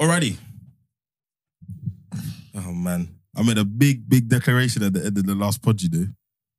Alrighty. Oh man, I made a big, big declaration at the end of the last pod. You do.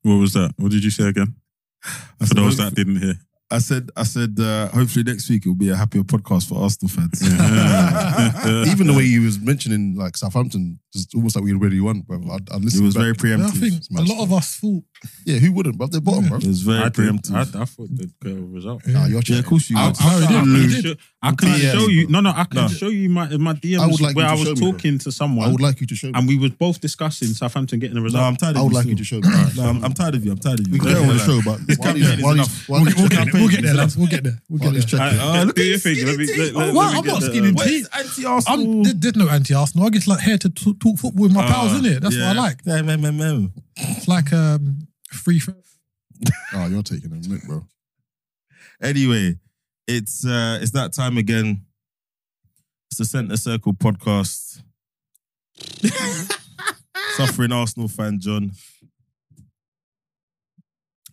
What was that? What did you say again? I For said, those hope- that didn't hear. I said, I said, uh, hopefully next week it'll be a happier podcast for Arsenal fans. Yeah. Even the way he was mentioning like Southampton, it's almost like we already won, bro. I, I it listened was back. very And I preemptive. think a lot of us thought. yeah, who wouldn't, bro? They're bottom, bro. it was very I, did, preemptive. I, I thought the girl was out. Nah, you're yeah, chatting. of course you I, would. was- No, he can didn't. He show- I can Yeah. show you. No, no, I can No. show you my in my DMs I would like where you I to show was me, bro. talking to someone, I would like you to show me. and we was both discussing Southampton getting a no, result. I'm tired. Of I would you like you to still. show me. No, I'm, I'm tired of you. I'm tired of you. Uh, We can get on the show, but This while campaign he's- is while enough. he's- while he's We'll get checking- there. We'll get there. lads. We'll get there. We'll while get he's there. checking. Uh, do your thing. Let me- let- let- Well, let me I'm get not the- skinny Wait, deep. I'm, anti-Arsenal. there- there's no anti-Arsenal. I just like here to t- talk football with my pals, Uh, isn't it? That's yeah. what I like. Yeah, man, man, man. It's like um, free. F- Oh, you're taking a minute, bro. Anyway, it's uh it's that time again. It's the Centre Circle podcast. Suffering Arsenal fan John.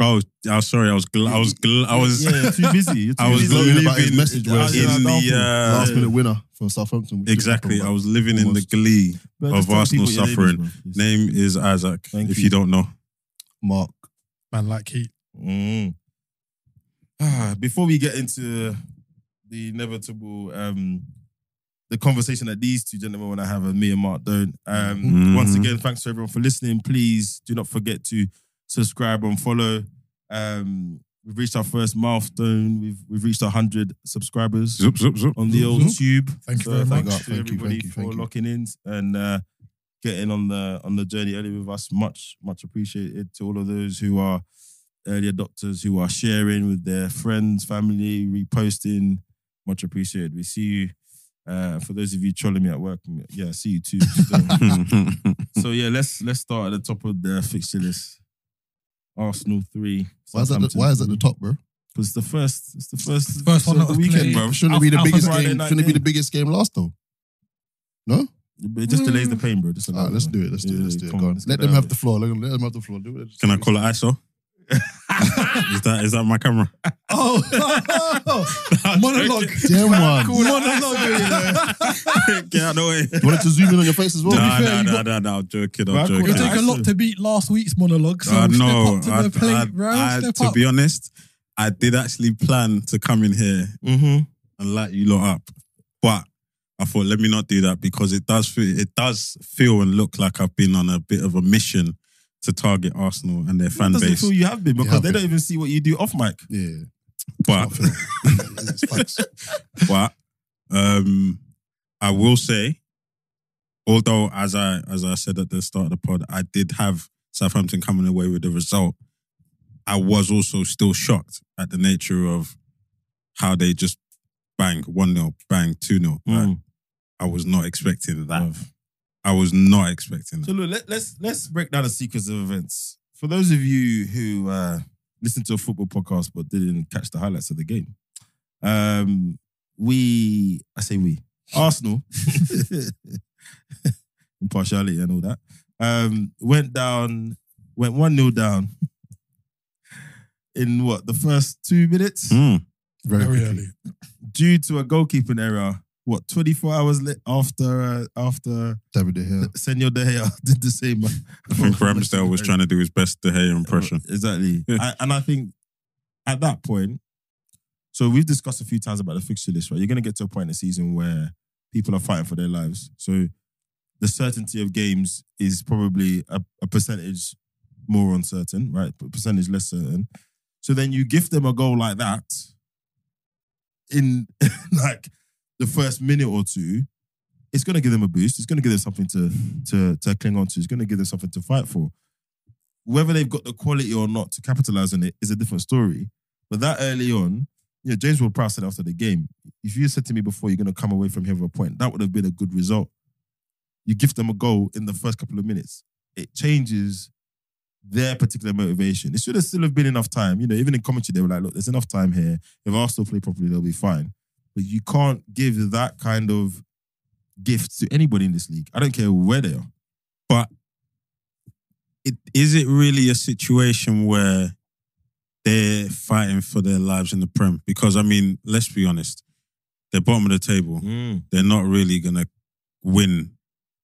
Oh, I was sorry. I was. Gl- I was. Gl- I was. yeah, you're too busy. You're too I was busy. living about his message I was where in the uh, last minute winner for Southampton. Exactly. I was living in the glee. Bro, just of tell Arsenal people your names, suffering. bro. Yes. Name is Isaac. Thank if you. you. don't know, Mark. Man, like he. Mm. Ah, before we get into the inevitable um the conversation that these two gentlemen want to have and me and Mark don't. Um Mhm. once again, thanks to everyone for listening. Please do not forget to subscribe and follow. Um we've reached our first milestone. We've we've reached hundred subscribers zoop zoop zoop. on the old Zoop. tube. Thank you So very much. thank much. to Mm-hmm. Thank you, everybody thank you, for thank you. locking in and uh, getting on the on the journey early with us. Much much appreciated to all of those who are early adopters who are sharing with their friends, family, reposting. Much appreciated. We see you. Uh, for those of you trolling me at work, yeah, I see you too. So, so yeah, let's let's start at the top of the fixture list. Arsenal three. Why is that? The, why is that the top, bro? Because it's the first. It's the first. the first one of that the was weekend, played. bro. Shouldn't it be the Alpha biggest Friday game? night Shouldn't it be game. the biggest game last though? No. It just delays the pain, bro. Just All allow right, it, let's bro. do it. Let's do it. Yeah, Let's do it. come Go on, on. let's Let get them out have of the floor. Let them let them have the floor. Do it. Can I call it ISO? is that is that my camera? Oh, monologue. Damn one. Cool. Monologue. Get out of the way. You wanted to zoom in on your face as well. Nah, fair, nah, you nah, got- nah, nah. I'm joking. Bro, I I'm called It'll it joking. take a lot to beat last week's monologue. So I know. step up I, to the plate, I- bro. I- step to up. be honest, I did actually plan to come in here Mhm. and light you lot up, but I thought let me not do that because it does feel it does feel and look like I've been on a bit of a mission to target Arsenal and their fan It doesn't base. feel you have been because have they been. don't even see what you do off mic. Yeah. but It's facts. but um, I will say, although as I as I said at the start of the pod, I did have Southampton coming away with the result. I was also still shocked at the nature of how they just bang one 0 bang two 0 Mm. I was not expecting that. I was not expecting So that. look, let, let's let's break down the sequence of events for those of you who uh, listened to a football podcast but didn't catch the highlights of the game. Um, we, I say we, Arsenal, impartiality and all that, um, went down, went one 0 down in what the first two minutes. Mm. Very Very quickly. early. due to a goalkeeping error. What twenty four hours li- after uh, after David De Gea. Senor De Gea did the same. I think Ramsdale was trying to do his best De Gea impression. Exactly, I, and I think at that point, so we've discussed a few times about the fixture list. Right, you're going to get to a point in the season where people are fighting for their lives. So the certainty of games is probably a, a percentage more uncertain, right? But percentage less certain. So then you give them a goal like that in like the first minute or two, it's gonna give them a boost. It's gonna give them something to to to cling on to. It's gonna give them something to fight for. Whether they've got the quality or not to capitalize on it is a different story. But that early on, you know, James Ward Prowse said after the game, if you said to me before you're gonna come away from here with a point, that would have been a good result. You give them a goal in the first couple of minutes. It changes their particular motivation. It should have still have been enough time. You know, even in commentary, they were like, look, there's enough time here. If Arsenal play properly, they'll be fine. But you can't give that kind of gift to anybody in this league. I don't care where they are. But it, is it really a situation where they're fighting for their lives in the Prem? Because, I mean, let's be honest, they're bottom of the table. Mm. They're not really gonna win.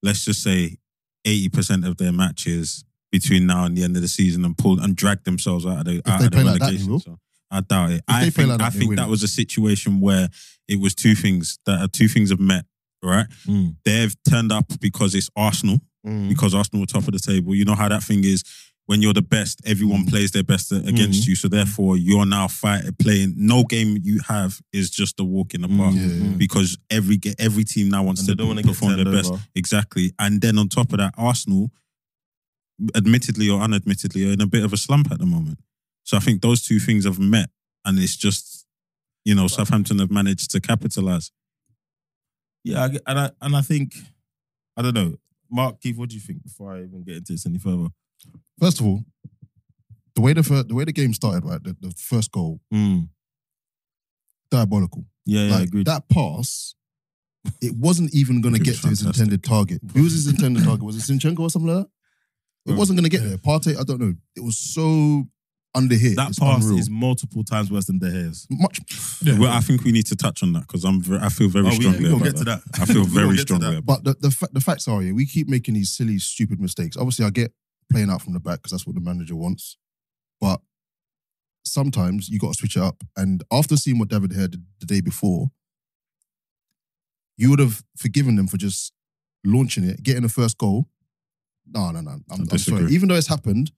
Let's just say eighty percent of their matches between now and the end of the season and pull and drag themselves out of the. out they of the play like that, they relegation will. zone. I doubt it. I they play think, like that, I they think win. that was a situation where it was two things that uh, two things have met. Right, Mm. they've turned up because it's Arsenal Mm. because Arsenal were top of the table. You know how that thing is when you're the best, everyone Mm. plays their best against Mm-hmm. you. So therefore, you're now fight, playing. No game you have is just a walk in the Mm, park Yeah, yeah. because every ge- every team now wants And they to don't want to get perform turned their best. over. Exactly. And then on top of that, Arsenal, admittedly or unadmittedly, are in a bit of a slump at the moment. So I think those two things have met, and it's just you know Southampton have managed to capitalize. Yeah, I, get- and I and I think I don't know, Mark Keith. What do you think before I even get into this any further? First of all, the way the fir- the way the game started, right? The, the first goal, Mm. diabolical. Yeah, yeah, like agreed. that pass, it wasn't even going to It get was to his fantastic. intended target. Who was his intended target? Was it Sinchenko or something like that? It Bro. wasn't going to get there. Partey, I don't know. It was so under hit. that It's pass unreal. is multiple times worse than De Gea's. much. Well, I think we need to touch on that because I'm ver- I feel very Oh, we- strongly we gonna about get to that. I feel We gonna very get to strongly that. about But the the, fa- the facts are, yeah, we keep making these silly, stupid mistakes. Obviously, I get playing out from the back because that's what the manager wants, but sometimes you got to switch it up. And after seeing what David had the day before, you would have forgiven them for just launching it, getting the first goal. No, no, no. I'm, I'm sorry. disagree. Even though it's happened,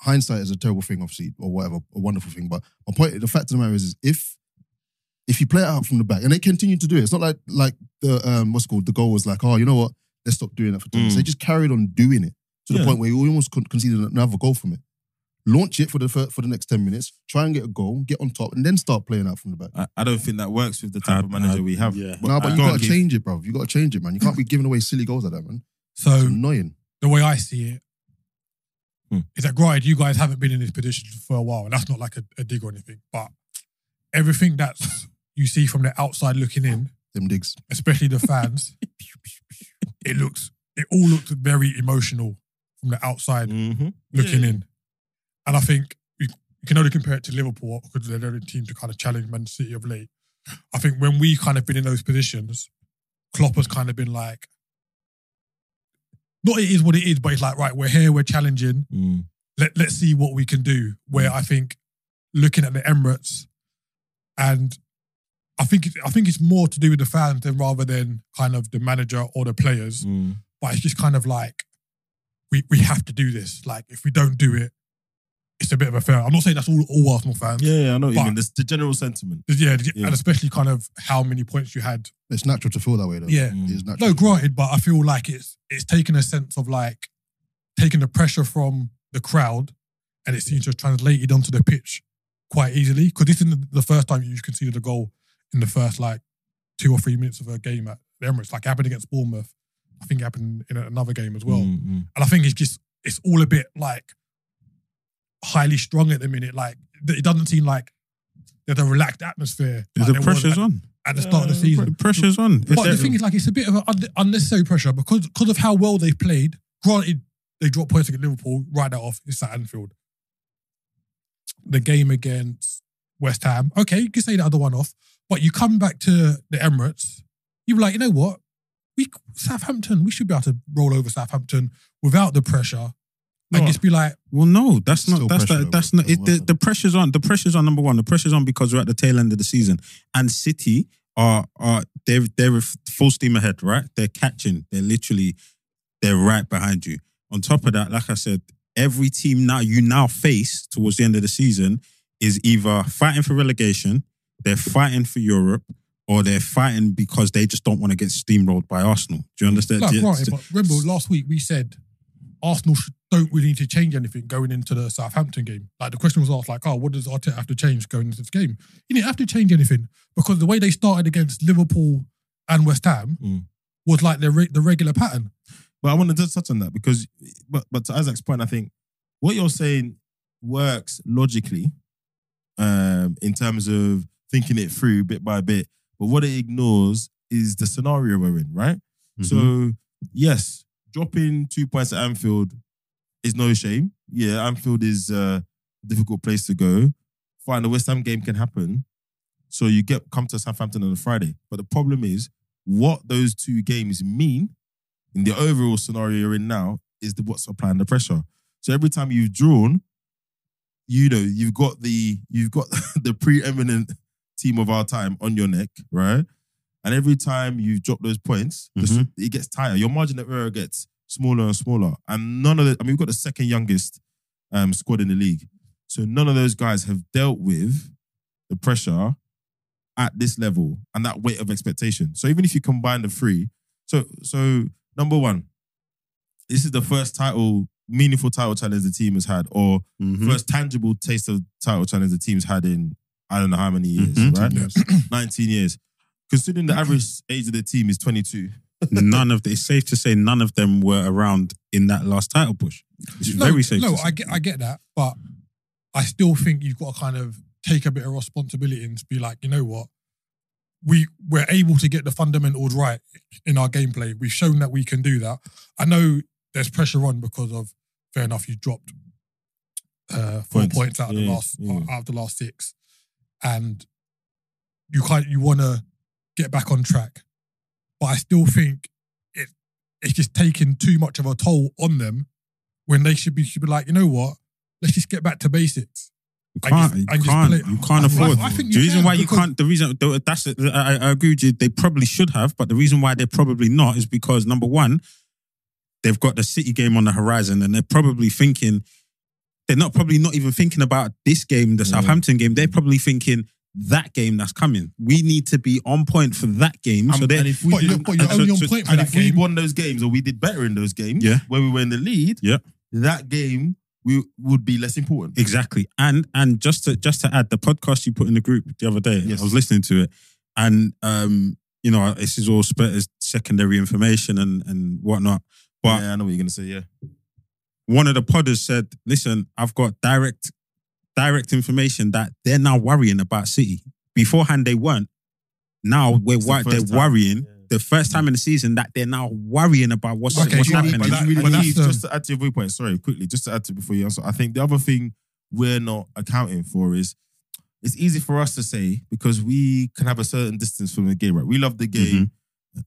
hindsight is a terrible thing, obviously, or whatever, a wonderful thing. But my point, the fact of the matter is, is if if you play it out from the back and they continue to do it, it's not like like the um what's it called the goal was like, oh, you know what? Let's stop doing that for two minutes. Mm. They just carried on doing it to Yeah. the point where you almost con- conceded another goal from it. Launch it for the fir- for the next ten minutes. Try and get a goal, get on top, and then start playing out from the back. I, I don't think that works with the type I- of manager I- we have. yeah. no, I- but you go on, got to Keith. change it, bro. You got to change it, man. You can't be giving away silly goals like that, man. It's So annoying. the way I see it is Hmm. that granted you guys haven't been in this position for a while, and that's not like a, a dig or anything, but everything that's you see from the outside looking in, Them digs. especially the fans, it looks it all looked very emotional from the outside Mm-hmm. looking in. And I think you, you can only compare it to Liverpool because they're the only team to kind of challenge Man City of late. I think when we kind of been in those positions, Klopp has kind of been like, not it is what it is, but it's like, right, we're here, we're challenging. Mm-hmm. Mm. Let, let's see what we can do. Where I think looking at the Emirates and I think, it, I think it's more to do with the fans than rather than kind of the manager or the players Mm. but it's just kind of like we we have to do this. Like if we don't do it, it's a bit of a fail. I'm not saying that's all all Arsenal fans. Yeah, yeah, I know what you But- mean. This, the general sentiment. Yeah, Yeah. and especially kind of how many points you had. It's natural to feel that way, though. Yeah. It Mm-hmm. is natural. No, granted, but I feel like it's it's taken a sense of like taking the pressure from the crowd, and it seems to have translated onto the pitch quite easily. Because this isn't the first time you conceded a goal in the first like two or three minutes of a game at the Emirates. Like it happened against Bournemouth. I think it happened in another game as well. Mm, Mm-hmm. mm. And I think it's just it's all a bit like highly strong at the minute. Like th- it doesn't seem like there's a relaxed atmosphere. like The there was pressure's at, on. at the start of the season. The pressure's on. But the It's- thing is, like, it's a bit of an un- unnecessary pressure because because of how well they've played. Granted, they dropped points against Liverpool. Right that off. It's at Anfield. The game against West Ham. Okay, you can say the other one off, but you come back to the Emirates. You're like, you know what? We Southampton. We should be able to roll over Southampton without the pressure. And No. just be like, Well, no, that's It's not. still That's pressure, that, though, that's bro. not. It, Don't the, worry the pressure's on. The pressure's on. Number one, the pressure's on because we're at the tail end of the season, and City are are they're they're full steam ahead, right? They're catching. They're literally they're right behind you. On top of that, like I said, every team now you now face towards the end of the season is either fighting for relegation, they're fighting for Europe, or they're fighting because they just don't want to get steamrolled by Arsenal. Do you understand? no, Do you- granted, but remember last week we said Arsenal should, don't really need to change anything going into the Southampton game. Like the question was asked, like, oh, what does Arteta have to change going into this game? He didn't have to change anything because the way they started against Liverpool and West Ham Mm. was like their re- the regular pattern. But I want to just touch on that because, but but to Isaac's point, I think what you're saying works logically, um, in terms of thinking it through bit by bit. But what it ignores is the scenario we're in, right? Mhm. So yes, dropping two points at Anfield is no shame. Yeah, Anfield is uh, a difficult place to go. Fine, the West Ham game can happen. So you get come to Southampton on a Friday. But the problem is what those two games mean in the overall scenario you're in now is the what's applying the pressure. So every time you've drawn, you know, you've got the you've got the preeminent team of our time on your neck, right? And every time you drop those points, the s- Mhm. it gets tighter. Your margin of error gets smaller and smaller. And none of the, I mean, we've got the second youngest um, squad in the league. So none of those guys have dealt with the pressure at this level and that weight of expectation. So even if you combine the three, so so number one, this is the first title, meaningful title challenge the team has had, or Mhm. first tangible taste of title challenge the team's had in I don't know how many years, Mhm. right? Yes. 19 years. Considering the average age of the team is 22, none of the, it's safe to say none of them were around in that last title push. It's No, very safe. No, to say. I get, I get that, but I still think you've got to kind of take a bit of responsibility and be like, you know what, we we're able to get the fundamentals right in our gameplay. We've shown that we can do that. I know there's pressure on because of fair enough. You dropped uh, four Points. points, out of Yeah, the last uh, yeah. out of the last six, and you can't. You want to get back on track, but I still think it it's just taking too much of a toll on them when they should be should be like, you know what? Let's just get back to basics. You I can't, just- I you just can't, play- you can't I- afford. I think the you reason can why you because- can't, the reason though, that's I, I I agree with you. They probably should have, but the reason why they probably not is because number one, they've got the City game on the horizon, and they're probably thinking they're not probably not even thinking about this game, the Yeah. Southampton game. They're probably thinking that game that's coming. We need to be on point for that game. so And- they Um, and if we But you're, didn't- but you're and so- only on so- point for and that if we game. won those games or we did better in those games, Yeah. when we were in the lead, Yeah. that game we would be less important. Exactly. And and just to just to add, the podcast you put in the group the other day, Yes. I was listening to it, and um, you know, this is all spe- as secondary information and and whatnot. But yeah, I know what you're gonna say. Yeah, one of the podders said, "Listen, I've got direct direct information that they're now worrying about City. Beforehand, they weren't. Now we're It's the wor- they're first time. worrying." Yeah. The first time in the season that they're now worrying about what's, Okay, what's you- happening. But But that- you really but that's need- the- just to add to your viewpoint, sorry, quickly, just to add to before you answer, I think the other thing we're not accounting for is it's easy for us to say because we can have a certain distance from the game, right? We love the game.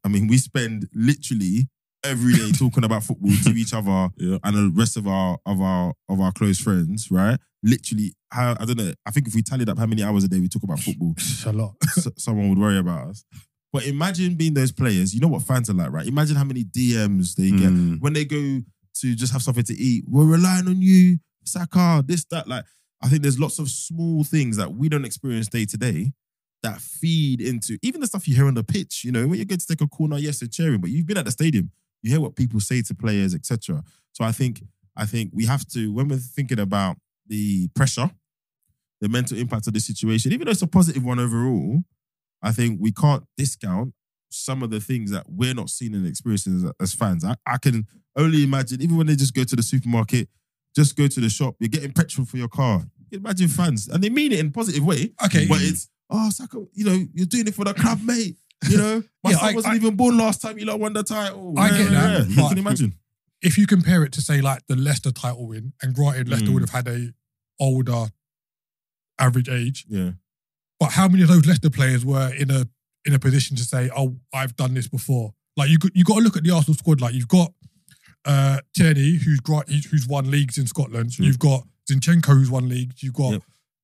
I mean, we spend literally every day talking about football to each other Yeah. and the rest of our of our of our close friends, right? Literally, how, I don't know. I think if we tallied up how many hours a day we talk about football, a lot. s- someone would worry about us. But imagine being those players. You know what fans are like, right? Imagine how many DMs they get Mm. when they go to just have something to eat, we're relying on you, Saka, this, that. Like, I think there's lots of small things that we don't experience day to day that feed into even the stuff you hear on the pitch. You know, when you go to take a corner, yes, they're cheering, but you've been at the stadium, you hear what people say to players, etc. So I think, I think we have to when we're thinking about the pressure, the mental impact of the situation, even though it's a positive one overall, I think we can't discount some of the things that we're not seeing and experiencing as, as fans. I, I can only imagine, even when they just go to the supermarket, just go to the shop, you're getting petrol for your car. Imagine fans, and they mean it in a positive way, Okay. but it's, oh, Saka, you know, you're doing it for the club, mate. You know, my Yeah, son I- wasn't I- even born last time you lot won the title. I get that, You but- can imagine. if you compare it to say like the Leicester title win, and granted Leicester Mm. would have had a older average age, Yeah. but how many of those Leicester players were in a in a position to say, "Oh, I've done this before"? Like you, got- you got to look at the Arsenal squad. Like you've got uh Tierney, who's gra- who's won leagues in Scotland. Mm. True. You've got Zinchenko, who's won leagues. You've got Yep.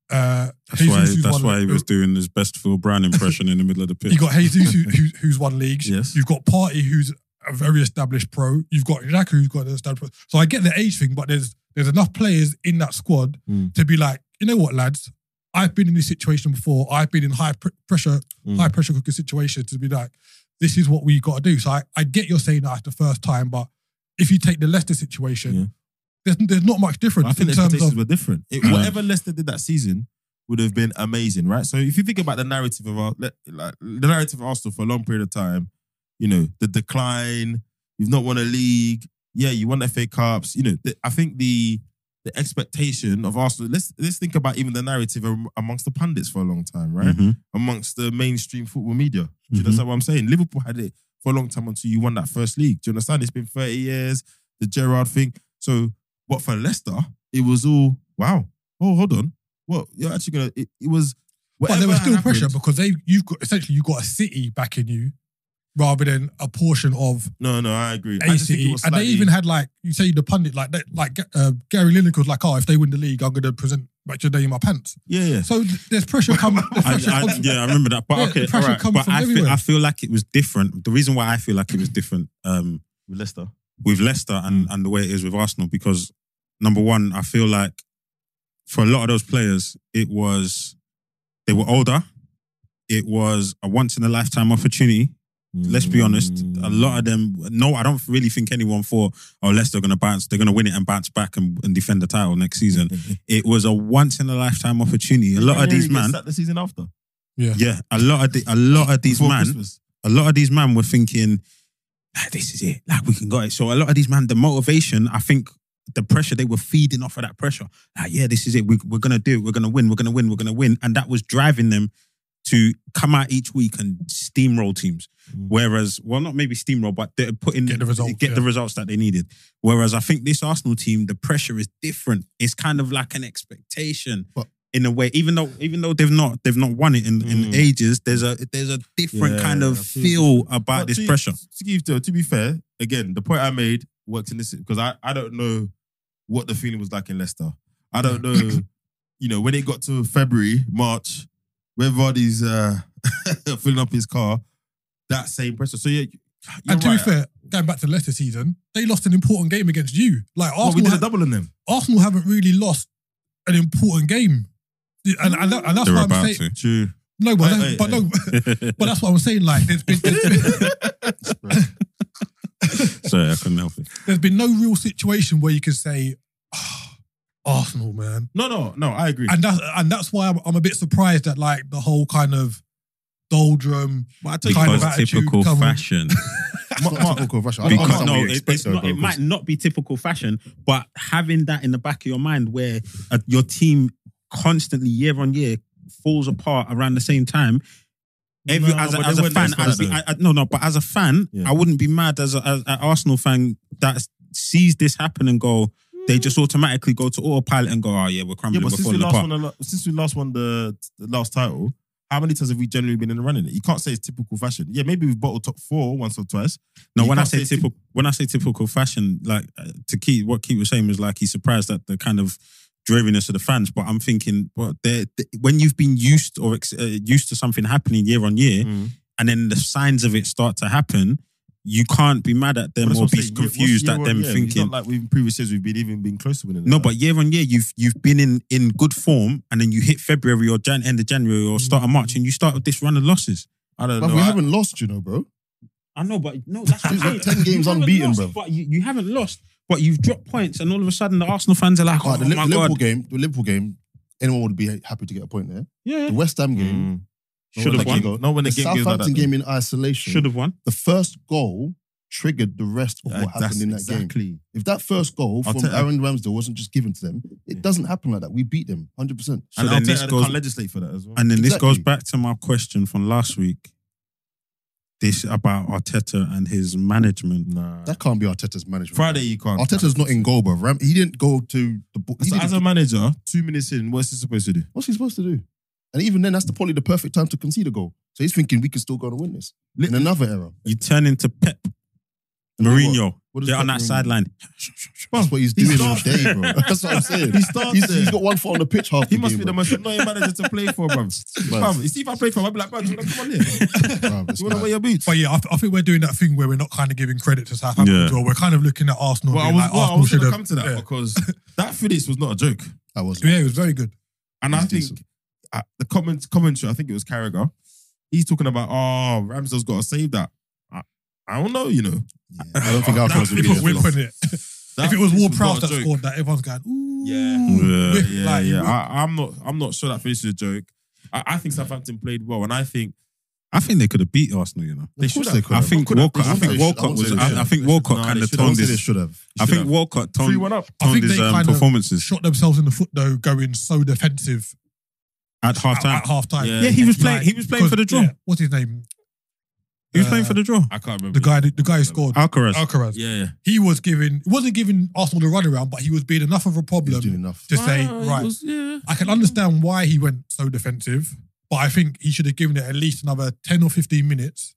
uh, That's why, who's that's won- why he was doing his best Phil Brown impression in the middle of the pitch. You got Jesus, who, who, who's won leagues. Yes. You've got Party, who's a very established pro. You've got Xhaka, who's got an established pro. So I get the age thing, but there's there's enough players in that squad Mm. to be like, you know what, lads, I've been in this situation before. I've been in high pr- pressure, Mm. high pressure cooker situations to be like, this is what we got to do. So I, I get you're saying that it's the first time, but if you take the Leicester situation, Yeah. there's there's not much But I difference in think the terms expectations of were different. It, Yeah. Whatever Leicester did that season would have been amazing, right? So if you think about the narrative of our, like, the narrative of Arsenal for a long period of time, you know the decline. You've not won a league. Yeah, you won FA Cups. You know, the, I think the the expectation of Arsenal. Let's let's think about even the narrative am- amongst the pundits for a long time, right? Mhm. Mm-hmm. amongst the mainstream football media. Do you Mhm. understand what I'm saying? Liverpool had it for a long time until you won that first league. Do you understand? It's been 30 years, the Gerrard thing. So, but for Leicester, it was all wow. Oh, hold on. Well, you're actually gonna. It, it was But there Whatever was still happened- pressure because they you've got essentially you've got a city backing you rather than a portion of No, no, I agree. I a just think it city. was And they slightly, even had like you say the pundit like that like uh, Gary Lineker was like, oh, if they win the league, I'm gonna present back your day in my pants. yeah, yeah. So th- there's pressure coming. I, I, yeah, I remember that. But Yeah, okay, the pressure alright. comes but from I feel, everywhere. I feel like it was different. The reason why I feel like it was different um, With Leicester. with Leicester and, Mm. and the way it is with Arsenal because number one, I feel like for a lot of those players, it was they were older. It was a once in a lifetime opportunity. Let's be honest. A lot of them, no, I don't really think anyone thought, oh, Leicester are going to bounce, they're going to win it and bounce back and, and defend the title next season. It was a once in a lifetime opportunity. A lot of these men, The season after. yeah, a lot of the, a lot of these Before men, Christmas. a lot of these men were thinking, "Ah, this is it, like we can got it. So a lot of these men, the motivation, I think the pressure, they were feeding off of that pressure. Like, yeah, this is it. We, we're going to do it. We're going to win. We're going to win. We're going to win. And that was driving them to come out each week and steamroll teams. Mm. Whereas, well, not maybe steamroll, but they're putting Get the results, get the yeah. results that they needed. Whereas I think this Arsenal team, the pressure is different. It's kind of like an expectation. But- in a way, even though even though they've not they've not won it in, in Mm. ages, there's a there's a different Yeah, kind of I Mm. feel feel about But this to, pressure. To, give- to, to be fair, again, the point I made works in this because I, I don't know what the feeling was like in Leicester. I don't know, you know, when it got to February, March, where Vardy's uh, filling up his car, that same pressure. So yeah, you're and to right. be fair, going back to Leicester season, they lost an important game against you. Like Well, we Arsenal, did a ha- double on them. Arsenal haven't really lost an important game, and and, that, and that's why I'm saying True. no, but, Hey, that- hey, but no, to. but that's what I'm saying. Like there's been, there's been Sorry, I couldn't help it. there's been no real situation where you can say "Ah, Arsenal, man. No, no, no. I agree. And that's and that's why I'm, I'm a bit surprised at like the whole kind of doldrum. but I tell you, Kind Because of attitude, typical come on. fashion. Mark, Russia. I because don't understand no, what you it, expect, it's though, not, it because- might not be typical fashion, but having that in the back of your mind, where uh, your team constantly year on year falls apart around the same time, Every, No, as a, but as they a weren't fan, desperate I'd be, though. I, I- no, no, but as a fan, Yeah. I wouldn't be mad as, a, as an Arsenal fan that sees this happen and go, they just automatically go to autopilot and go, oh yeah, we're yeah, crumbling, but we're since we falling last apart. won, the, la- since we last won the, the last title, how many times have we generally been in the running? You can't say it's typical fashion. Yeah, maybe we've bottled top four once or twice. No, you when I can't say say it's- typical, when I say typical fashion, like uh, to Keith, what Keith was saying was like he's surprised at the kind of dreariness of the fans. But I'm thinking, well, they're, they- when you've been used or ex- uh, used to something happening year on year, Mm. and then the signs of it start to happen, you can't be mad But at them that's or what I'm be saying. confused Year- at what's them year on year? It's thinking. not like we've in previous years we've been even been close to winning. No, but year on year, you've you've been in in good form, and then you hit February or Jan, end of January or start of Mm. March, and you start with this run of losses. I don't But know. we I- haven't lost, you know, bro. I know, but no, that's Dude, like 10 games haven't unbeaten, lost, bro. But you, you haven't lost, but you've dropped points, and all of a sudden the Arsenal fans are like, "Oh, Like, the Li- my Liverpool god, game, the Liverpool game, anyone would be happy to get a point there. yeah, The West Ham game, Mm. No, Should have like, won. you know, Not when the, the game goes like Southampton that. game in isolation, should have won." the first goal triggered the rest of Yeah, what happened in that that's game. exactly. If that first goal I'll from tell- Aaron Ramsdale wasn't just given to them, it Yeah. doesn't happen like that. We beat them 100%. So And and then then this goes- can't legislate for that as well. And then Exactly. this goes back to my question from last week. This about Arteta and his management. nah. That can't be Arteta's management. Friday you can't. Arteta's not in goal, bro. Ram- he didn't go to the. Bo- he So didn't- as a manager, two minutes in, what's he supposed to do? what's he supposed to do? And even then, that's the, probably the perfect time to concede a goal. So he's thinking we can still go and win this in another era. You turn into Pep And what- Mourinho. what does They're on Pep that Mourinho- sideline. That's what he's He doing all starts day, there. bro. That's what I'm saying. He starts He's- he's there. got one foot on the pitch half He the must game, be the bro. most annoying manager to play for, bruv. bruv. You see, if I played for him, I'd be like, bruv, do you wanna come on here? Bro, this You want to guy. wear your boots? But yeah, I, th- I think we're doing that thing where we're not kind of giving credit to Southampton Yeah. as well. We're kind of looking at Arsenal. Well, I being was, like, well, I Arsenal was going to should have- come to that yeah. because that Felix was not a joke. That was Yeah, it was very good. And I He's think decent. uh, the comment, commentary, I think it was Carragher, he's talking about, oh, Ramsdale's got to save that. I, I don't know, you know. Yeah, I don't think our That's fans would if be we're there. putting it. If it was Ward Prowse that scored that, everyone's going, ooh. Yeah. Yeah. With, yeah, like, yeah. I, I'm not. I'm not sure that Felix is a joke. I, I think Southampton played well, and I think I think they could have beat Arsenal. You know, they course should. they have. could I have. think Could have. Walcott. I They think should- I Walcott wouldn't was. say they should I, I have. think They should- Walcott no, kind they of should I toned wouldn't say they his. should have. I Should think have. Walcott toned three his one up. I toned think his they um, kind of performances shot themselves in the foot though, going so defensive at half at, time. at half time. Yeah. Yeah, he was playing. Like, He was playing for the draw. yeah, what's his name? He was playing for the draw. I can't remember The guy, the guy who scored. Alcaraz. Alcaraz. Yeah, yeah. He was giving, he wasn't giving Arsenal the runaround, but he was being enough of a He's doing problem enough. to say, Ah, it right, was- yeah. I can understand why he went so defensive, But I think he should have given it at least another 10 or 15 minutes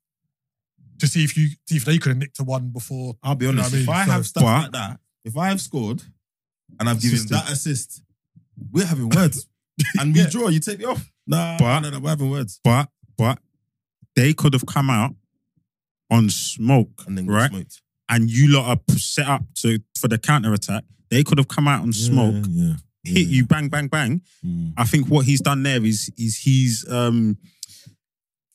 to see if you see if they could have nicked a one before. I'll be honest. You know if what I I mean? have So- stuff But- like that, if I have scored and I've given Assisted. that assist, we're having words. and we Yeah. draw, you take me off. Nah, But- no, no, we're having words. But but they could have come out on smoke, And then right? right? smoked. And you lot are p- set up to for the counter attack. They could have come out on smoke, Yeah. hit you, bang, bang, bang. Mm. I think what he's done there is is he's um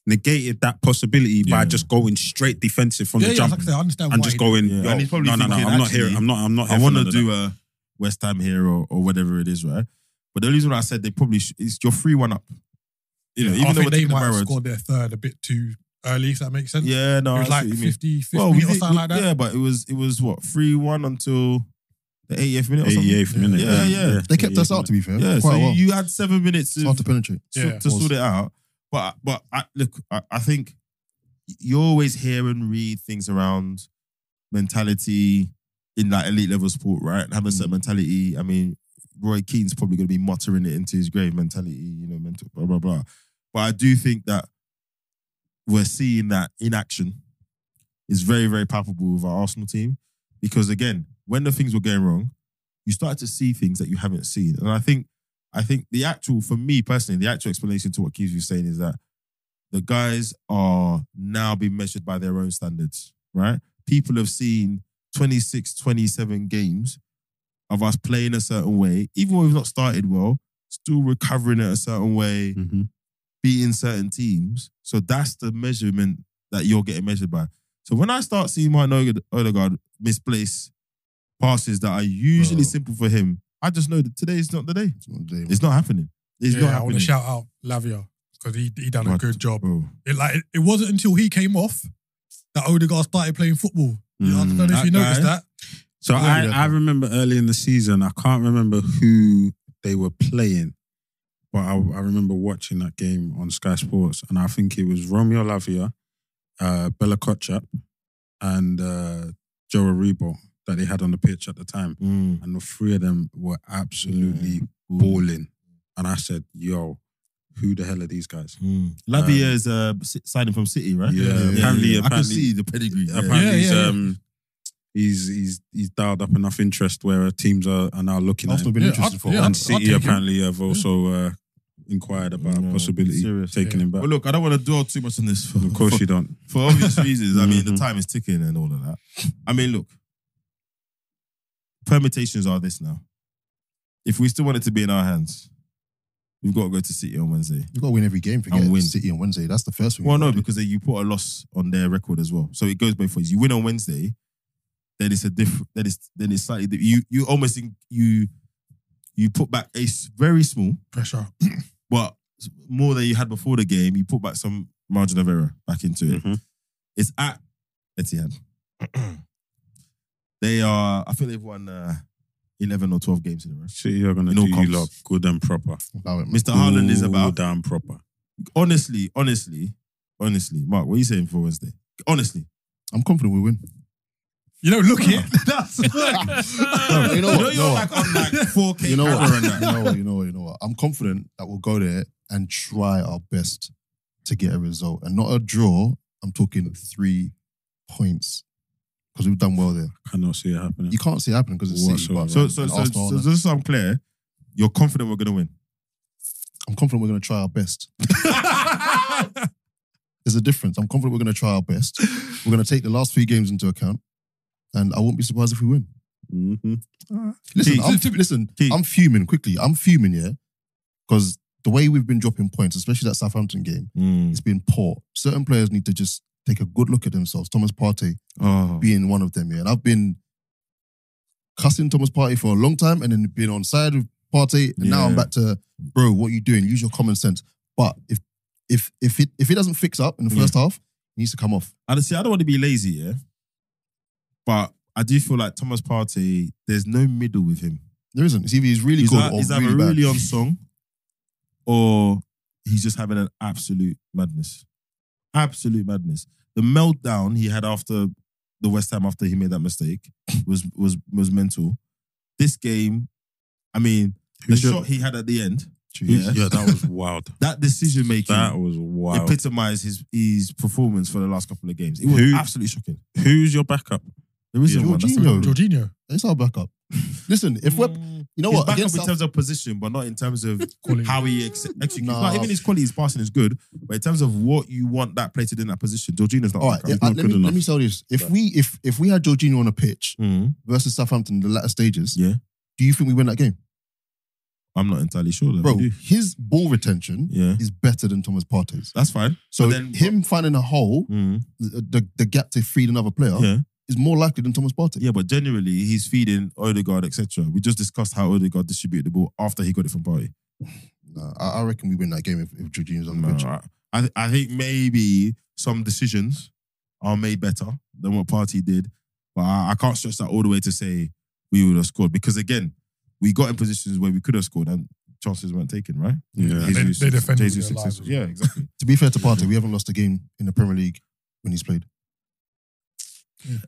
negated that possibility Yeah. by just going straight defensive from Yeah, the yeah, jump like I said, I understand and why just he did going. Yeah. Yo, And he's probably no, no, no, thinking, I'm not actually, here. I'm not. I'm not. Here I for want none to of that. do a West Ham hero or whatever it is, right? But the reason why I said they probably sh- is you're three one up. You know, that. even I though think we're they taking the might have Barrows. scored their third a bit too early, if that makes sense. Yeah, no, it I was see like what you mean. 50, 50 Well, we minutes or did- something we- like that. Yeah, but it was it was what three one until the 88th minute. Or something? 88th minute. Yeah, yeah. They kept us out, to be fair. Yeah, quite so well. you had seven minutes it's of, hard to penetrate. so- Yeah. to sort it out. But but I, look, I, I think you always hear and read things around mentality in that elite level sport, right? Having a certain mentality. I mean, Roy Keane's probably going to be muttering it into his grave. Mentality, you know, mental blah blah blah. But I do think that we're seeing that in action is very very palpable with our Arsenal team because again, when the things were going wrong, you started to see things that you haven't seen, and I think I think the actual, for me personally, the actual explanation to what Keith was saying is that the guys are now being measured by their own standards, right? People have seen 26, 27 games of us playing a certain way, even when we've not started well, still recovering it a certain way, Mhm. beating certain teams. So that's the measurement that you're getting measured by. So when I start seeing Martin Ode- Odegaard misplace passes that are usually Bro. simple for him, I just know that today is not the day. It's not the day, It's not happening. It's Yeah, not I want happening. Oh. to shout out Lavia because he he done a Right. good job. Bro. It like it wasn't until he came off that Odegaard started playing football. You know, I Mm, don't know if that you noticed guy. that. So Yeah, I, yeah. I remember early in the season, I can't remember who they were playing, but I, I remember watching that game on Sky Sports, and I think it was Romeo Lavia, uh, Bella Kotchap, and uh, Joe Aribo that they had on the pitch at the time. Mm, And the three of them were absolutely balling. And I said, yo, who the hell are these guys? mm. Lavia Um, is uh, si- signing from City, right? Yeah, yeah, apparently, I can apparently, see the pedigree. yeah. apparently Yeah, he's, yeah, yeah. um, he's he's he's dialed up enough interest where uh, teams are, are now looking at him. Arsenal been Yeah, interested I'd- for a yeah, while. and I'll City take him. apparently have also uh, inquired about a No, possibility serious. taking Yeah. him back. But look, I don't want to dwell too much on this. For, of course for, you don't. for obvious reasons. I mean, the Mhm. time is ticking and all of that. I mean, look, permutations are this now. If we still want it to be in our hands, we've got to go to City on Wednesday. You've got to win every game. Forget And win. City on Wednesday. That's the first thing. Well, you've no, gotta do. because they, you put a loss on their record as well. So it goes both ways. You win on Wednesday, then it's a different. Then it's then it's slightly. di- You you almost in- you you put back a s- very small, Pressure. but more than you had before the game. You put back some margin of error back into it. Mhm. It's at Etihad. they are. I think they've won uh, eleven or twelve games in a row. City are going to No do comps. you lot good and proper. Allow it, man. Mr. Haaland is Good about and proper. honestly, honestly, honestly. Mark, what are you saying for Wednesday? Honestly, I'm confident we win. You don't look it. that's. No, you know what? You know No. you're like on like 4K You know camera what? and you that. know, you know, what, you know what. I'm confident that we'll go there and try our best to get a result and not a draw. I'm talking three points because we've done well there. Cannot see it happening. You can't see it happening because it's City. Whatsoever. But um, So, so, and so, Arsenal so, aren't. just so I'm clear, you're confident we're gonna win. I'm confident we're going to try our best. There's a difference. I'm confident we're going to try our best. We're going to take the last three games into account, and I won't be surprised if we win. hmm Listen, Keith. I'm, fu- listen, Keith. I'm fuming quickly. I'm fuming, yeah, because the way we've been dropping points, especially that Southampton game, it's been poor. Certain players need to just take a good look at themselves. Thomas Partey Oh. being one of them, yeah, and I've been cussing Thomas Partey for a long time, and then been on side with Partey, and now I'm Yeah. back to bro. What are you doing? Use your common sense. But if if if it if it doesn't fix up in the Yeah. first half, it needs to come off. And see, I don't want to be lazy, yeah. But I do feel like Thomas Partey, there's no middle with him. There isn't. It's either he's really he's good ei- or he's either really really, bad. on song, or he's just having an absolute madness, absolute madness. The meltdown he had after the West Ham after he made that mistake was was was mental. This game, I mean, the Who's your- shot he had at the end. Jeez. Yeah, that was wild. That decision making That was wild. epitomized his his performance for the last couple of games. It was Who- absolutely shocking. Who's your backup? There isn't one. That's the Jorginho. problem. Jorginho. It's our backup. Listen, if we're Mm, you know he's what back up against in terms of position, but not in terms of Quality. how he ex- executes. Nah. Like, even his quality, his passing is good, but in terms of what you want that player to do in that position, Jorginho's not. all right, back up. I- not let good me let enough. me tell you this. If we if if we had Jorginho on a pitch Mm, versus Southampton in the latter stages, Yeah. do you think we win that game? I'm not entirely sure, though. Bro, We do. his ball retention Yeah, is better than Thomas Partey's. that's fine. So But then- him finding a hole, Mm, the, the, the gap to feed another player, Yeah. is more likely than Thomas Partey. Yeah, but generally he's feeding Odegaard, etc. We just discussed how Odegaard distributed the ball after he got it from Party. Nah, I, I reckon we win that game if, if Jorginho's on the No, pitch. I, I th- I think maybe some decisions are made better than what Party did, but I, I can't stretch that all the way to say we would have scored because again, we got in positions where we could have scored and chances weren't taken, right? Yeah. They- Jesus- they defended Jesus with their success- lives. Yeah, exactly. To be fair to Partey, we haven't lost a game in the Premier League when he's played.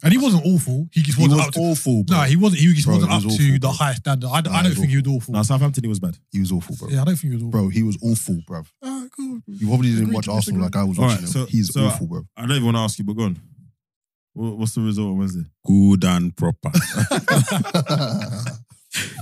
And he wasn't awful. He just He wasn't was up to. awful, bro. No, he wasn't. He just Bro, wasn't he up was to awful, the bro. high standard. I, Nah, I he don't was think he was awful. now Southampton he was bad. He was awful, bro. Yeah, I don't think he was awful. Bro, he was awful, bro. Ah, cool. You probably didn't Agreed watch to Arsenal disagree. like I was All right, watching him. so- He's so, uh, awful, bro. I don't even want to ask you, but go on. Wha- What's the result on Wednesday? Good and proper.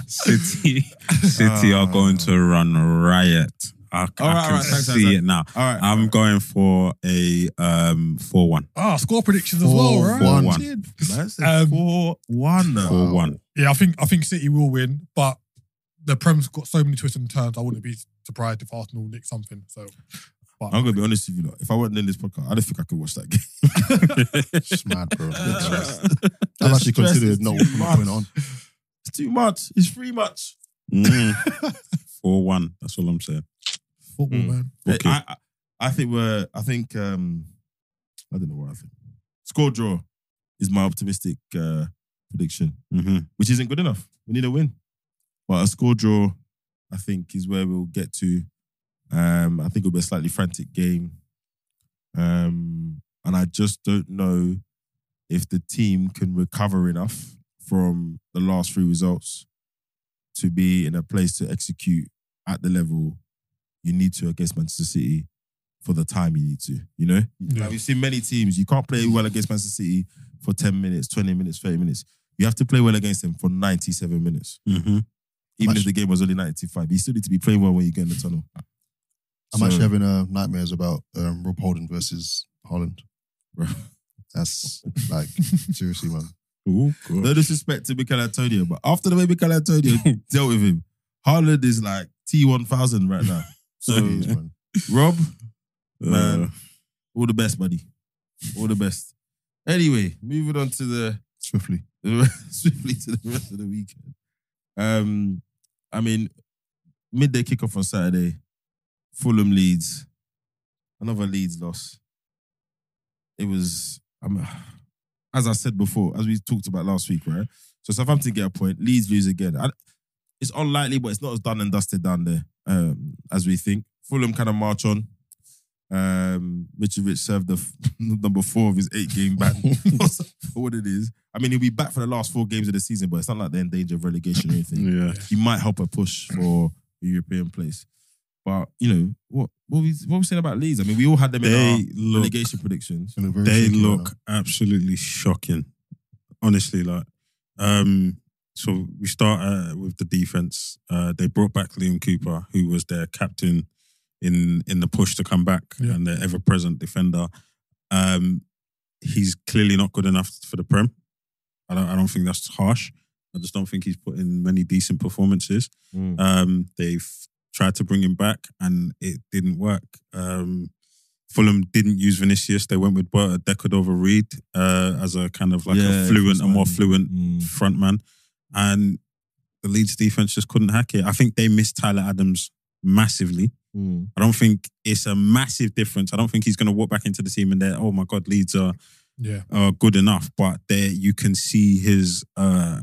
City, City are going to run riot. I, I Ah. All right, all can right, thanks, see thanks, thanks. it now. All right, I'm going for a um four one. Ah, score predictions as well, Four, right? four, one. Shit. Um, four one. Four. Four one. Yeah, I think I think City will win, but the Prem's got so many twists and turns. I wouldn't be surprised if Arsenal nick something. So, but I'm gonna be honest with you, lot. if I weren't in this podcast, I don't think I could watch that game. It's mad, bro. Good stress. The I've actually stress considered is not too putting my point much. on. It's too much. It's three much. Mm. Four one. That's all I'm saying. football, Mm. man. Okay. I, I, I think we're. I think. um I don't know what I think. Score draw is my optimistic uh prediction, Mm-hmm. which isn't good enough. We need a win, but a score draw, I think, is where we'll get to. Um, I think it'll be a slightly frantic game, um, and I just don't know if the team can recover enough from the last three results to be in a place to execute at the level you need to against Manchester City for the time you need to. You know, Yeah. like we've seen many teams. You can't play well against Manchester City for ten minutes, twenty minutes, thirty minutes. You have to play well against them for ninety-seven minutes, Mm-hmm. even Much- if the game was only ninety-five. You still need to be playing well when you get in the tunnel. I'm So- actually having uh, nightmares about um, Rob Holden versus Holland. Bro. That's like seriously, man. Oh No disrespect to Mikel Antonio, but after the way Mikel Antonio dealt with him, Haaland is like T1000 right now. So, Jeez, man. Rob, man. man, all the best, buddy. All the best. Anyway, moving on to the Swiftly, swiftly to the rest of the weekend. Um, I mean, midday kickoff on Saturday, Fulham leads, another Leeds loss. It was, I mean, as I said before, as we talked about last week, right? So Southampton get a point, Leeds lose again. I, it's unlikely, but it's not as done and dusted down there um, as we think. Fulham kind of march on. Um, Richard Rich served the f- number four of his eight game ban for what it is. I mean, he'll be back for the last four games of the season, but it's not like they're in danger of relegation or anything Yeah. he might help a push for a European place. But you know what? What we what we saying about Leeds? I mean, we all had them in They our look relegation predictions. Feeling very they shaky right look now. absolutely shocking. Honestly, like, um, so we start uh, with the defense. Uh, they brought back Liam Cooper, who was their captain in in the push to come back Yeah. and their ever present defender. Um, he's clearly not good enough for the Prem. I don't, I don't think that's harsh. I just don't think he's put in many decent performances. Mm. Um, they've tried to bring him back and it didn't work. Um, Fulham didn't use Vinicius. They went with what, Deckard over Reed uh, as a kind of like Yeah, a fluent, a more first man. fluent Mm. front man. And the Leeds defense just couldn't hack it. I think they missed Tyler Adams massively. Mm. I don't think it's a massive difference. I don't think he's going to walk back into the team and they're, oh my God, Leeds are Yeah, are good enough, but there you can see his uh,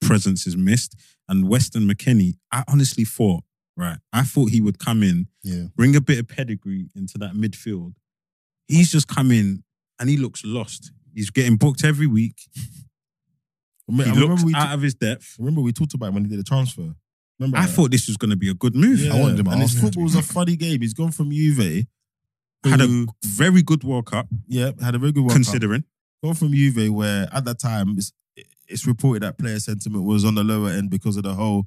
presence is missed. And Weston McKinney, I honestly thought, right, I thought he would come in, Yeah, bring a bit of pedigree into that midfield. He's just come in and he looks lost. He's getting booked every week. I mean, He I looks remember, we, out of his depth. remember we talked about it when he did the transfer. Remember I that? thought this was going to be a good move. Yeah. I wanted him at And his Arsenal. football was a funny game. He's gone from Juve, Had a who- very good World Cup, yeah, had a very good World Cup. considering. Gone from Juve, where at that time it's, it's reported that player sentiment was on the lower end because of the whole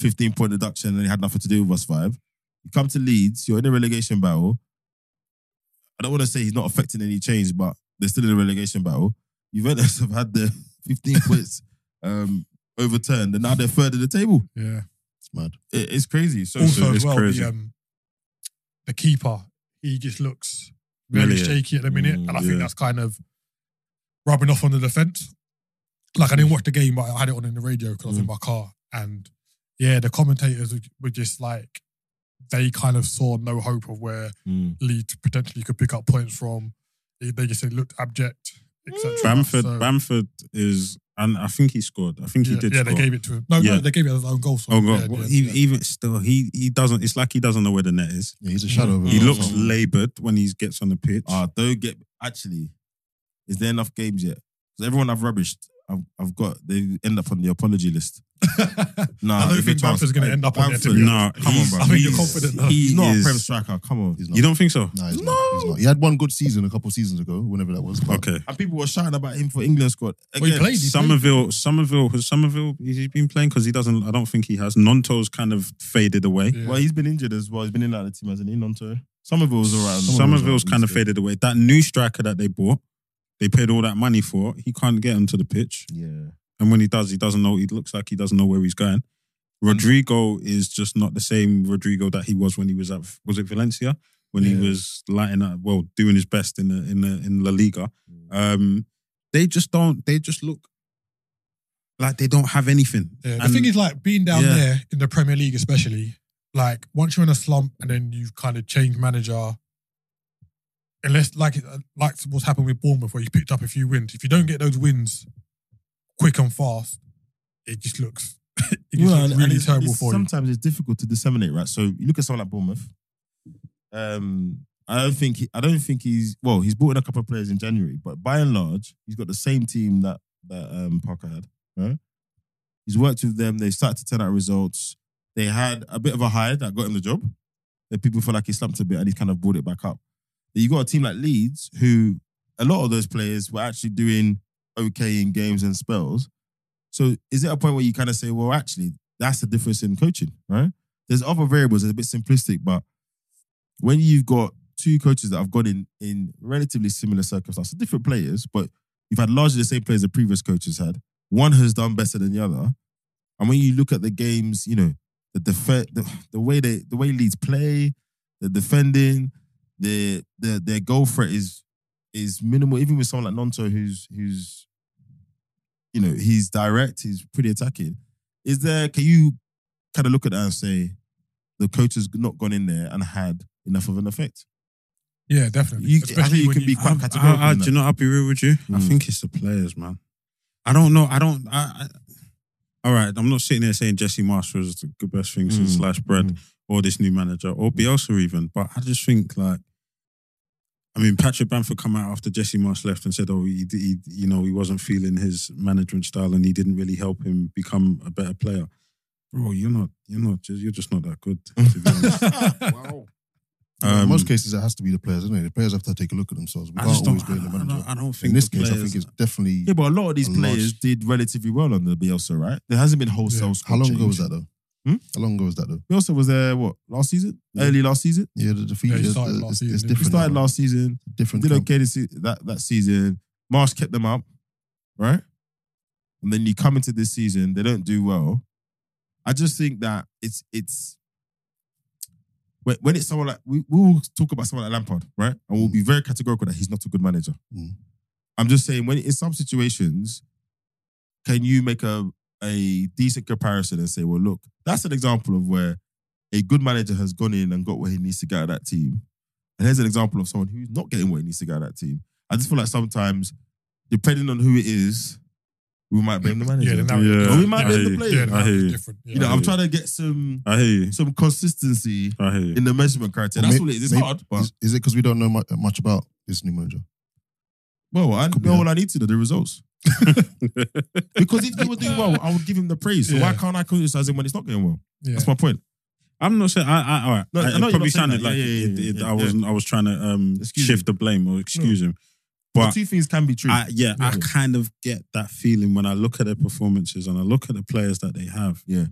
15 point deduction and it had nothing to do with us vibe. You come to Leeds, you're in a relegation battle. I don't want to say he's not affecting any change, but they're still in a relegation battle. Juventus have had their 15 points um, overturned and now they're third in the table. Yeah. It's mad. It- it's crazy. So, Also, so as it's well, crazy. the, um, the keeper, he just looks very Really? shaky at the minute. Mm, and I think yeah. that's kind of rubbing off on the defence. Like, I didn't watch the game, but I had it on in the radio because I was in my car. And yeah, the commentators were- were just like, they kind of saw no hope of where Mm. Leeds potentially could pick up points from. They, they just said, looked abject, etc. Bamford, So- Bamford is, and I think he scored. I think yeah, he did. yeah, score. they gave it to him. No, Yeah. no, they gave it as own goal. So Oh god, yeah, Well, yeah, he yeah. even still he he doesn't. It's like he doesn't know where the net is. Yeah, he's a shadow of Mm. He Mm. himself. looks laboured when he gets on the pitch. Ah, don't get. Actually, is there enough games yet? Because everyone I've rubbished, I've, I've got. They end up on the apology list. Nah, I don't there's think no chance. Bamford's gonna Like, end up on it, to Bamford- be no, Come on, he's- bro. I think you're he's- confident now. He He's not is- a prem striker. Come on. He's not. You don't think so? No, he's No. not. He's not. He had one good season a couple seasons ago, whenever that was. but Okay. And people were shouting about him for England squad. Well, he Again, played. He played. Somerville, Somerville, has Somerville. Has he been playing? Because he doesn't. I don't think he has. Nonto's kind of faded away. Yeah. Well, he's been injured as well. He's been in out of the team, hasn't he? Nonto. Somerville was around. Somerville's kind of faded away. That new striker that they bought, they paid all that money for. He can't get onto the pitch, Yeah. and when he does, he doesn't know. He looks like he doesn't know where he's going. Rodrigo is just not the same Rodrigo that he was when he was at was it Valencia when Yeah. he was lighting up, well, doing his best in the in the in La Liga. Mm. Um, they just don't. They just look like they don't have anything. Yeah, the And- thing is, like being down yeah. there in the Premier League, especially, like once you're in a slump and then you kind of change manager, unless like uh, like what's happened with Bournemouth, where you picked up a few wins. If you don't get those wins quick and fast, it just looks it just Well, looks and really it's- terrible it's- for you. Sometimes it's difficult to disseminate, right? So you look at someone like Bournemouth. Um, I don't think he, I don't think he's well. He's brought in a couple of players in January, but by and large, he's got the same team that that um, Parker had. Right? He's worked with them. They started to turn out results. They had a bit of a high that got him the job. The people feel like he slumped a bit, and he's kind of brought it back up. But you got a team like Leeds, who a lot of those players were actually doing okay in games and spells. So is it a point where you kind of say, well, actually, that's the difference in coaching, right? There's other variables. It's a bit simplistic, but when you've got two coaches that have got in in relatively similar circumstances, different players, but you've had largely the same players the previous coaches had. One has done better than the other, and when you look at the games, you know the def- the, the way they the way Leeds play, the defending, the their their goal threat is is minimal. Even with someone like Nonto, who's who's you know he's direct, he's pretty attacking. Is there? Can you kind of look at that and say the coach has not gone in there and had enough of an effect? yeah, definitely. You- I think especially you when can be quite I- categorical I, I, in do that. you know? I'll be real with you. I Mm. think it's the players, man. I don't know. I don't. I, I, all right, I'm not sitting there saying Jesse Marsh was the good best thing since Mm. sliced bread, Mm. or this new manager, or Bielsa even. But I just think like, I mean, Patrick Bamford come out after Jesse Marsh left and said, "Oh, he, he, you know, he wasn't feeling his management style, and he didn't really help him become a better player." Bro, you're not. You're not. Just, you're just not that good. To be honest. Um, Wow. in most cases, it has to be the players, isn't it? The players have to take a look at themselves. We I can't just always don't. I, blame the I manager. don't, I don't think In this the case, I players- think it's definitely. Yeah, but a lot of these Mm. A players large- did relatively well under Bielsa, right? There hasn't been wholesale. Yeah. squad How long change. ago was that though? Hmm? How long ago was that though? Bielsa was there what last season? Yeah. Early last season. Yeah, the defeat Yeah, he is uh, started it's- last it's, season, didn't He he? different. started now. last season. different. did camp. okay this, se- that that season. Marsh kept them up, right? And then you come into this season, they don't do well. I just think that it's it's when, when it's someone like we we will talk about someone like Lampard, right? And we'll be very categorical that he's not a good manager. Mm. I'm just saying when in some situations, can you make a a decent comparison and say, well, look, that's an example of where a good manager has gone in and got what he needs to get out of that team. And here's an example of someone who's not getting what he needs to get out of that team. I just feel like sometimes, depending on who it is, we might blame the manager. yeah, the Yeah. narrative. Or we might I blame hear the you. player. I yeah, hear narrative's you. different. Yeah. You know, I'm Yeah. trying to get some I hear you. some consistency I hear you. in the measurement criteria. Or That's may- all it is. It's maybe- hard, but Is, is it because we don't know much, much about uh, this new manager? well, I could be know that. all I need to know the results. Because if they were doing well, I would give him the praise. So why Yeah. can't I criticize him when it's not going well? Yeah. That's my point. I'm not saying. I, I, all right. No, I- I know it you're probably not saying sounded that. like Yeah, yeah, it- yeah, it- yeah, I yeah. wasn't. I was trying to um, Excuse shift the blame or excuse him. But But two things can be true. I, yeah, I Yeah. kind of get that feeling when I look at their performances and I look at the players that they have. Yeah.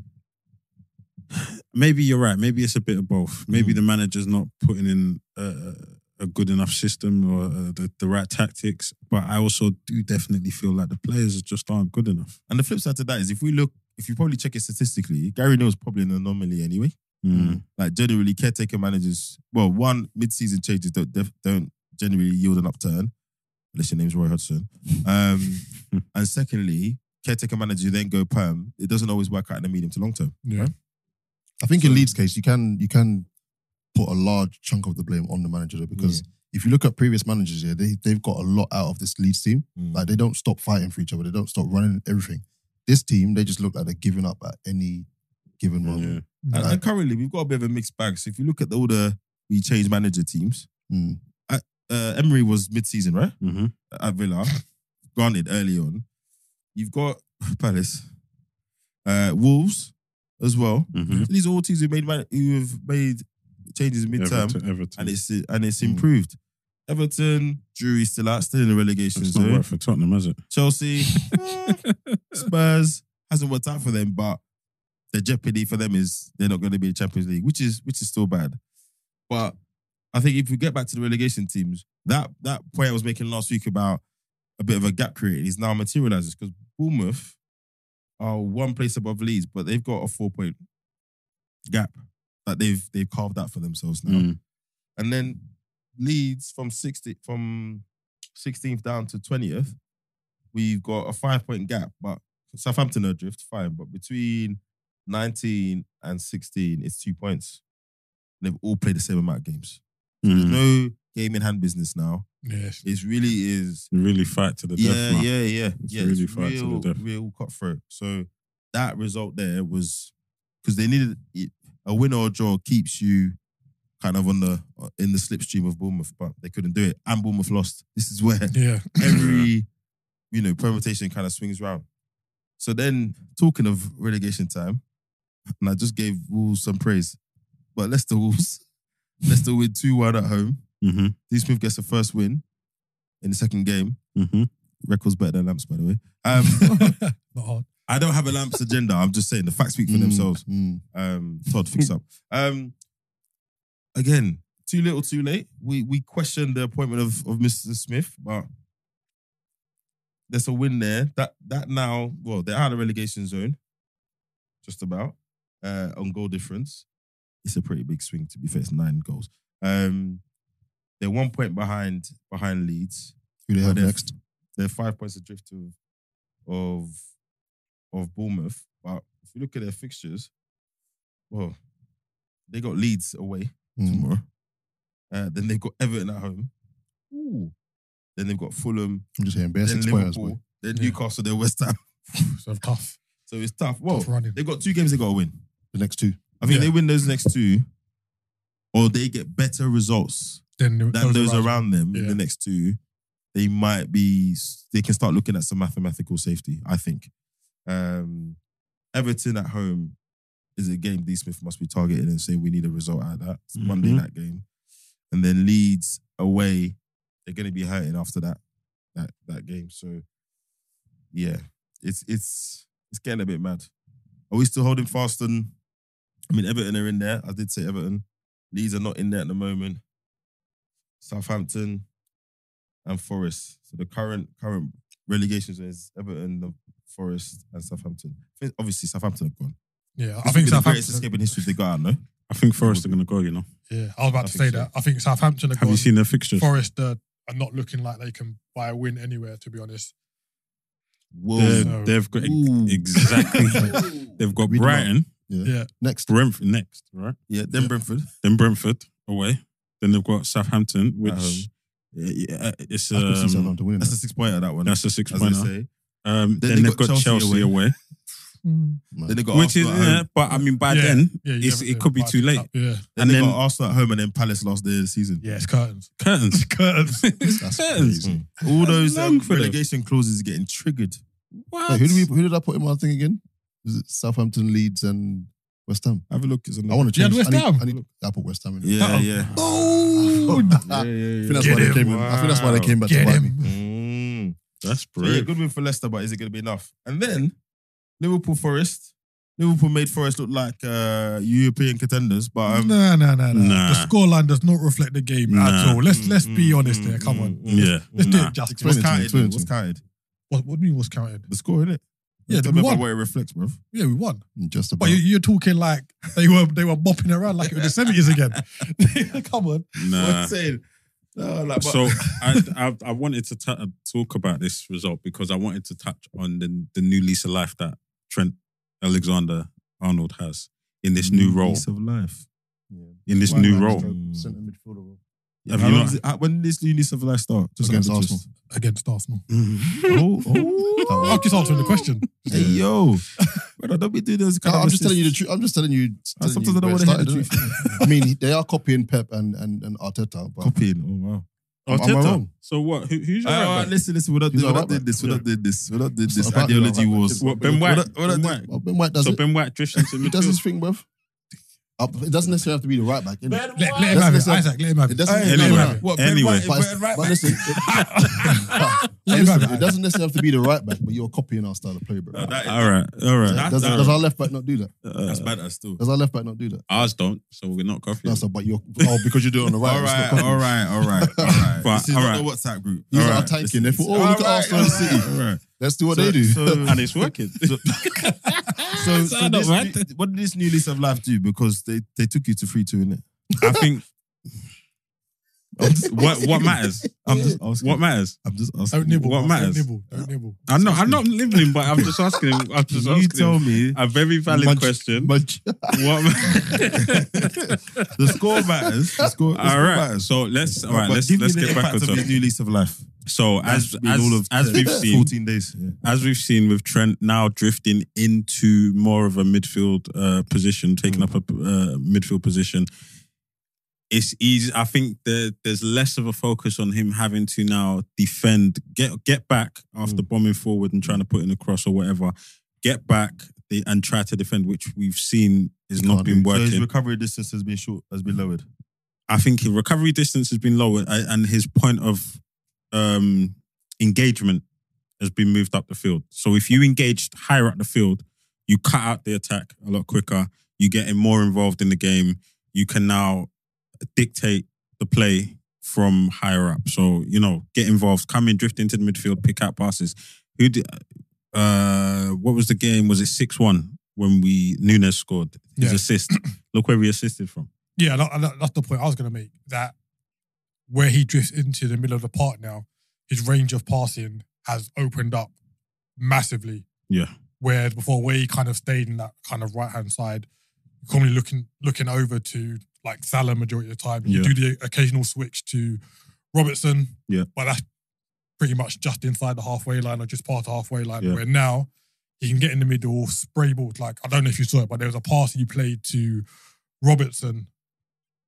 Maybe you're right. Maybe it's a bit of both. Mm-hmm. Maybe the manager's not putting in a, a good enough system or uh, the, the right tactics. But I also do definitely feel like the players just aren't good enough. and the flip side to that is if we look, if you probably check it statistically, Gary Neville's probably an anomaly anyway. Like generally, caretaker managers, well, one mid-season changes don't def- don't generally yield an upturn, unless your name's Roy Hodgson. Um, and secondly, caretaker managers who then go perm, it doesn't always work out in the medium to long term. Yeah. I think in Leeds' case, you can you can put a large chunk of the blame on the manager though, because if you look at previous managers, yeah, they they've got a lot out of this Leeds team. Mm. Like they don't stop fighting for each other, they don't stop running everything. This team, they just look like they're giving up at any given moment. And, Like- and currently, we've got a bit of a mixed bag. So if you look at all the we change manager teams, Mm. uh, Emery was mid-season, right? Mm-hmm. At Villa, granted early on. You've got Palace, uh, Wolves, as well. Mm-hmm. So these are all teams who made man- who have made changes midterm, Everton, Everton. and it's, it's and it's Mm. improved. Everton, Drury's still out, still in the relegation not zone. worth for Tottenham, is it? Chelsea, eh, Spurs hasn't worked out for them, but the jeopardy for them is they're not going to be in Champions League, which is which is still bad. But I think if we get back to the relegation teams, that that point I was making last week about a bit of a gap created is now materializes because Bournemouth are one place above Leeds, but they've got a four point gap that they've they've carved out for themselves now. Mm. And then Leeds from 60 from 16th down to 20th, we've got a five point gap, but Southampton are adrift, fine. But between 19 and 16, it's two points. They've all played the same amount of games. Mm. No game in hand business now. Yes. It really is. Really fight to the yeah, death. man. yeah, yeah, It's yeah. really it's fight to the real, death. real cutthroat. So that result there was because they needed it- a win or a draw keeps you kind of on the uh, in the slipstream of Bournemouth, but they couldn't do it, and Bournemouth lost. This is where Yeah. every you know permutation kind of swings round. So then, talking of relegation time, and I just gave Wolves some praise, but Leicester Wolves, Leicester win two one at home. Mm-hmm. Lee Smith gets the first win in the second game. Mm-hmm. Records better than lamps, by the way. Um, Not hard. I don't have a lamps agenda. I'm just saying the facts speak for Mm, themselves. mm. Um, Todd, fix up. Um, again, too little, too late. We we question the appointment of, of Mr. Smith, but there's a win there. That that now, well, they're out of the relegation zone, just about uh, on goal difference. It's a pretty big swing to be fair. It's nine goals. Um, they're one point behind behind Leeds. Who they have They're- next? They're five points adrift of of of Bournemouth. But if you look at their fixtures, well, they got Leeds away Mm. tomorrow. Uh, then they've got Everton at home. Ooh. Then they've got Fulham. I'm just saying, bare Then six pointers, boy. Liverpool. Then Yeah. Newcastle. Then West Ham. So tough. So it's tough. Well, tough running. they've got two games they got to win. The next two. I think Yeah. they win those next two, or they get better results Then there- than there was those a round. around them in Yeah. the next two, they might be they can start looking at some mathematical safety. I think um, Everton at home is a game D Smith must be targeting and saying we need a result out of that It's a Monday Mhm. night game, and then Leeds away they're going to be hurting after that that that game. So yeah, it's it's it's getting a bit mad. Are we still holding fast on? I mean, Everton are in there. I did say Everton. Leeds are not in there at the moment. Southampton and Forest. So the current current relegation zone is Everton, Forest, and Southampton. I think- Obviously, Southampton have gone. Yeah. I This would think be the greatest Southampton. escape in history if they got out. No, I think Forest are going to go. You know. Yeah. I was about I to think say so. that. I think Southampton are Have gone. you seen their fixtures? Forest uh, are not looking like they can buy a win anywhere, to be honest. They're- No. They've got Ooh. exactly. they've got Read 'em out. Brighton, Next. Brentford next, right? yeah, then Yeah. Brentford. Then Brentford away. Then they've got Southampton, which home. yeah, yeah, it's I could see um, Southampton winning That's a that. six pointer. That one. that's a six as they pointer. say. Um, then, they they've got got Chelsea, Chelsea away. Mm. Then they got Which is, Arsenal at home. yeah, but I mean, by Yeah. then, Yeah, you it's, never it know. could be But- too late. Yeah, Then and they then- got Arsenal at home and then Palace last day of the season. yeah, it's curtains. Curtains. curtains. That's curtains. crazy. All That's those long um, for them. relegation clauses getting triggered. What? Wait, who, did we, who did I put in my thing again? Is it Southampton, Leeds, and West Ham? Have a look. It's on I want to You had change. West I need, Ham? I need I put West Ham in. Yeah, Uh-oh. yeah. Oh, yeah, yeah, I yeah. think that's Get why him. they came. In. I think that's why they Wow. came back to get bite me. him. Mm. That's So yeah, brave. good win for Leicester, but is it going to be enough? And then Liverpool Forest. Liverpool made Forest look like uh, European contenders, but um, No, no, no, no. Nah. The scoreline does not reflect the game at Nah. all. Let's let's be mm, honest mm, there. Come mm, on, mm. Yeah. let's do Nah. it justice. Explain What's it to me, counted? explain then? it to What's counted? What, what do you mean was counted? The score, innit? Yeah, Tell we me about won. where it reflects, bruv. Yeah, we won. Just about. But Oh, you, you're talking like they were they were bopping around like it was the seventies again. Come on, What Nah. I'm saying? No, like, but- So I, I I wanted to ta- uh, talk about this result because I wanted to touch on the the new lease of life that Trent Alexander Arnold has in this new role. Piece Mm, of life. In this Why new not role, just Mm. a Centre midfielder role. have How you long not? does it- how- when did this new lease of life start? Against out of Arsenal. against Arsenal. Mm-hmm. interest. Oh, oh. I'm just answering the question. Hey, yo. Brother, don't be doing those kind No, of I'm just assists. telling you the truth. I'm just telling you. And telling sometimes you I don't where want it to hear the started, truth. innit? I mean, they are copying Pep and and and Arteta. But Copying. Oh, wow. am, am I wrong? So what? Who, who's All your right, right all back? right, Uh, listen, listen. We're not, He's we're our not right doing this. We're not doing this. We're not doing It's this. not about your Ideology right back. wars. It's- What, Ben White? What- what- ben White. Well, Ben White does so it. Ben White drifts into He does his thing, bruv. Uh, It doesn't necessarily have to be the right back. innit? Let, let him Let's- have let's it, have- Isaac. Let him have It it. doesn't. Hey, no, Anyway. no, no. What, Ben Anyway. White- But, it's- Ben White- but listen, it, but Let him listen, have it it. doesn't necessarily have to be the right back, but you're copying our style of play, bro. No, that is- all right, all So right. that's does, not does right. our left back not do that? That's Uh, bad as still. Does our left back not do that? ours don't, so we're not coffee. No, sir, but you're oh because you do it on the right. All it's not right, copying. all right, all right, all right. But- This is all not the right. WhatsApp group. These All are right. tanking. They This thought, is- oh, look all at right, Arsenal and all City. right, all right. Let's do what So- they do. so- and it's working. So, So so I don't this mind. new- what did this new lease of life do? Because they, they took you to 3 2, innit? I think I'm just, what what matters. I'm just asking. What matters? I'm just asking. Don't nibble. What bruv. matters? Don't nibble. Don't nibble. I'm not. I'm not living, but I'm just asking. him- I'm just you asking. tell him me A very valid Munch- question. Munch- What? the score matters. The score, the all score right. matters. So let's. All right. But Let's give me let's the get back impact on of top. his new lease of life. So That's as been as, all of as we've seen, 14 days. Yeah. as we've seen with Trent now drifting into more of a midfield uh, position, taking up a uh, midfield position. It's easy. I think there, there's less of a focus on him having to now defend, get get back after bombing forward and trying to put in a cross or whatever. Get back the, and try to defend, which we've seen has not can't been So working. his recovery distance has been short, has been lowered. I think his recovery distance has been lowered a- and his point of um, engagement has been moved up the field. So if you engaged higher up the field, you cut out the attack a lot quicker. You get him more involved in the game. You can now dictate the play from higher up. So you know, get involved, come in, drift into the midfield, pick out passes. Who did? Uh, what was the game? Was it six one when we Nunes scored his Yeah. assist? Look where we assisted from. Yeah, that, that- that's the point I was going to make. That where he drifts into the middle of the park now, his range of passing has opened up massively. Yeah. Whereas before, where he kind of stayed in that kind of right hand side, commonly looking looking over to like Salah majority of the time. You Yeah. do the occasional switch to Robertson, Yeah. but that's pretty much just inside the halfway line or just past the halfway line. Yeah. Where now he can get in the middle, spray balls. Like I don't know if you saw it, but there was a pass he played to Robertson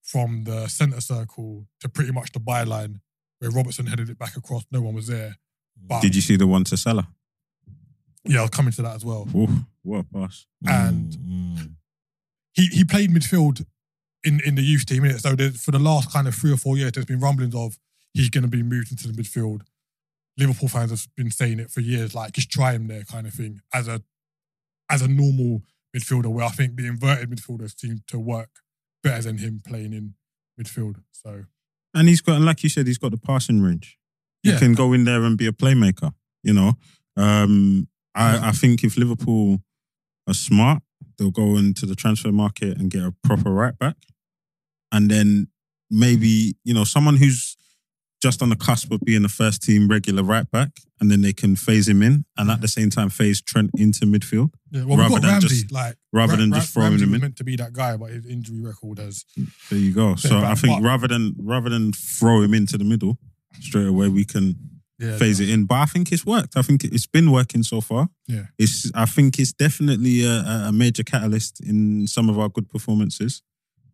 from the centre circle to pretty much the byline, where Robertson headed it back across. No one was there. But Mm. Did you see the one to Salah? yeah, I'll come into that as well. Oof, what a pass. And- Mm, he he played midfield in, in the youth team, innit? So there, for the last kind of three or four years, there's been rumblings of he's going to be moved into the midfield. Liverpool fans have been saying it for years, like just try him there, kind of thing, as a as a normal midfielder. Where I think the inverted midfielders seem to work better than him playing in midfield. So And he's got, and like you said, he's got the passing range. He Yeah. can go in there and be a playmaker, you know. Um, I, I think if Liverpool are smart, they'll go into the transfer market and get a proper right back. And then maybe, you know, someone who's just on the cusp of being a first team regular right back, and then they can phase him in and at the same time phase Trent into midfield yeah, well, Rather we've got than Ramsey, just- like rather Ra- than Ra- just throwing Ramsey him was in. meant to be that guy, but his injury record has There you go. So but- I think but- rather than rather than throw him into the middle straight away, we can Yeah, phase it in. But I think it's worked. I think it's been working so far. Yeah. It's. I think it's definitely a, a- a major catalyst in some of our good performances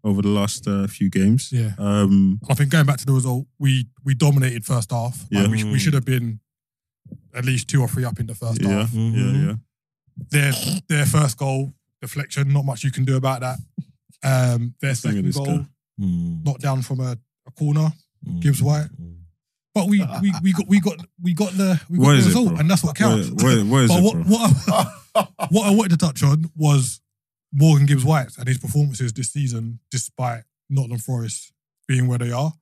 over the last uh, few games. Yeah. Um, I think going back to the result, we we dominated first half. Like, Yeah. we, we should have been at least two or three up in the first yeah, half. yeah, Mhm. yeah. Their their first goal deflection, not much you can do about that. Um, Thing their of second this goal guy. Hmm. Mm, knocked down from a, a corner, mm, Gibbs White. mm. but we, we we got we got we got the we got What the is it, result, bro? and that's what counts. Where- where- where is but it, what bro? what I, what I wanted to touch on was Morgan Gibbs White and his performances this season, despite Nottingham Forest being where they are.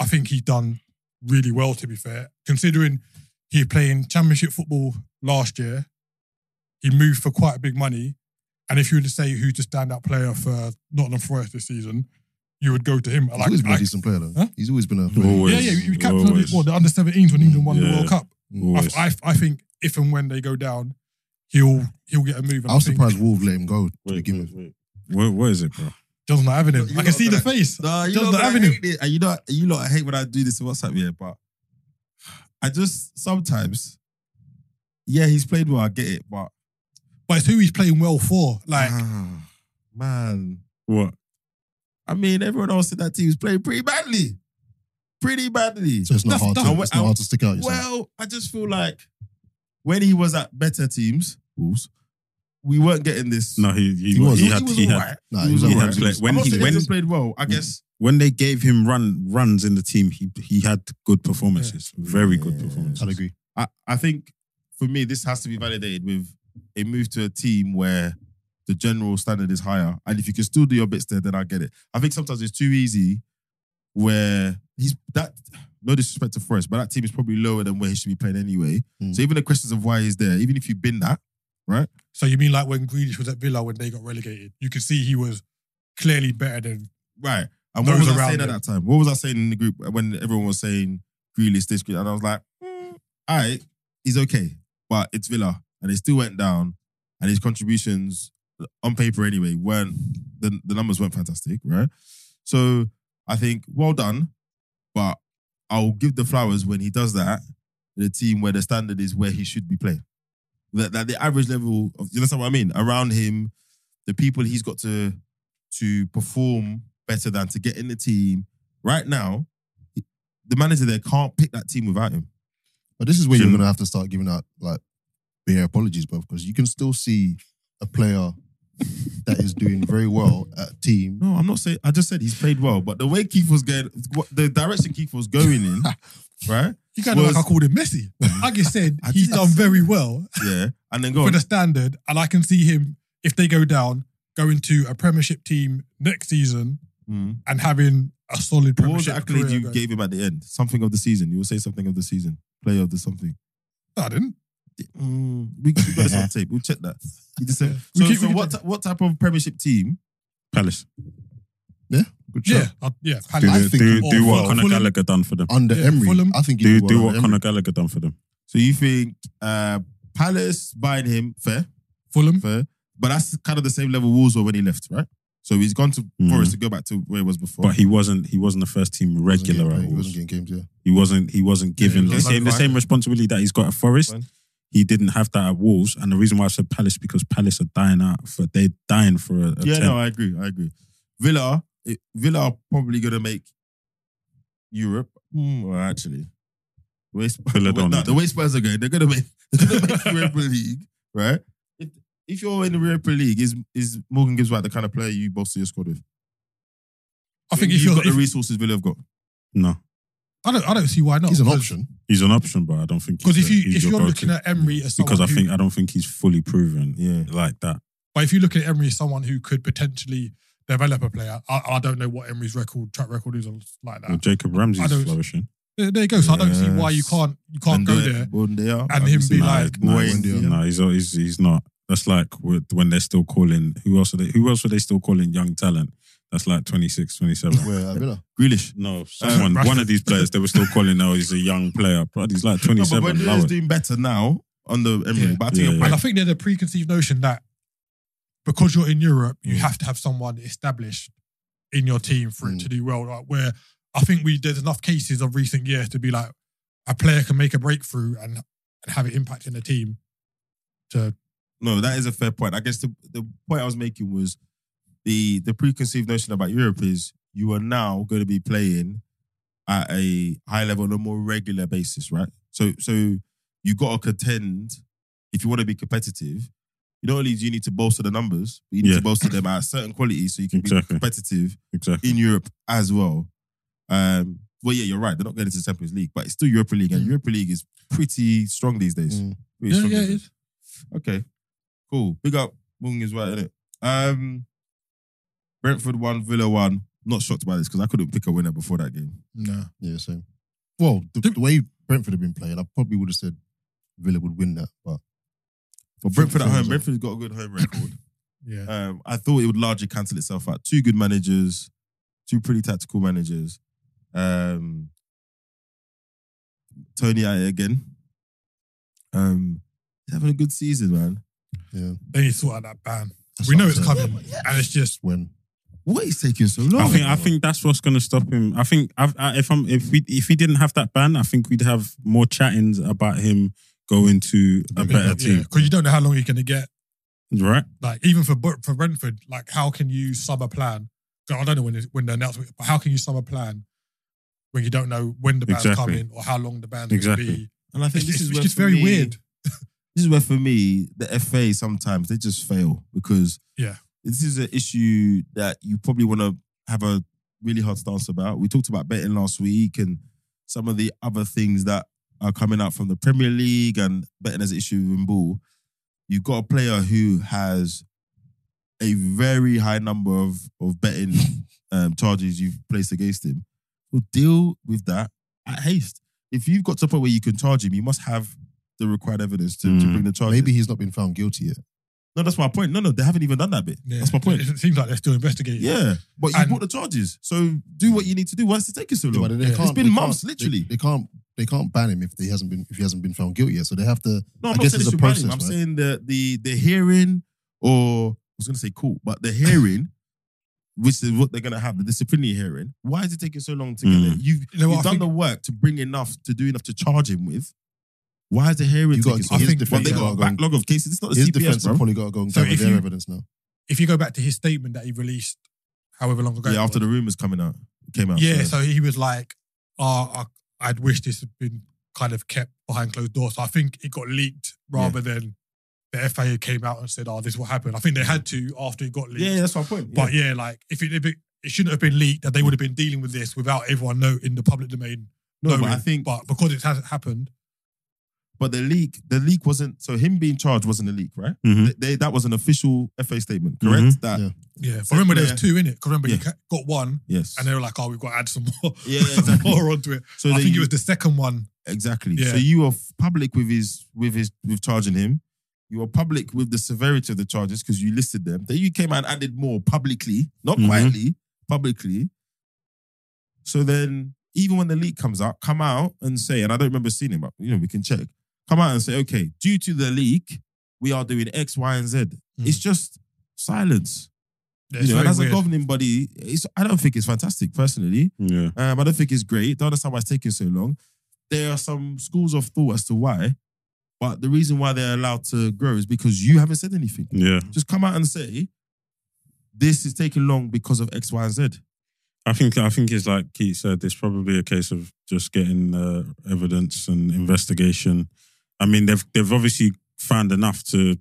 I think he's done really well. To be fair, considering he playing Championship football last year, he moved for quite a big money. And if you were to say who's the standout player for Nottingham Forest this season, you would go to him. He's always been a I- decent player, though. Huh? He's always been a. Always, yeah, yeah, you captain of always, the, well, the under 17s when England won the Yeah. World Cup. always. I, I, I think if and when they go down, he'll he'll get a move. And I was think surprised Wolves let him go to Wait, begin wait, with. wait. Where, where is it, bro? John's not having him. You're I can not see the gonna- face. No, you Just know the what I avenue. hate it. And you know, you lot, I hate when I do this on WhatsApp, yeah, but I just sometimes, yeah, he's played well, I get it, but But it's who he's playing well for. Like, ah, man. What? I mean, everyone else in that team is playing pretty badly. Pretty badly. So it's not, That's- hard to, that's- it's not hard to stick out. Yourself. Well, I just feel like when he was at better teams, Wolves, we weren't getting this. No, he he, He was, was- he had was he had alright. Nah, He he was was he alright. had alright. play, when I'm not he saying when hasn't played well, I guess. when they gave him run runs in the team, he he had good performances, very good Yeah. performances. I'd agree. I, I think for me, this has to be validated with a move to a team where the general standard is higher. And if you can still do your bits there, then I get it. I think sometimes it's too easy where he's that, no disrespect to Forrest, but that team is probably lower than where he should be playing anyway. Mm. So even the questions of why he's there, even if you've been that, so you mean like when Grealish was at Villa when they got relegated? You could see he was clearly better than. right. And what was Those I around saying him. at that time? What was I saying in the group when everyone was saying Grealish, this, Grealish? And I was like, mm, all right, he's okay. But it's Villa. And he still went down. And his contributions, uh, on paper anyway, weren't, the, the numbers weren't fantastic, right? So I think, well done. But I'll give the flowers when he does that to the team where the standard is where he should be playing. That, that the average level of, you understand what I mean? Around him, the people he's got to to perform better than to get in the team right now, the manager there can't pick that team without him. But this is where you're Jim- going to have to start giving out like bare apologies, bro, because you can still see a player that is doing very well at a team. No, I'm not saying. I just said he's played well, but the way Keith was going, what- the direction Keith was going in, right? You kind of Was- like I called him Messi. I just said I he's did done say very that. well Yeah, and then go for on. the standard, and I can see him if they go down going to a Premiership team next season Mm. and having a solid What was the Premiership accolade career you going- gave him at the end? Something of the season. You will say something of the season. Player of the something. Hmm. No, I didn't. We, we got this on tape. We'll check that. You just said, We so, keep- so we what? T- what type of Premiership team? Palace. Good Yeah, shot. I- yeah. Do I the- think- do, or do what Fulham- Conor Fulham- Gallagher done for them. Under Yeah, Emery, Fulham. I think he Do did well do under what Emery. Conor Gallagher done for them. So you think uh, Palace buying him fair? Fulham. Fair. But that's kind of the same level Wolves were when he left, right? So he's gone to Hmm. Mhm. Forest to go back to where he was before. But he wasn't he wasn't a first team He wasn't getting regular at paid, He all. wasn't getting games, yeah. He wasn't he wasn't given he the was same the like- same responsibility that he's got at Forest. Fine. He didn't have that at Wolves, and the reason why I said Palace because Palace are dying out for they're dying for a, a yeah, ten. no, I agree. I agree. Villa, it, Villa are probably going to make Europe. Hmm, well, actually, the way, Sp- Villa don't no, need the it. way Spurs are going, they're going to make they're going to make Europa League, right? If, if you're in the Europa League, is is Morgan Gibbs White the kind of player you bolster your squad with? I think if you've you're, got if, the resources Villa have got, No. I don't, I don't see why not. He's an 'cause- option. he's an option, but I don't think Because he's if a- you he's if your you're go-to. looking at Emery as someone because I who- think I don't think he's fully proven yeah. like that. But if you look at Emery as someone who could potentially develop a player, I, I don't know what Emery's record track record is on like Well, that. Jacob I Ramsey's don't- flourishing. There, there you go. So I don't see why you Yes. can't you can't And go they- there. when they are, and I've him seen be that. like- no, Boy, he's, yeah. no, he's, he's he's not. That's like with- when they're still calling who else are they? Who else were they still calling young talent? That's like 26, 27. Where at Villa. Grealish. No, someone, Rashford. one of these players, they were still calling. Oh, he's a young player, but he's like No, but 27. Bernardo lower. is doing better now on the Emery. Yeah. But I think Yeah, you're yeah. And I think there's a preconceived notion that because you're in Europe, Mm. you have to have someone established in your team for it Mm. to do well. Like where I think we there's enough cases of recent years to be like, a player can make a breakthrough and, and have it impact in the team. To No, that is a fair point. I guess the, the point I was making was the the preconceived notion about Europe is you are now going to be playing at a high level on a more regular basis, right? So so you got to contend if you want to be competitive. You not only do you need to bolster the numbers, but you need Yeah. to bolster them at a certain quality so you can Exactly. be competitive Exactly. in Europe as well. Um, well, yeah, you're right. They're not going to the Champions League, but it's still Europa League, and Mm. Europa League is pretty strong these days. Mm. Pretty yeah, strong yeah, these it days. is. Okay, cool. Big up Mung is right, innit? Um, Brentford won, Villa won. Not shocked by this because I couldn't pick a winner before that game. No, Yeah, same. Well, the, Did- the way Brentford have been playing, I probably would have said Villa would win that, but But Brentford at Fair home, result. Brentford's got a good home record. yeah. Um, I thought it would largely cancel itself out. Two good managers, two pretty tactical managers. Um, Tony at it again. Um, he's having a good season, man. yeah. They need to sort out that ban, that's We what know I'm it's saying. coming. and it's just When What is taking so long? I think I think that's what's going to stop him. I think I've, I, if I'm if we if he didn't have that ban, I think we'd have more chattings about him going to a better team, because you don't know how long you're going to get. right? Like even for Br- for Brentford, like how can you sub a plan? 'Cause I don't know when it's, when the announcement, but how can you sub a plan when you don't know when the band's Exactly. coming or how long the band's Exactly. going to be? and I It's, think this it's- is it's where just for very me- weird. this is where for me the FA sometimes they just fail because Yeah. this is an issue that you probably want to have a really hard stance about. We talked about betting last week and some of the other things that are coming out from the Premier League and betting as an issue in ball. You've got a player who has a very high number of of betting um, charges you've placed against him. Well, deal with that at haste. If you've got to a point where you can charge him, you must have the required evidence to, to Mm. bring the charge. maybe he's not been found guilty yet. No, that's my point. No, no, they haven't even done that bit. Yeah. That's my point. It, it seems like they're still investigating. Yeah, but you And- brought the charges, so do what you need to do. Why is it taking so long? But they It's can't- been they months, can't- literally. They, they can't. They can't ban him if he hasn't been if he hasn't been found guilty yet. So they have to. no, I I'm not guess saying it's it's a process, I'm process, right? saying the the the hearing, or I was going to say court, but the hearing, which is what they're going to have, the disciplinary hearing. Why is it taking so long to Hmm. get Mm. there? You've You know what, you've I done think- the work to bring enough to do enough to charge him with. Why is the hearing You got taking his so long? think- defense. Well, they got has a gotta go and- backlog of cases. It's not the his CPS, defense has bro. probably got to go and So gather if their you- evidence now. If you go back to his statement that he released, however long ago, Yeah, it after was, the rumors coming out came out. yeah. So he was like, "Oh, I, I'd wish this had been kind of kept behind closed doors." So I think it got leaked rather than the FA came out and said, "Oh, this will happen." I think they had to after it got leaked. yeah, yeah, that's my point. But yeah, like if it, if it it shouldn't have been leaked, that they would have been dealing with this without everyone know in the public domain. No, but knowing. I think- but because it hasn't happened, But the leak, the leak wasn't so him being charged wasn't a leak, right? Mhm. They, they- that was an official FA statement, correct? Mhm. That Yeah. yeah. But So, remember, there's yeah. two in it. Because remember, you Yeah. ca- got one, yes, and they were like, "Oh, we've got to add some more, yeah, yeah, exactly. more onto it." so I they- think it was the second one. exactly. Yeah. So you are public with his with his with charging him. You are public with the severity of the charges because you listed them. Then you came out and added more publicly, not Mhm. quietly, publicly. So then, even when the leak comes out, come out and say, and I don't remember seeing it, but you know we can check. Come out and say, okay, due to the leak, we are doing X, Y, and Z. It's just silence. Yeah, you it's know, and very as a weird. governing body, it's, I don't think it's fantastic personally. Yeah, Um, I don't think it's great. Don't understand why it's taking so long. There are some schools of thought as to why, but the reason why they're allowed to grow is because you haven't said anything. yeah. Just come out and say, this is taking long because of X, Y, and Z. I think I think it's like Keith said. It's probably a case of just getting uh, evidence and investigation. I mean, they've they've obviously found enough to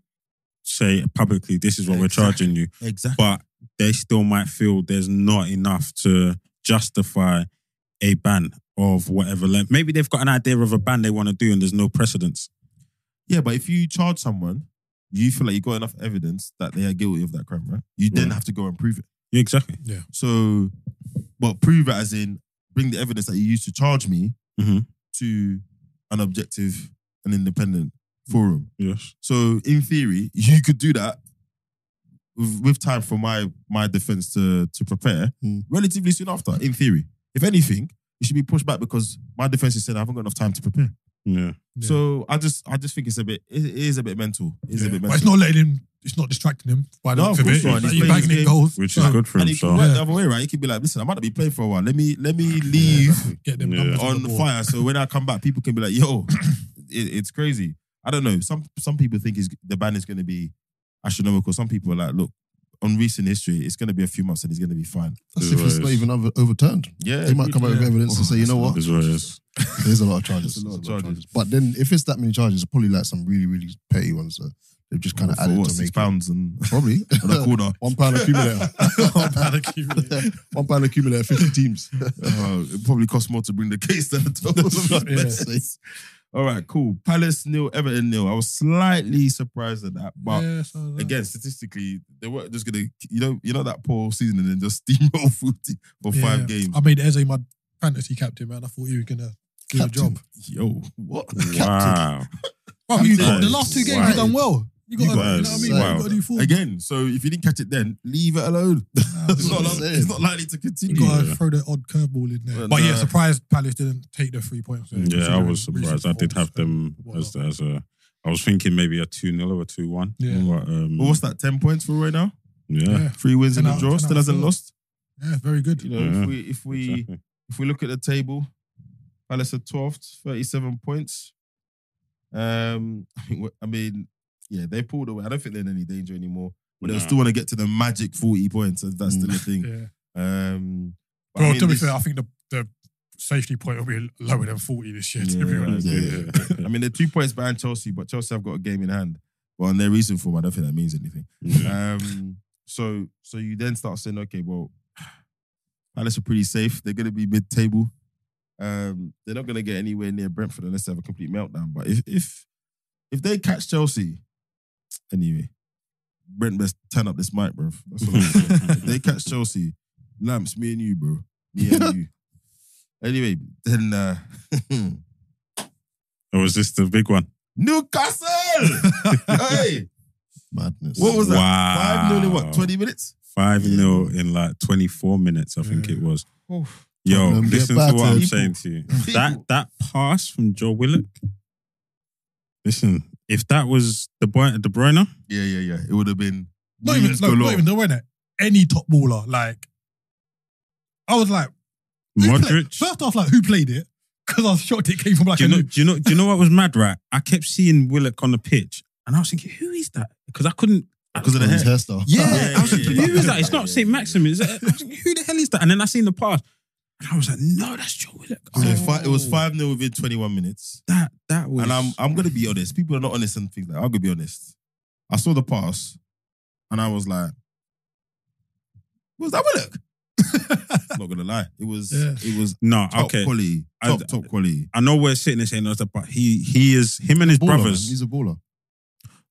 say publicly this is what we're charging you, Exactly. but they still might feel there's not enough to justify a ban of whatever length. Maybe they've got an idea of a ban they want to do, and there's no precedence. Yeah, but if you charge someone, you feel like you've got enough evidence that they are guilty of that crime, right? You then Yeah. have to go and prove it. Yeah, exactly. So, but prove it as in bring the evidence that you used to charge me Mm-hmm. Mhm. to an objective and independent forum. Yes. So, in theory, you could do that with, with time for my my defense to to prepare Hmm. Mm. relatively soon after. In theory, if anything, it should be pushed back because my defense is said I haven't got enough time to prepare. Yeah. Yeah. So I just I just think it's a bit it is a bit mental. It's Yeah. a bit But it's mental. not letting him it's not distracting him by the No, no, of of it. course not. He's, He's playing bagging his in game, goals, which is so good for And him. he So can work the other way, right? He could be like, listen, I might not be playing for a while. Let me let me leave Get them Yeah. numbers on the board. fire. So when I come back, people can be like, yo, it, it's crazy. I don't know. Some some people think he's, the ban is going to be astronomical. Some people are like, look, on recent history, it's going to be a few months and he's going to be fine. That's if it's not even over- overturned. Yeah. Oh, They might come out with Yeah. evidence and say, you know what? is what it is. There's a lot of charges. There's a lot of There's a lot of charges. charges. But then if it's that many charges, it's probably like some really, really petty ones that they've just kind of For added what, to six make it. pounds and, Probably. and a quarter. One pound accumulator. One pound accumulator. One pound accumulator, 50 teams. Uh, it probably costs more to bring the case than the total. Yeah. All right, cool. Palace nil, Everton nil. I was slightly surprised at that, but Yeah, so uh, that- again, statistically, they weren't just gonna you know you know that poor season and then just steamroll through t- for yeah. five games. I made Eze my fantasy captain, man. I thought you were gonna do the Captain. job. Yo, what? Wow. Well, Captain. you got, the last two games Wow. you done well. You got, You you, got you know what I mean? Wow. You got to do four. Again, so if you didn't catch it then, leave it alone. it's, not, what I'm like- saying. it's not likely to You continue. got to Yeah. throw the odd curveball in there. Well, but yeah, nah. surprised Palace didn't take the three points. Yeah, I was Reason surprised. I for did have them whatnot. as, as a. I was thinking maybe a 2 0 or 2 1. Yeah. But, um, Well, what's that? Ten points for right now. Yeah. Yeah, Three wins and a Ten out- draw. ten Still out of hasn't four. lost. yeah, very good. You know, Yeah. if we if we exactly. if we look at the table, Palace are twelfth, thirty-seven points. Um, I mean, what- I mean, yeah, they pulled away. I don't think they're in any danger anymore. But Nah. they still want to get to the magic forty points, and that's still a thing. Yeah. Um, but I Well, mean, to be this- fair, I think the, the safety point will be lower than 40 this year, to be Yeah. honest. I mean, they're two points behind Chelsea, but Chelsea have got a game in hand. Well, on their recent form, I don't think that means anything. Yeah. Um, so, so you then start saying, okay, well, Palace are pretty safe. They're going to be mid-table. Um, they're not going to get anywhere near Brentford unless they have a complete meltdown. But if if if they catch Chelsea, anyway, Brent best turn up this mic, bro. That's what I'm saying. if they catch Chelsea, lamps me and you, bro. Me and you. Anyway, then uh, Or was this the big one? Newcastle. hey, Madness. What was that? Wow. five 0 in what? Twenty minutes? 5 0 in like 24 minutes, I think Yeah. it was. Oh, Yo, Tottenham get listen to what I'm battered. saying to you. People. That that pass from Joe Willock. Listen, if that was De Bruyne, De Bruyne yeah, yeah, yeah. It would have been Not even, Williams no, galore. not even, no, it? Any top baller, like, I was like, who Played? Modric. First off, like, who played it? Because I was shocked it came from like Do a you know? new. Do you know? Do you know what was mad? Right, I kept seeing Willock on the pitch, and I was thinking, who is that? Because I couldn't. because of the His hair. hairstyle. Yeah, Yeah, I was yeah, thinking, yeah, who yeah. is that? It's Yeah, not Saint yeah, Maximin. Is it? I was thinking, who the hell is that? And then I seen the pass, and I was like, no, that's Joe Willock. So Oh, fi- it was five 0 within twenty one minutes. That that was. And I'm I'm gonna be honest. People are not honest and things like I'm gonna be honest. I saw the pass, and I was like, "Was that Willock?" not gonna lie, it was Yeah. it was no top okay. quality, I- top top quality. I know we're sitting there saying that, but he he is him and his Baller, brothers. man. He's a baller.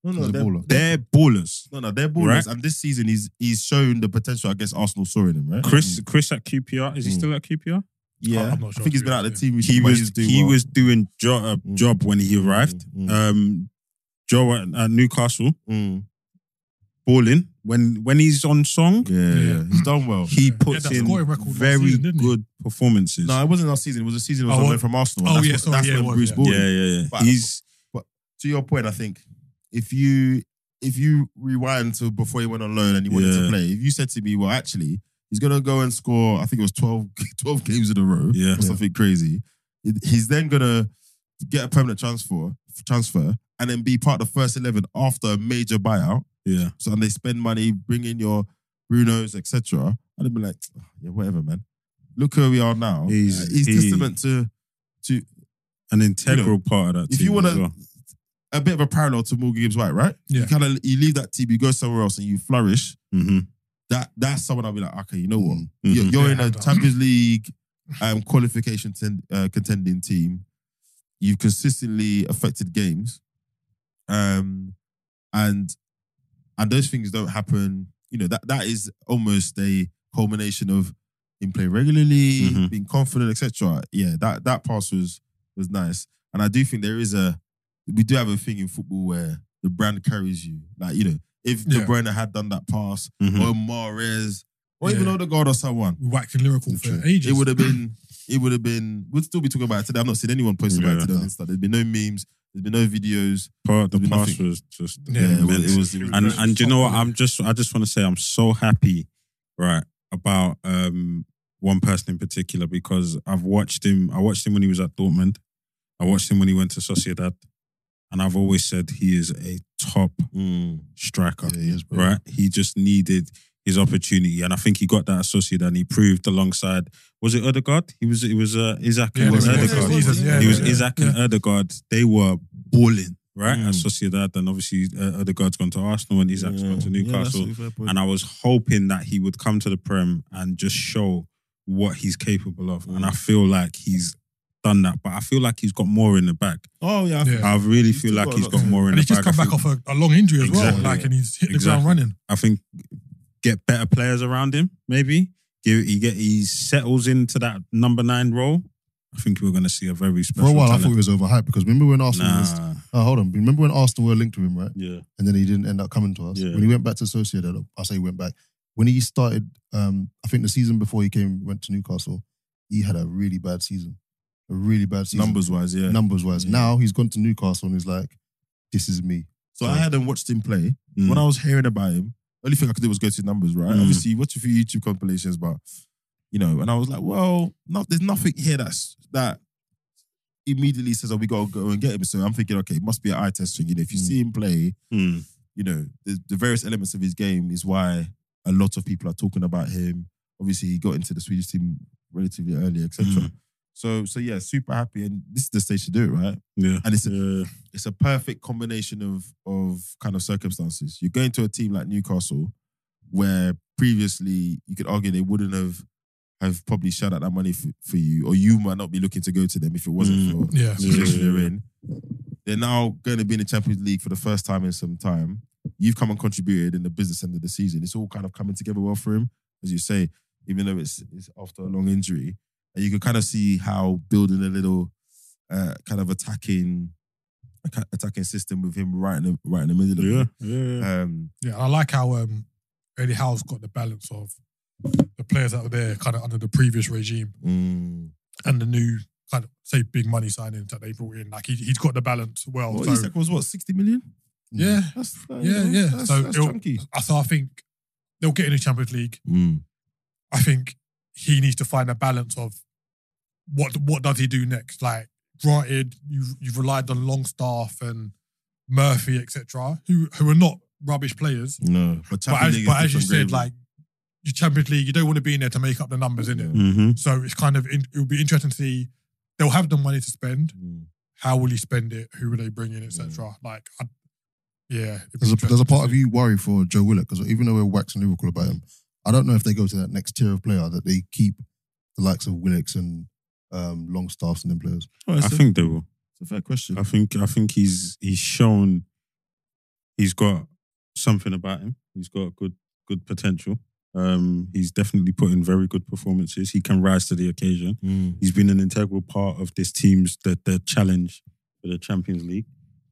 No, He's a they're- baller. they're ballers. No, no, they're ballers, Right. and this season he's he's shown the potential. I guess Arsenal saw in him, right? Chris Chris at QPR is he Mm. still at QPR? yeah, I'm not I sure think he's to be been out of the honest, team. He recently, but was he's doing he well. was doing job uh, Mm. job when he arrived. Mm, mm, Um, Joe at, at Newcastle mm. balling when when he's on song Yeah, Yeah. yeah, he's done well. he Yeah, puts that scoring in record last very season, didn't he? good performances. No, it wasn't last season. It was a season Oh, when I went what- from Arsenal. and oh, that's yeah, what- sorry, that's yeah, when it was, Bruce yeah. bought yeah, him. yeah, yeah. But- he's to your point, I think if you if you rewind to before he went on loan and he wanted Yeah. to play, if you said to me, well, actually, he's gonna go and score, I think it was 12, 12 games in a row Yeah. or something crazy. it- He's then gonna get a permanent transfer transfer and then be part of the first eleven after a major buyout. yeah. So and they spend money, bring in your Brunos, etc. I'd have been like, "Oh, yeah, whatever, man. Look where we are now. He's- Uh, he's he- testament to to An integral part of that. if team you wanna- as well. a bit of a parallel to Morgan Gibbs White, right? Yeah. You kind of you leave that team, you go somewhere else, and you flourish. Mhm. That that's someone I'll be like, okay, you know what? Mm. You're, Mhm. you're Yeah, in a I've done. Champions League um, qualification ten, uh, contending team. You've consistently affected games, um, and and those things don't happen. You know that that is almost a culmination of him playing regularly, Mhm. being confident, etc. Yeah, that that pass was was nice, and I do think there is a we do have a thing in football where the brand carries you. Like you know, if De Yeah. Bruyne had done that pass Mhm. or Mares Or even Yeah. Odegaard or someone. waxing lyrical for Literally. ages. It would have been. It would have been. We'd still be talking about it today. I've not seen anyone post about Yeah. it today on Insta. There's been no memes. There's been no videos. Part the Nothing. past was just Yeah, it was- immense. it was- it was- and and do you know what? I'm just I just want to say I'm so happy, right, about um one person in particular because I've watched him. I watched him when he was at Dortmund. I watched him when he went to Sociedad, and I've always said he is a top mm, striker. Yeah, he is, bro. Right, he just needed his opportunity, and I think he got that at Sociedad. And he proved alongside was it Odegaard? He was it was uh, Isaac Yeah, and they were- Odegaard. yeah, it was- yeah, He was yeah, Isaac yeah. and Erdegaard. They were balling, right? Mm. At Sociedad, and obviously uh, Erdegaard's gone to Arsenal and Isaac's gone to Newcastle. and I was hoping that he would come to the Prem and just show what he's capable of. Hmm. And I feel like he's done that, but I feel like he's got more in the bag. oh yeah, I Yeah. think- I really He's feel still like got a he's lot got to- more in and the he's just bag. come I back think- off a, a long injury as Exactly. well. Like, and he's hit the Exactly. ground running. I think get better players around him, maybe. Give, he get he settles into that number nine role. I think we're going to see a very For special. a while, I thought he talent. was overhyped because remember when Arsenal was. nah, Oh, hold on. Remember when Arsenal were linked to him, right? yeah, And then he didn't end up coming to us. Yeah. When he went back to Sociedad, I say he went back. When he started, um, I think the season before he came, went to Newcastle, he had a really bad season. A really bad season. numbers wise, yeah. numbers wise. Yeah. Now he's gone to Newcastle and he's like, this is me. So I hadn't watched him play. Mm. When I was hearing about him, only thing I could do was go to numbers, right? Mm. Obviously, you watch a few YouTube compilations, but you know, and I was like, well, no, there's nothing here that's that immediately says, oh, we gotta go and get him. So I'm thinking, okay, it must be an eye test thing. You know, if Hmm. you Mm. see him play, Mm. you know, the, the various elements of his game is why a lot of people are talking about him. Obviously, he got into the Swedish team relatively early, etc. Mm. So, so yeah, super happy, and this is the stage to do it, right? yeah, And it's yeah. it's a perfect combination of of kind of circumstances. You're going to a team like Newcastle, where previously you could argue they wouldn't have have probably shelled out that money for, for you, or you might not be looking to go to them if it wasn't Mm. for Yeah. the situation Yeah. they're in. They're now going to be in the Champions League for the first time in some time. You've come and contributed in the business end of the season. It's all kind of coming together well for him, as you say, even though it's, it's after a long injury. And you can kind of see how building a little uh, kind of attacking atta- attacking system with him right in the, right in the middle yeah, of it. yeah. Um, Yeah, and I like how um, Eddie Howe's got the balance of the players that were there kind of under the previous regime mm. and the new kind of say big money signings that they brought in. Like he, he's got the balance well. What, so, Isak was what, 60 million? yeah, That's, uh, Yeah, yeah. That's, So that's it'll- chunky. I- so I think they'll get in the Champions League. Mm. I think he needs to find a balance of what what does he do next. Like, granted, you've you've relied on Longstaff and Murphy, etc., who who are not rubbish players. No, but, but Champions as, League but as is you different said, gravy. like your Champions League, you don't want to be in there to make up the numbers, in it. Yeah. Mm-hmm. So it's kind of in, it'll be interesting to see. They'll have the money to spend. Mm. How will he spend it? Who will they bring in, etc. Like, I, yeah, it'd be There's a, interesting there's a part to of see. you worry for Joe Willock because even though we're waxing lyrical about him, I don't know if they go to that next tier of player that they keep the likes of Willicks and um, Longstaffs and them players. Oh, it's I a- think they will. it's a fair question. I think I think he's he's shown he's got something about him. He's got good good potential. Um, he's definitely put in very good performances. He can rise to the occasion. Mm. He's been an integral part of this team's the, the challenge for the Champions League.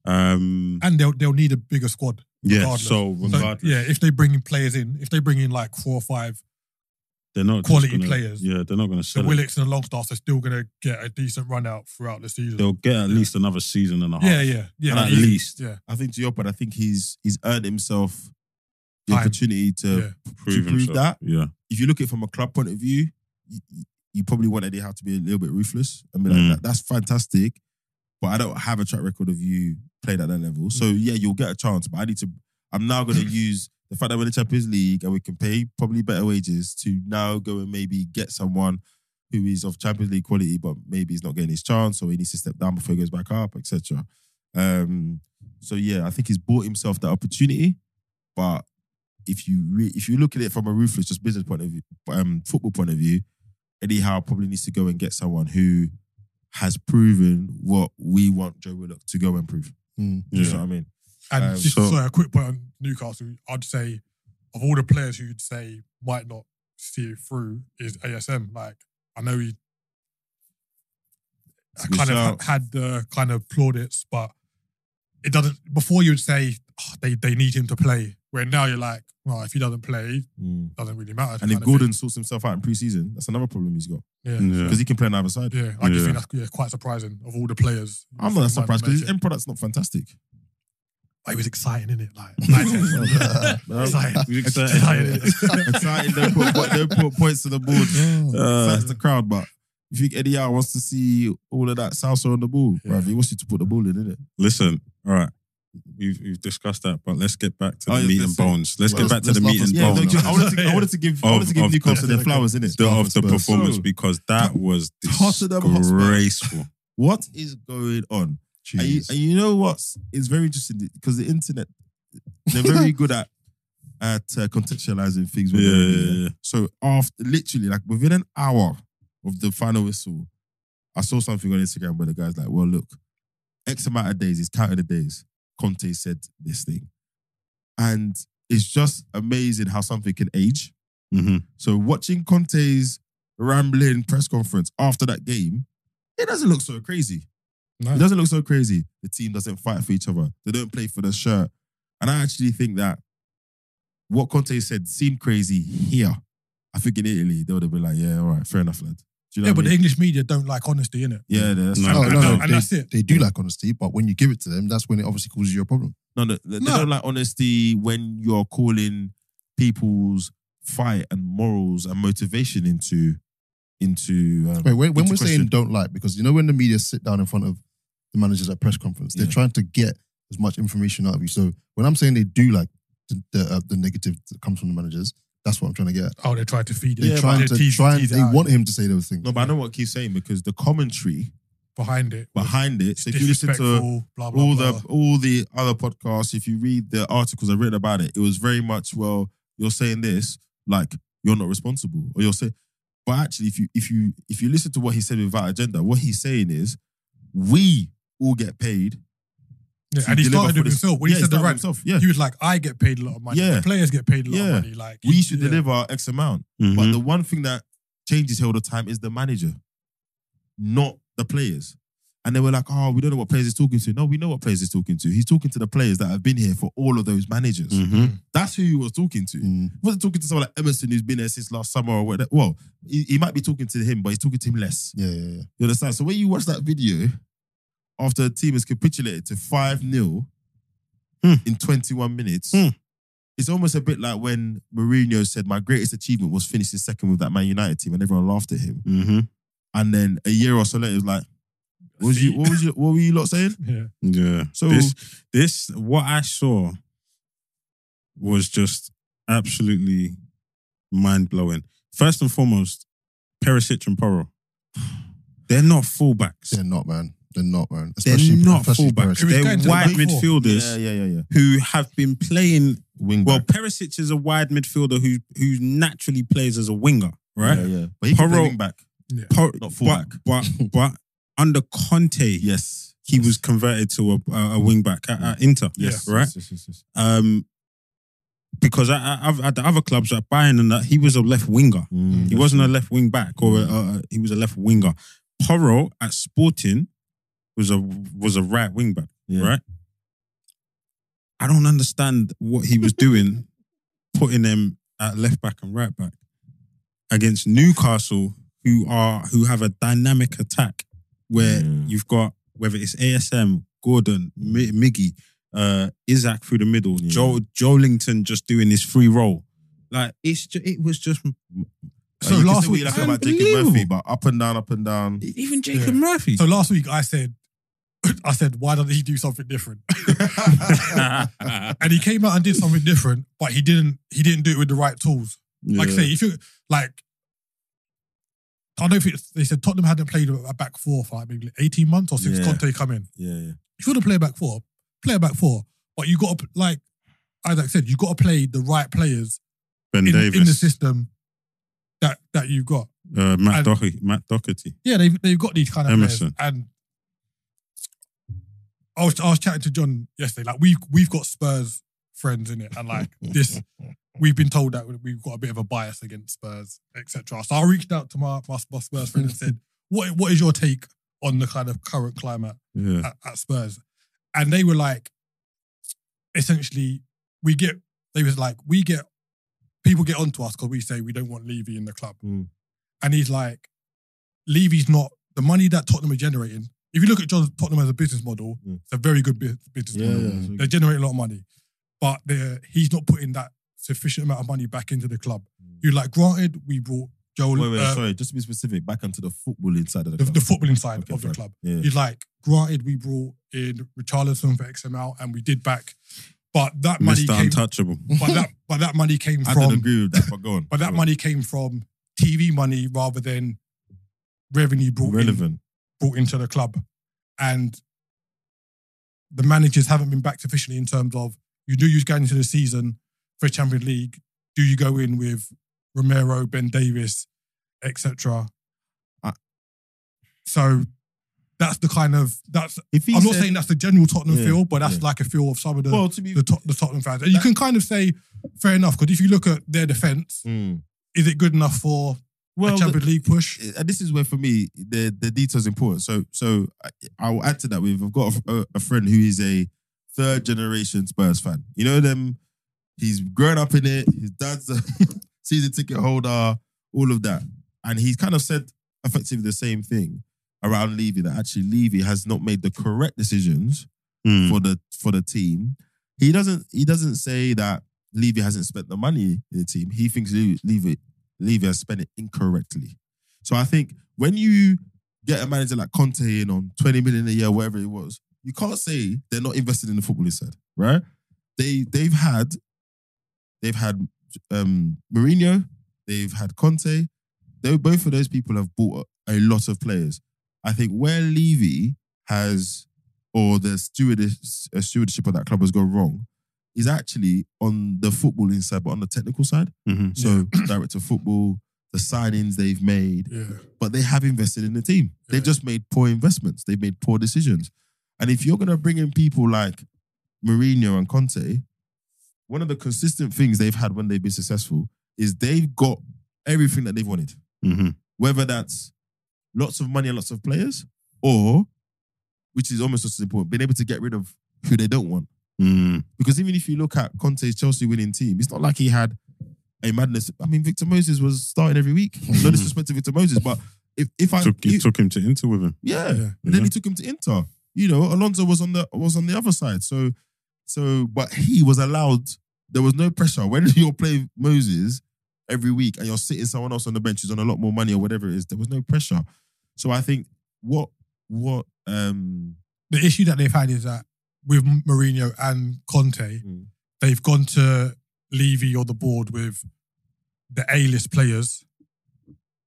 Um, and they'll they'll need a bigger squad. yeah, regardless. so So, regardless, yeah, if they bring in players in, if they bring in like four or five, they're not just quality gonna- players. Yeah, they're not going to the sell. it. Willicks and the Longstaffs are still gonna get a decent run out throughout the season. They'll get at least another season and a half. yeah, yeah, yeah, And at easy. least yeah, I think to your point, I think he's he's earned himself the Time. opportunity to. yeah. prove, prove himself. that. Yeah, If you look at it from a club point of view, you, you probably want Eddie Howe to be a little bit ruthless. I mean, like, Mm. that- that's fantastic, but I don't have a track record of you played at that level. So yeah, you'll get a chance, but I need to. I'm now going to use the fact that we're in the Champions League and we can pay probably better wages to now go and maybe get someone who is of Champions League quality, but maybe he's not getting his chance, or he needs to step down before he goes back up, etc. Um, so yeah, I think he's bought himself that opportunity. But if you re- if you look at it from a ruthless, just business point of view, um, football point of view, Eddie Howe probably needs to go and get someone who has proven what we want Joe Willock to go and prove. Mm. You Yeah. know what I mean? And Um, just so- sorry, a quick point on Newcastle. I'd say of all the players who you'd say might not see it through is ASM. Like I know he It's a good kind of shout. had the kind of plaudits, but it doesn't. Before you'd say "Oh, they they "Ah, need him to play, Where now you're like, well, if he doesn't play, Mm. doesn't really matter. And kind if of Gordon sorts himself out in preseason, that's another problem he's got thing. Yeah. because he can play on either side. yeah, yeah, I just Yeah. think that's yeah, quite surprising of all the players. I'm not that Might surprised because his make it. end product's not fantastic. But he was exciting, innit? Like, Well, exciting. We exciting. excited. innit? exciting. Don't put, don't put points to the board. Uh, That's the crowd, but you think Eddie Howe wants to see all of that salsa on the ball, Yeah. bruv, He wants you to put the ball in, innit? Listen, all right. We've, we've discussed that, but let's get back to Oh, the yeah, meat let's and say- bones. Let's Well, get back to let's the not meat and forget- Yeah, Oh, no, bones do you- I, no. wanted to, I wanted to give, I Of- wanted to give of Newcastle the- their flowers, innit? The- of the Spurs. performance So- because that was Tottenham Hotspur. disgraceful. What is going on? And you, and you know what? It's very interesting because the internet, they're very good at at uh, contextualizing things. Yeah, when they're in yeah, the air. yeah. So after literally like within an hour of the final whistle, I saw something on Instagram where the guy's like, "Well, look, X amount of days. He's counted the days. Conte said this thing, and it's just amazing how something can age." Mhm. So watching Conte's rambling press conference after that game, it doesn't look so crazy. It doesn't look so crazy. The team doesn't fight for each other. They don't play for the shirt. And I actually think that what Conte said seemed crazy here. I think in Italy they would have been like, "Yeah, all right, fair enough, lad." Do you know Yeah, what but I the mean? English media don't like honesty, innit? yeah, that's No, no, No, I no, don't. no. And they, that's it. They do like honesty, but when you give it to them, that's when it obviously causes you a problem. no, no, they No. don't like honesty when you're calling people's fight and morals and motivation into into. Um, Wait, when, when It's a we're question. saying don't like, because you know when the media sit down in front of the managers at press conference, they're Yeah. trying to get as much information out of you. So when I'm saying they do like the the, uh, the negative that comes from the managers, that's what I'm trying to get. At. Oh, they tried to feed it. They're trying They to tease- try and tease it they out want him to say those things. no, but I know what keeps saying because the commentary behind it. behind it. So if you listen to Disrespectful, blah, blah, all blah. the all the other podcasts, if you read the articles I've written about it, it was very much, well, you're saying this, like you're not responsible. Or you're saying but actually if you if you if you listen to what he said without agenda, what he's saying is we all get paid. Yeah, to and he deliver started for with this- himself. When yeah, he said the started with right, himself. Yeah. he was like, "I get paid a lot of money. Yeah. The players get paid a lot Yeah. of money. Like we should yeah. deliver X amount. But the one thing that changes here all the time is the manager, not the players. And they were like, oh, we don't know what players he's talking to. No, we know what players he's talking to. He's talking to the players that have been here for all of those managers. Mhm. That's who he was talking to. He Mm. wasn't talking to someone like Emerson who's been there since last summer or whatever. Well, he, he might be talking to him, but he's talking to him less. Yeah, yeah, yeah. You understand? So when you watch that video, after a team is capitulated to 5 0 Hmm. in 21 minutes, Hmm. it's almost a bit like when Mourinho said, My greatest achievement was finishing second with that Man United team, and everyone laughed at him. Mhm. And then a year or so later, it was like, What, was you, what, was you, what were Uh, you lot saying? Yeah. Yeah. So, this, this, what I saw was just absolutely mind blowing. First and foremost, Perisic and Poro, they're not fullbacks. They're not, man. They're not, man. They're Especially not especially fullbacks. Perisic. It was They're going to the wide back four. midfielders yeah, yeah, yeah, yeah. who have been playing. Wing Well, back. Perisic is a wide midfielder who who naturally plays as a winger, right? Yeah, yeah. But he can play Porro- wing back. Por- Not fullback. But, but but under Conte, Yes. he was converted to a a, a wing back at, at Inter, Yes. right? Yes, yes, yes, yes. Um, because at, at, at the other clubs at Bayern and that, he was a left winger. Mm. He wasn't a left wing back, or a, a, a- he was a left winger. Porro at Sporting was a was a right wing back, Yeah. right? I don't understand what he was doing, putting them at left back and right back against Newcastle, who are who have a dynamic attack where Mm. you've got whether it's ASM, Gordon, Mi- Miggy, uh, Isaac through the middle, Yeah. Joe Jolington just doing his free roll. Like it's ju- it was just So So you last last can week, week, like about Jacob Unbelievable. Murphy, but up and down, up and down. even Jacob Yeah. Murphy. So last week, I said, I said, why doesn't he do something different? and he came out and did something different, but he didn't. He didn't do it with the right tools. Like I say, if you like, I don't know if it's, they said Tottenham hadn't played a back four for like maybe eighteen months or since Yeah. Conte come in. Yeah, yeah. If you want to play a back four, play a back four, but you got to like Isaac said, you got to play the right players ben in, Davis, in the system that that you've got. uh, Matt and- Doherty, Matt Doherty. Yeah, they've they've got these kind of Emerson. players. And I was I was chatting to John yesterday. Like we we've got Spurs friends in it, and like this, we've been told that we've got a bit of a bias against Spurs, etc. So I reached out to my my, my Spurs friend and said, "What what is your take on the kind of current climate?" Yeah, Mm. at, at Spurs, and they were like, essentially, we get They was like, we get people get onto us because we say we don't want Levy in the club, Mm. and he's like, Levy's not the money that Tottenham are generating. If you look at John Tottenham as a business model, Mm. it's a very good bu- business model. yeah. They generate a lot of money, but they're- he's not putting that sufficient amount of money back into the club. You like, granted, we brought Joel, Mm. Wait, wait, uh, sorry. Just to be specific, back onto the footballing side of the the, club. the footballing side Okay, of the fine. club. yeah. He's like, granted, we brought in Richarlison for XML and we did back, but that money Mr. came, Untouchable. but that but that money came I from don't agree with that, but go on. but that Go on. money came from TV money rather than revenue brought in, relevant. brought into the club, and the managers haven't been backed officially in terms of you do you going into the season for Champions League, do you go in with Romero, Ben Davis, etc. I- Uh, So that's the kind of that's If he I'm not said- saying that's the general Tottenham Yeah, feel, but that's yeah. like a feel of some of the well, to be the, top, the Tottenham fans, and you can kind of say fair enough because if you look at their defense, Mm. is it good enough for well, a Champions League push? uh, this is where for me the the details important. So so I, I will add to that. We've I've got a, a- a friend who is a third generation Spurs fan. You know them. He's grown up in it. His dad's a season ticket holder. All of that, and he's kind of said effectively the same thing around Levy that actually Levy has not made the correct decisions Mm. for the for the team. He doesn't he doesn't say that Levy hasn't spent the money in the team. He thinks Le- Levy Levy has spent it incorrectly. So I think when you get a manager like Conte in on 20 million a year, whatever it was, you can't say they're not invested in the football instead, right? They they've had they've had um Mourinho, they've had Conte. They both of those people have bought a a lot of players. I think where Levy has or the stewardess, uh, stewardship of that club has gone wrong is actually on the footballing side, but on the technical side. Mhm. So director of football, the signings they've made, Yeah, but they have invested in the team. Yeah. They've just made poor investments. They've made poor decisions. And if you're going to bring in people like Mourinho and Conte, one of the consistent things they've had when they've been successful is they've got everything that they've wanted Mhm. whether that's lots of money and lots of players, or which is almost just as important, being able to get rid of who they don't want. Mm. Because even if you look at Conte's Chelsea winning team, it's not like he had a madness. I mean, Victor Moses was starting every week. No disrespect to Victor Moses, but if if I Took, you- he took him to Inter with him. yeah. Yeah. And then he took him to Inter. You know, Alonso was on the was on the other side. So so but he was allowed, there was no pressure. When you're playing Moses every week and you're sitting someone else on the bench who's on a lot more money or whatever it is, there was no pressure. So I think what what um the issue that they've had is that with Mourinho and Conte, Mm. they've gone to Levy or the board with the A-list players,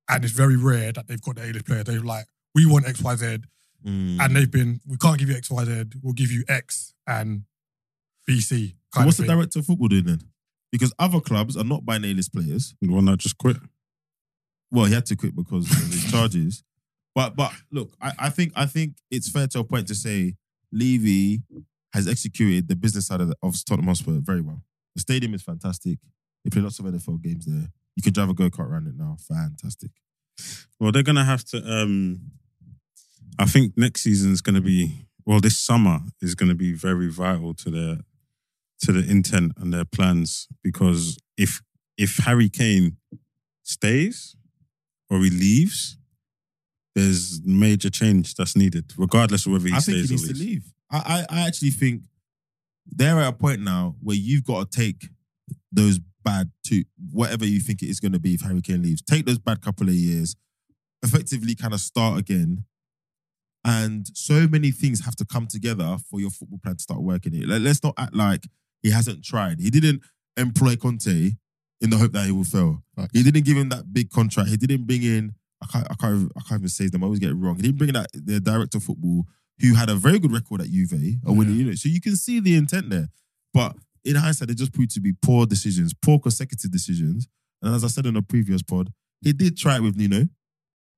and it's very rare that they've got the A-list player. They're like, we want X, Y, Z, and they've been, we can't give you X, Y, Z. We'll give you X and BC. So Kind what's of the thing. director of football doing then? Because other clubs are not buying A-list players. The one that just quit. Well, he had to quit because of his charges. But but look, I, I think I think it's fair to a point to say Levy has executed the business side of, the, of Tottenham Hotspur very well. The stadium is fantastic. They play lots of NFL games there. You can drive a go kart around it now. Fantastic. Well, they're gonna have to. Um, I think next season's gonna be. Well, this summer is gonna be very vital to their to the intent and their plans because if if Harry Kane stays or he leaves, there's major change that's needed, regardless of whether he I think stays he needs or to leaves. leave. I, I I actually think they're at a point now where you've got to take those bad two, whatever you think it is going to be if Harry Kane leaves. Take those bad couple of years, effectively kind of start again. And so many things have to come together for your football plan to start working. It Let- let's not act like he hasn't tried. He didn't employ Conte in the hope that he will fail. Facts. He didn't give him that big contract. He didn't bring in. I can't. I can't. even- I can't even say them. I always get it wrong. He didn't bring in that the director of football who had a very good record at Juve or winning. You know, so you can see the intent there. But in hindsight, they just proved to be poor decisions, poor consecutive decisions. And as I said on a previous pod, he did try it with Nuno,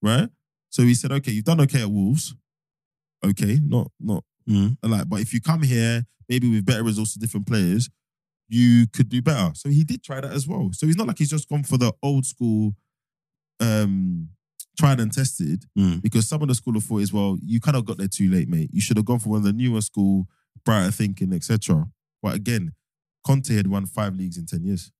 right? So he said, okay, you've done okay at Wolves. Okay, not not Mm. like, but if you come here, maybe with better results to different players, you could do better. So he did try that as well. So he's not like he's just gone for the old school, um, tried and tested. Mm. Because some of the school of thought is, well, you kind of got there too late, mate. You should have gone for one of the newer school, brighter thinking, etc. But again, Conte had won five leagues in ten years.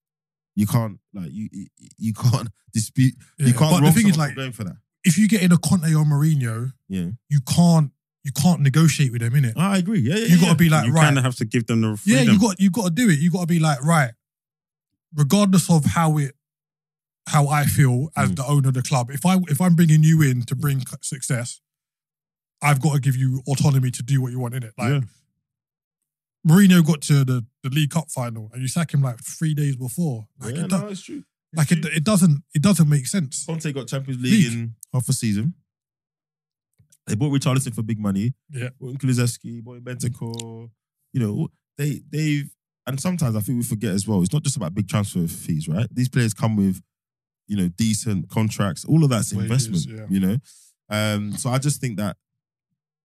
You can't like you you, you can't dispute. Yeah, You can't. But wrong the thing someone is, for like, going for that. if you get in a Conte or Mourinho, Yeah, you can't you can't negotiate with them, innit? I agree. Yeah, yeah. You gotta yeah. be like, you right, kind of have to give them the yeah, freedom. you got you got to do it. You got to be like, right, regardless of how it, how I feel as Mm. the owner of the club. If I if I'm bringing you in to bring c- success, I've got to give you autonomy to do what you want in it. Like Mourinho got to the, the League Cup final, and you sack him like three days before. Like, yeah, it, do- no, it's true. It's like it, true. it doesn't it doesn't make sense. Conte got Champions League, League. in half a season. They bought Richarlison for big money. Yeah. bought Kulusevski, bought Bentancur. You know, they they've and sometimes I think we forget as well. It's not just about big transfer fees, right? These players come with, you know, decent contracts. All of that's Wages, investment. You yeah. know, um, so I just think that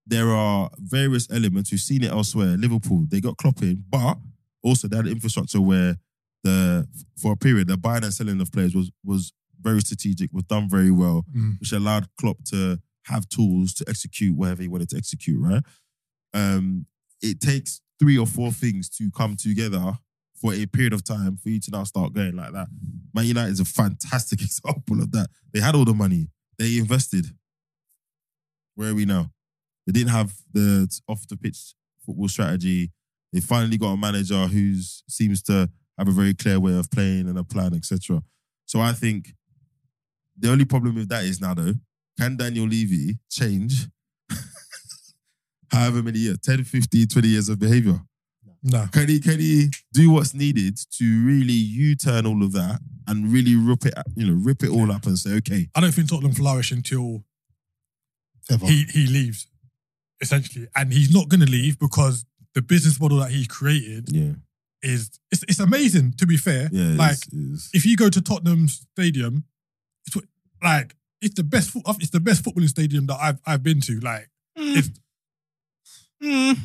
there are various elements. We've seen it elsewhere. Liverpool, they got Klopp in, but also they had an infrastructure where the for a period the buying and selling of players was was very strategic, was done very well, Mm. which allowed Klopp to have tools to execute whatever he wanted to execute. Right? Um, it takes three or four things to come together for a period of time for you to now start going like that. Man United is a fantastic example of that. They had all the money, they invested. Where are we now? They didn't have the off the pitch football strategy. They finally got a manager who seems to have a very clear way of playing and a plan, etc. So I think the only problem with that is now though, can Daniel Levy change however many years, 10, 15, 20 years of behavior? No, Can he can he do what's needed to really U-turn all of that and really rip it, you know, rip it all up and say, okay, I don't think Tottenham flourish until Ever. he he leaves, essentially, and he's not going to leave because the business model that he created yeah, is it's, it's amazing. To be fair, yeah, it like is, it is. if you go to Tottenham Stadium, it's what- like it's the best foot- it's the best footballing stadium that I've I've been to. Like Mm. If- Mm.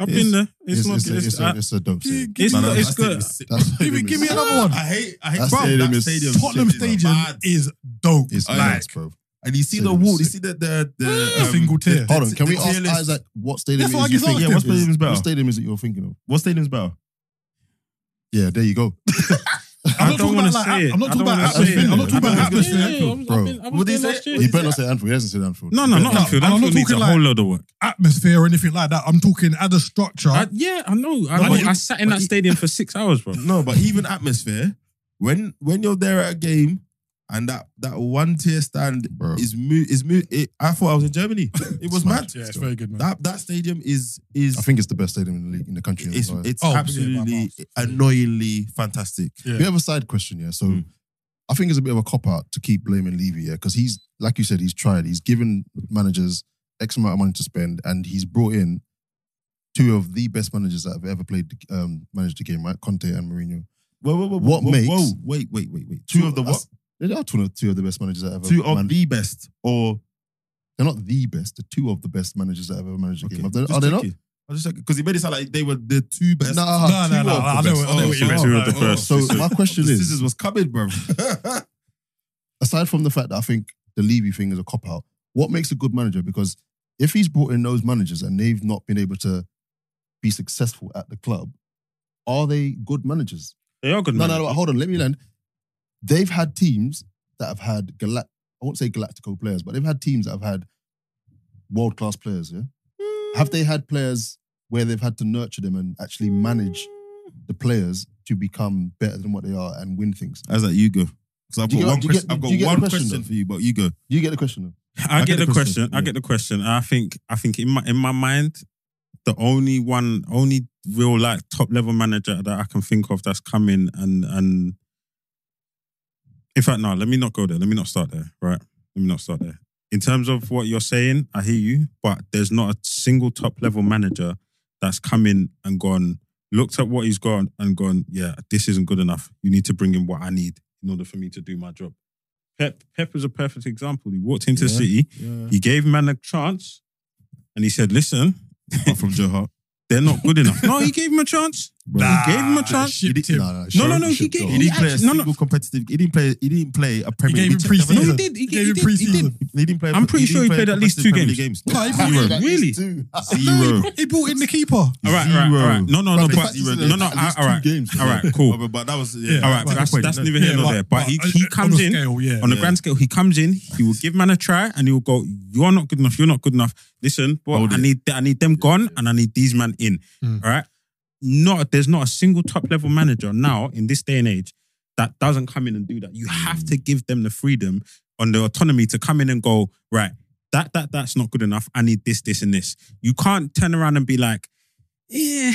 I've It's- been there. It's, not. it's, It's, a- it's, a, I- it's a dope gi- city. gi- it's Man, not. that It's stadium good. is sick. That's- give me give me another one. I hate, I hate That bro, stadium that is stadium. sick. Tottenham shit Stadium mad. is dope. It's like nuts, bro. and you see the Stadium is wall, you sick. see the the, the um, Mm. Single tier. the- Hold on, can the we tier ask list. Isaac what stadium That's what it I is you just think asked. Yeah, what it is- stadium is better? What stadium is it you're thinking of? What stadium's better? Yeah, there you go. I'm I don't not talking wanna about like, say it. I'm not I don't talking about wanna say atmosphere. it. I'm not talking I about don't wanna say atmosphere. it. Bro. What did he say? He better not say Anfield. He hasn't said Anfield. No, no, not No, Anfield. I'm not Anfield needs a talking whole load of work. Atmosphere or anything like that. I'm talking as a structure. I, yeah, I know. I, No, I, but- I sat in that stadium for six hours, bro. No, but even atmosphere, when when you're there at a game and that that one tier stand Bro. is mo- is mo- it, I thought I was in Germany. It was It's mad. mad. yeah, it's very good, man. That that stadium is is I think it's the best stadium in the league in the country. it's, Like, it's Oh, yeah, by absolutely miles. annoyingly fantastic. yeah. We have a side question, yeah. So Mm. I think it's a bit of a cop out to keep blaming Levy, yeah, because he's like you said, he's tried. He's given managers X amount of money to spend, and he's brought in two of the best managers that have ever played the- um, managed the game, right? Conte and Mourinho. Whoa, whoa, whoa, What whoa, makes- whoa, wait, wait, wait, wait. Two of the what? us- They are two of, two of the best managers that ever. Two of man- the best or they're not the best. They're two of the best managers that have ever managed the okay. game. Are they, just are they not? checking. I just because he made it sound like they were the two best. Oh, Nah, No, no, two no, of the I know best. what- I know what you so- meant. Two of the Oh, first. So my question the is, scissors was coming, bro. aside from the fact that I think the Levy thing is a cop out, what makes a good manager? Because if he's brought in those managers and they've not been able to be successful at the club, are they good managers? They are good. No, no, managers. no. Hold on. Let me land. They've had teams that have had galact. I won't say galactical players, but they've had teams that have had world class players. Yeah. Have they had players where they've had to nurture them and actually manage the players to become better than what they are and win things? How's that you go? Because I've Do you got one. get- do you Quest- get- I've got do you get one the question, question though? for you, but you go. Do you get the question? I, get, the question. I get the question. I think I think in my in my mind, the only one, only real like top level manager that I can think of that's coming and and in fact, no, let me not go there. Let me not start there. Right. Let me not start there. In terms of what you're saying, I hear you, but there's not a single top level manager that's come in and gone, looked at what he's got and gone, yeah, this isn't good enough. You need to bring in what I need in order for me to do my job. Pep, Pep is a perfect example. He walked into Yeah. City, Yeah. he gave man a chance and he said, listen, Apart from Joe Hart. they're not good enough. no, he gave him a chance. Bro. Nah. gave him a chance. Shipped He did- him. Nah, nah, No, no, no, he shipped gave- off. He didn't play a actually- no, no. single competitive. He didn't play. He didn't play a Premier gave League. him preseason. No, he did. He, He gave he him did. He preseason. did. He didn't play. I'm pretty sure he didn't play played at least competitive two Premier games. League games. I Zero. mean, at Really? least two. Zero. He brought in the keeper. All right, all right, all right. Zero. No, no, no, But the but fact is that no, no. at least All right, two games. all right, cool. But, but that was Yeah. All right, But that's, good that's point. neither here Yeah, nor but- there. But he, but uh, he on comes a in scale, yeah. on the Yeah. grand scale. He comes in, he will give man a try, and he will go, "You're not good enough. You're not good enough. Listen, boy, Hold it. I Hmm. need I need them gone, and I need these man in. Mm. All right. Not there's not a single top level manager now in this day and age that doesn't come in and do that. You have Hmm. to give them the freedom on the autonomy to come in and go right. That that that's not good enough. I need this this and this. You can't turn around and be like, yeah,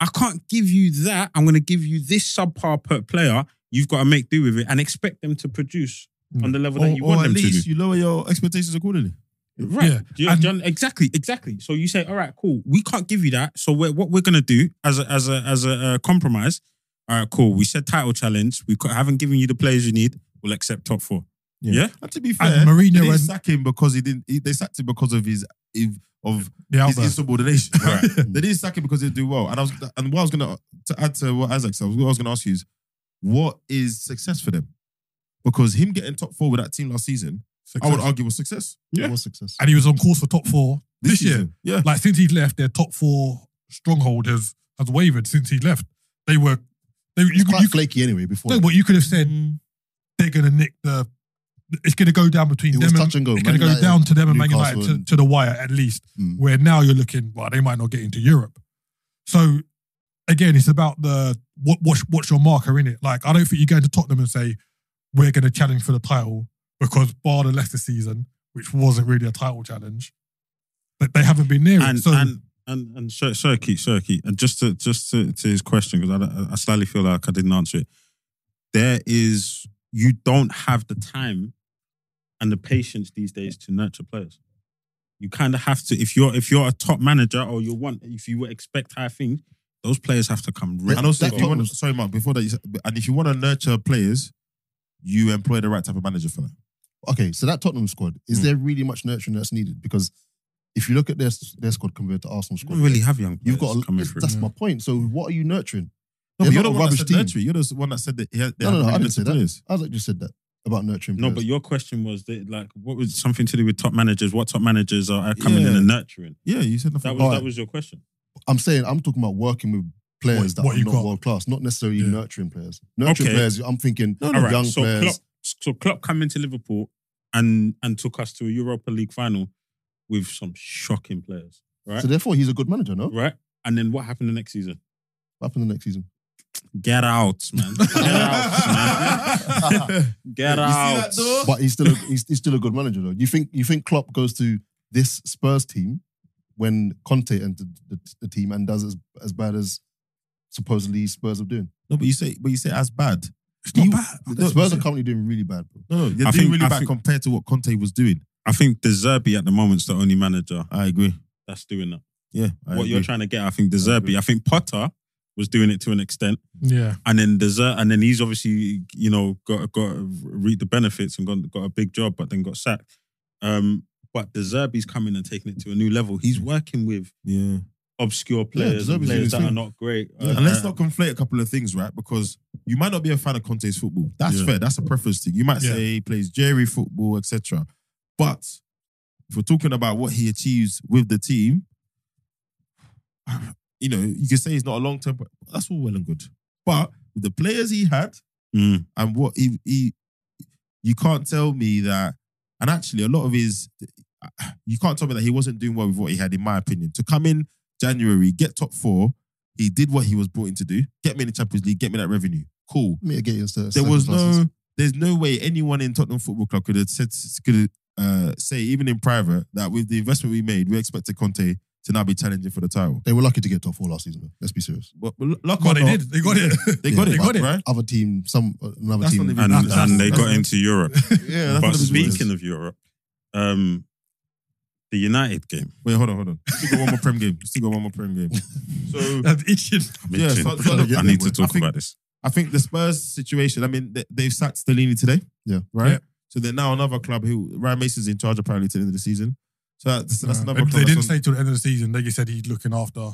I can't give you that. I'm going to give you this subpar per player. You've got to make do with it and expect them to produce on the level Mm. Or, that you want or at them to do. least you lower your expectations accordingly. Right. Yeah. Do you- And- do you un- exactly, exactly. So you say, all right, cool. We can't give you that. So we're, what we're going to do as a, as a, as a uh, compromise, all right, cool. We said title challenge. We co- haven't given you the players you need. We'll accept top four. Yeah. Yeah. And to be fair, And Mourinho they didn't and- sack him because he didn't. He, they sacked him because of his if- of The his outburst. insubordination. Right. Mm. they didn't sack him because he did do well. And I was and what I was gonna to add to what Isaac said, what I was gonna ask you is, what is success for them? Because him getting top four with that team last season, I would argue was success. It was success. And he was on course for top four this year. season. yeah. like since he left, their top four stronghold has has wavered since he left. They were they It was you, could- quite you could, flaky anyway before. no, that. but you could have said they're gonna nick the it's gonna go down between It them was and touch and go. it's gonna Man go United, down to them and Man Newcastle United to, and- to the wire at least. Mm. Where now you're looking, well, they might not get into Europe. So again, it's about the what what's, what's your marker in it. Like I don't think you go to Tottenham and say we're gonna challenge for the title because bar the Leicester season, which wasn't really a title challenge, but they haven't been near and, it. So and and and Sir, Sir Keith, Sir Keith, and just to just to, to his question because I, I slightly feel like I didn't answer it. There is you don't have the time and the patience these days to nurture players. You kind of have to if you're if you're a top manager or you want if you expect high things, those players have to come ready. And also, That if you want, was- sorry, Mark, before that, you, said- and if you want to nurture players, you employ the right type of manager for that. okay, so that Tottenham squad is Mm. there really much nurturing that's needed? Because if you look at their their squad compared to Arsenal You squad, don't really have young. you've players got a, coming through. that's my point. So what are you nurturing? No, They're but you're the not one a that rubbish said team. nurture. You're the one that said that he had, they No, no, had no, I really didn't say good that. players. Isaac just said that about nurturing. No, players. but your question was that like what was something to do with top managers? What top managers are coming in Yeah. and nurturing? Yeah, you said That nothing. was that was your question. I'm saying I'm talking about working with players What- what that you are got. not world class, not necessarily Yeah. nurturing players. Nurturing Okay. players, I'm thinking All right. young so players. Klopp, so Klopp came into Liverpool and and took us to a Europa League final with some shocking players, right? So therefore, he's a good manager. No, right. And then what happened the next season? what happened the next season? Get out, man. Get out, man. Get out. But he's still a, he's, he's still a good manager though. You think you think Klopp goes to this Spurs team when Conte entered the, the team and does as as bad as supposedly Spurs are doing? No, but you say, but you say as bad. it's not you- bad. No, Spurs are you say- currently doing really bad. Bro. no, no, they're I doing think- really I bad think- compared to what Conte was doing. I think De Zerbi at the moment's the only manager I agree. that's doing that. Yeah, I what you're agree. trying to get, I think De Zerbi. agree. I think Potter was doing it to an extent. Yeah. and then desert, and then he's obviously you know got got reaped the benefits and got got a big job, but then got sacked. Um, but the Zerbi's coming and taking it to a new level. He's working with Yeah. obscure players, and Zerbi's doing players his that are thing. not great. Yeah, Uh, and Uh, let's not conflate a couple of things, right? Because you might not be a fan of Conte's football. That's Yeah. fair. That's a preference thing. You might Yeah. say he plays Jerry football, etc. But if we're talking about what he achieves with the team, you know, you can say he's not a long term. That's all well and good. But with the players he had Mm. and what he, he, you can't tell me that. And actually, a lot of his, you can't tell me that he wasn't doing well with what he had, in my opinion. To come in January, get top four, he did what he was brought in to do. Get me in the Champions League, get me that revenue. Cool. Mitigating certain There was circumstances. no, there's no way anyone in Tottenham Football Club could have said, could uh, say even in private that with the investment we made, we expected Conte to now be challenging for the title. They were lucky to get top four last season. Though. Let's be serious. But, but luck Well, or they not, did. They got it. They got Yeah, it, but right? Other team, some another That's team. not even- and That's- and they that's- got into Europe. Yeah, but what it was. speaking of Europe, um, the United game. Wait, hold on, hold on. Still got one more Prem game. Still got one more Prem game. So That's itching. Yeah, Mention. so- so look- I need to talk I think- about this. I think the Spurs situation. I mean, they, they've sacked Stellini today. Yeah. Right. Yeah. So they're now another club who Ryan Mason's in charge apparently to the end of the season. So that's, that's Uh, another. they, club they that's didn't on- say till the end of the season. They just said he's looking after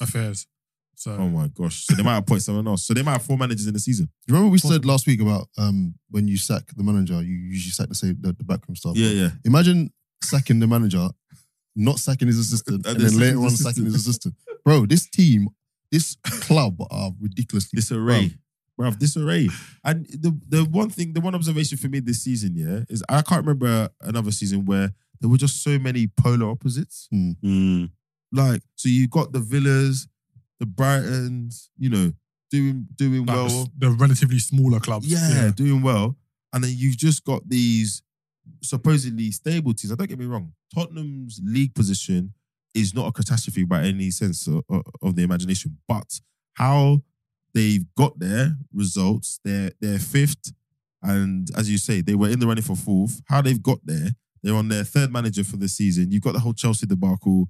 affairs. So Oh my gosh. So they might appoint someone else. So they might have four managers in the season. You remember we Possible. said last week about um, when you sack the manager, you usually sack the same the, the backroom staff. Yeah, yeah. Imagine sacking the manager, not sacking his assistant, And and, then then later sacking on his sacking his assistant. Bro, this team, this club are ridiculously. Disarray. Bruv, disarray. And the the one thing, the one observation for me this season, yeah, is I can't remember another season where there were just so many polar opposites. Hmm. Mm. Like, so you got the Villas, the Brightons, you know, doing doing like well. the, the relatively smaller clubs. yeah, doing well. And then you've just got these supposedly stable teams. I don't get me wrong. Tottenham's league position is not a catastrophe by any sense of, of the imagination, but how they've got their results, they're they're fifth, and as you say, they were in the running for fourth. How they've got there, they're on their third manager for the season. You've got the whole Chelsea debacle.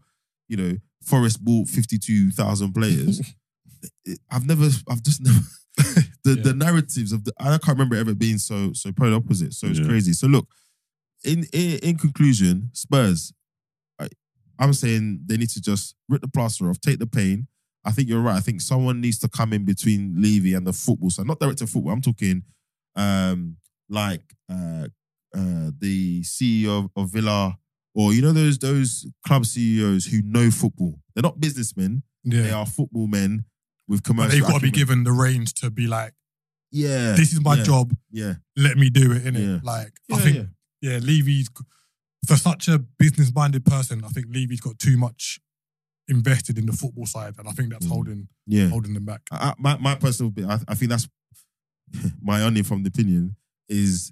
You know, Forest bought fifty-two thousand players. I've never, I've just never. the the Yeah. narratives of the I can't remember it ever being so so polar opposite. So it's Yeah. crazy. So look, in in, in conclusion, Spurs. I, I'm saying they need to just rip the plaster off, take the pain. I think you're right. I think someone needs to come in between Levy and the football. So not director of football. I'm talking um like uh uh the CEO of, of Villa or you know those those club CEOs who know football. They're not businessmen. yeah. They are football men with But commercial. they've got to be acumen. given the reins to be like, Yeah, this is my yeah, job. Yeah, Let me do it. Innit? Yeah. Like Yeah, I think yeah. yeah. Levy's for such a business minded person. I think Levy's got too much invested in the football side, and I think that's Mm. holding yeah. holding them back. I, I- my my personal, bit, I, I think that's my only from the opinion is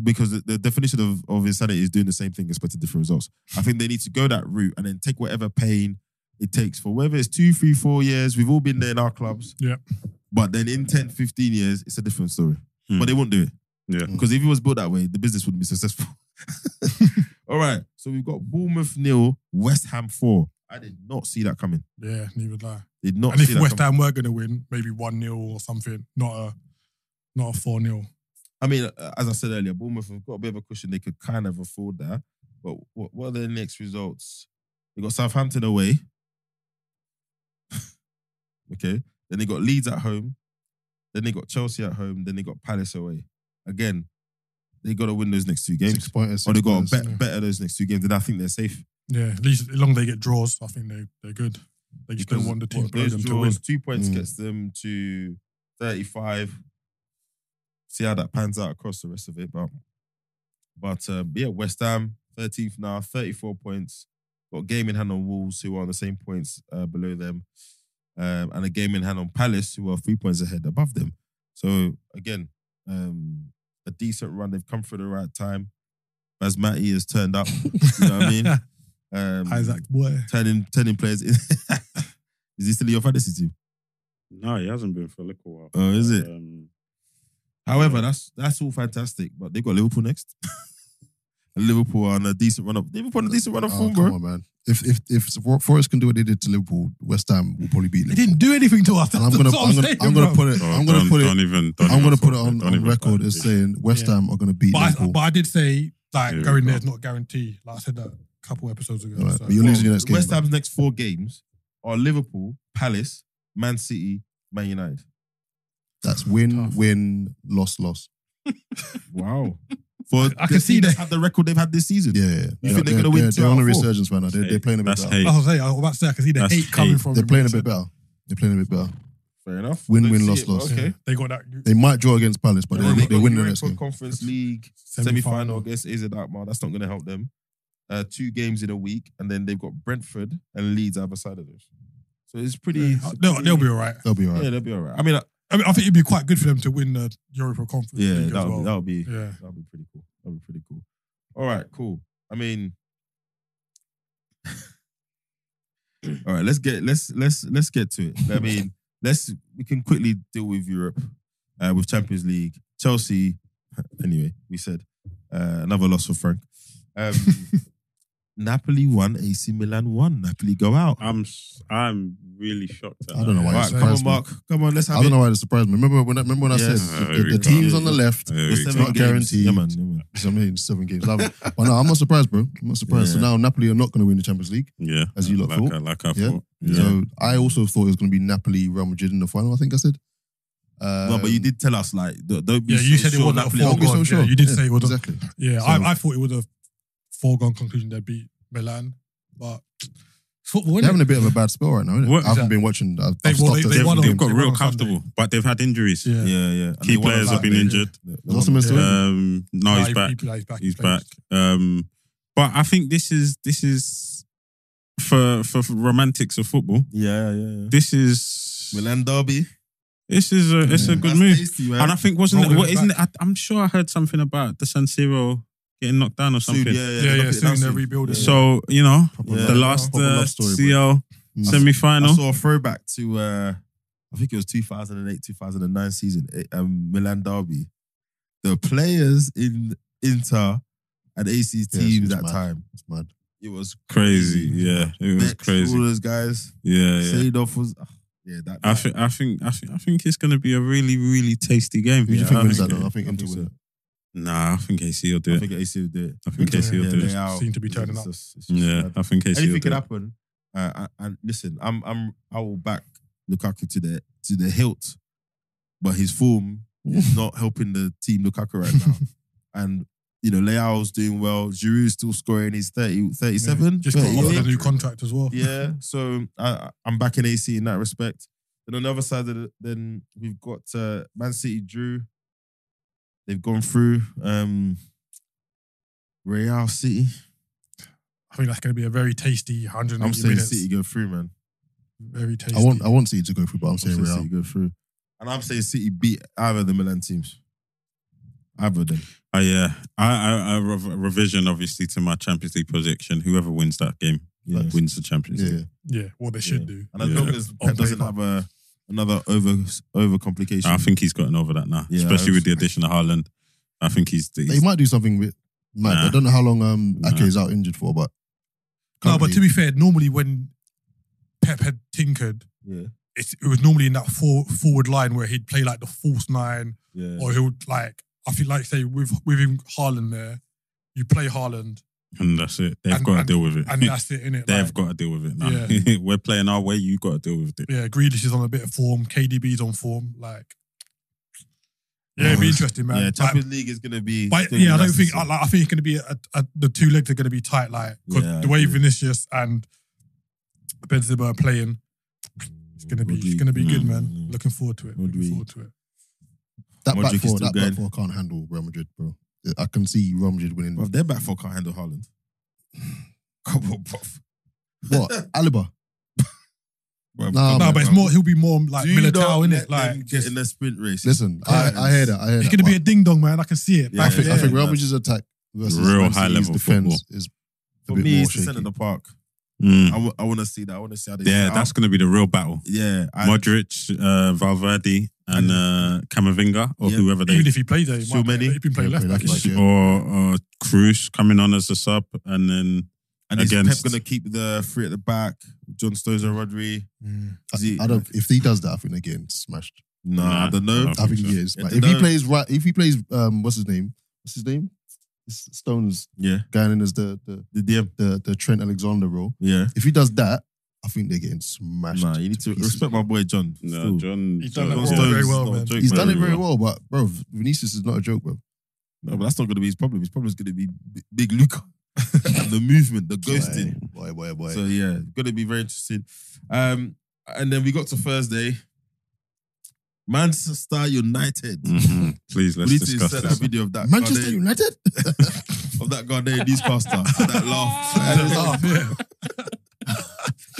because the, the definition of, of insanity is doing the same thing expecting different results. I think they need to go that route and then take whatever pain it takes for whether it's two, three, four years. We've all been there in our clubs. Yeah. But then in 10, 15 years, it's a different story. Hmm. But they won't do it. Yeah. Because if it was built that way, the business wouldn't be successful. all right. So we've got Bournemouth nil, West Ham four. I did not see that coming. Yeah, neither did I. Did not And see if that West coming. Ham were going to win, maybe one 0 or something, not a not a four 0 I mean, uh, as I said earlier, Bournemouth have got a bit of a cushion. They could kind of afford that. But what, what are their next results? They got Southampton away. okay. Then they got Leeds at home. Then they got Chelsea at home. Then they got Palace away. Again, they got to win those next two games. Six pointers. Or they six got pointers. to bet, better those next two games. Then I think they're safe. Yeah, at least as long as they get draws, I think they they're good. They just don't Because want the team what, below those them to win. draws, Two points Mm. gets them to 35. See how that pans out across the rest of it. But, but um, yeah, West Ham, 13th now, 34 points. Got game in hand on Wolves, who are on the same points uh, below them. Um, and a game in hand on Palace, who are three points ahead above them. So again, um, a decent run. They've come through the right time. Basmati has turned up. You know what I mean? Um, Isaac boy. turning turning players. in. is he still in your fantasy team? No, he hasn't been for a little while. Oh, is it? Um, However, that's that's all fantastic, but they got Liverpool next. and Liverpool are on a decent run up. Liverpool on a decent run up Oh, form, come bro. on, man. If if if Forest can do what they did to Liverpool, West Ham will probably beat They Liverpool. didn't do anything to us. And I'm gonna That's what I'm gonna saying, I'm gonna bro. put it oh, I'm gonna don't- put it Don't even. Don't I'm gonna even put it fuck on, don't on even record fuck as it. saying West Yeah. Ham are gonna beat But I, Liverpool. but I did say like Here we going go. there is not guarantee. Like I said that a couple episodes ago. Alright, so- but you're losing your next game. West bro. Ham's next four games are Liverpool, Palace, Man City, Man United. That's win, Tough. win, loss, loss. Wow. For I can the see team that. that's had the record they've had this season. Yeah, yeah. You think they're gonna win They're, two they're on out a of four? resurgence right now. They're, they're playing a bit That's better. hate. I was saying, I was about to say, I can see the That's hate coming hate. from. They're him. playing a bit better. They're playing a bit better. Fair enough. Win, Don't win, see loss, it, but loss. Okay. Yeah, They got that. They might draw against Palace, but Yeah, they, they, got win the Europa next game. Conference League semi Semi-final. final against AZ Alkmaar. That's not going to help them. Uh, two games in a week, and then they've got Brentford and Leeds either side of this. So it's pretty. Yeah. No, they'll be all right. They'll be all Yeah, right. they'll be all right. I mean, uh, I mean, I think it'd be quite good for them to win the Europa Conference yeah, League as that'll, be, well. that'll be yeah, that'll be pretty cool. That'll be pretty cool. All right, cool. I mean, all right. Let's get let's let's let's get to it. I mean, let's we can quickly deal with Europe, uh, with Champions League, Chelsea. Anyway, we said uh, another loss for Frank. Um, Napoli won, AC Milan won. Napoli go out. I'm s- I'm really shocked. At I don't know that. why. Right, it's come on, surprised me. Mark. Come on, let's have I don't it. know why it surprised me. Remember when I, remember when I Yes. said Uh, the, the we teams can't- on the left, There The we seven go. not games. guaranteed. Yeah, man, yeah, man. I mean, seven games. Love it. But no, I'm not surprised, bro. I'm not surprised. So Yeah. now Napoli are not going to win the Champions League. Yeah, As you lot like thought. I, like I Yeah. thought. Yeah. So I also thought it was going to be Napoli, Real Madrid in the final. I think I said. Um, No, but you did tell us like don't, don't be Yeah, so you said it sure wasn't a Napoli are Don't foregone be gonna- so Yeah, sure. you did say it was a- exactly. Yeah, So- I, I thought it was a foregone conclusion they'd beat Milan, but football. They're innit? having a bit of a bad spell right now. Innit? What- I haven't Exactly. been watching. I've, They- I've well, stopped they- at they They've, seven won on- they've games. got they won real on Sunday. comfortable, but they've had injuries. yeah. Yeah, yeah. And they Key won players on have been Saturday. injured. Yeah, they won Wasserman on- still in? Um, no, Nah, he's he- back. he plays back. he He's plays. back. Um, but I think this is this is for for for romantics of football. Yeah, yeah, yeah. This is Milan derby. this is a it's a That's good move. tasty, man. And I think wasn't Rolling it? What, it isn't it? I, I'm sure I heard something about the San Siro getting knocked down or Soon, something. yeah, Yeah, they yeah, knocked it soon down they're rebuilding. Yeah. So you know Proper Yeah. love- the last proper uh, love story, bro. CL Mm. semi final. I saw a throwback to uh, I think it was 2008, 2009 season eh, um, Milan derby. The players in Inter and AC Yeah, team it's that mad. time. It's mad. It was Crazy, yeah, it was Next, crazy. All those guys. Yeah, yeah. Seedorf was. ah, Yeah, that. I that- think, I think, I think, I think it's going to be a really, really tasty game. Who do you Yeah, think I wins think- that? Though? I think I Inter think win it. Nah, I think AC will do I it. think AC will do it. I think AC will Yeah, do they it. are- Seem to be it's turning up. just- it's just Yeah, mad. I think AC will anything do can it. happen. Uh, and- and listen, I'm I'm I will back Lukaku to the to the hilt, but his form is not helping the team Lukaku right now. and you know, Leao's doing well. Giroud's still scoring. He's 30, Yeah. 37. Just got 38. offered a new contract as well. Yeah, so I, I- I'm backing AC in that respect. Then on the other side, of the, then we've got uh, Man City drew. They've gone through um, Real City. I think that's going to be a very tasty 180 I'm saying minutes. City go through, man. Very tasty. I want. I want City to go through, but I'm I'm saying saying Real. City go through. And I'm saying City beat either of the Milan teams. Either of them. Oh yeah, I, I, I rev- revision obviously to my Champions League projection. Whoever wins that game Yeah. like, wins the Champions Yeah. League. yeah, what they should do. And as Yeah. long as On Pep doesn't paper. have a, another over over complication. I think he's gotten over that now, Yeah, especially I with the addition of Haaland. I think he's. They he's might do something with. Mad. Nah. I don't know how long um Nah. Ake is out injured for, but. No, but currently- to be fair, normally when Pep had tinkered, yeah, it, it was normally in that for, forward line where he'd play like the false nine, yeah. or he'll like I think like say with with him Haaland there, you play Haaland and that's it. They've And- got to and- deal with it. and that's it, innit? They've Like, got to deal with it now. Yeah. We're playing our way. You got to deal with it. yeah, Grealish is on a bit of form, KDB's on form, like yeah, it'd be interesting, man. yeah, Like, Champions League is gonna be. gonna but be yeah, I don't nice think to I, see. like, I think it's gonna be a, a, the two legs are gonna be tight, like 'cause Yeah, I the way agree. Vinicius and Benzema are playing, it's gonna be it's Rodri- gonna be good, Mm, man. mm. Looking forward to it. Rodri. Looking forward to it. that Modric back is four, still that back going. four can't handle Real Madrid, bro. I can see Real Madrid winning. Bruv, their back four can't handle Haaland. Come on, bruv. What? Aliba. Bruv, Nah, come no, on, but it's bruv. more. He'll be more like Do you not Militao, in let it? them Like get in the sprint race. Listen, I, I hear that. I hear it's that. gonna be a but ding dong, man. I can see it. Yeah, I Like, think, I yeah, think Real man. Madrid's attack versus Real Man City's high-level defense is a for bit me, more it's the shaky. centre of the park. Mm. I, w- I want to see that. I want to see how they. Yeah, set that's up. going to be the real battle. yeah. I, Modric, uh, Valverde, and uh, Camavinga, or Yeah. whoever they even if he plays there, he So might many. He's been playing Yeah, left back. play left isn't back, or or Cruz coming on as a sub, and then and is Pep against- going to keep the three at the back? John Stones and Rodri. I- Is he- I, don't. If he does that, I think they're getting smashed. Nah, Nah. I don't know. Nah. I think think he so. is. Yeah, But they if he don't- plays right, if he plays, um, what's his name? What's his name? It's Stones Yeah, going in as the the the DM. the, the Trent Alexander role. Yeah, If he does that, I think they're getting smashed. nah, you need to pieces. respect my boy John. no, Still. John. He's done that John role Stones. very well, not a man. joke, He's done it Very very well. well, but bro, Vinicius is not a joke, bro. No, but that's not going to be his problem. His problem is going to be B- Big Luca, and the movement, the ghosting. boy, boy, boy. So yeah, gonna be very interesting. Um, and then we got to Thursday. Manchester United. Mhm. Please let's we need to discuss insert that this. video of that Manchester Ghanaian- United. of that Ghanaian newscaster. and that laugh. it? And it's like, Yeah.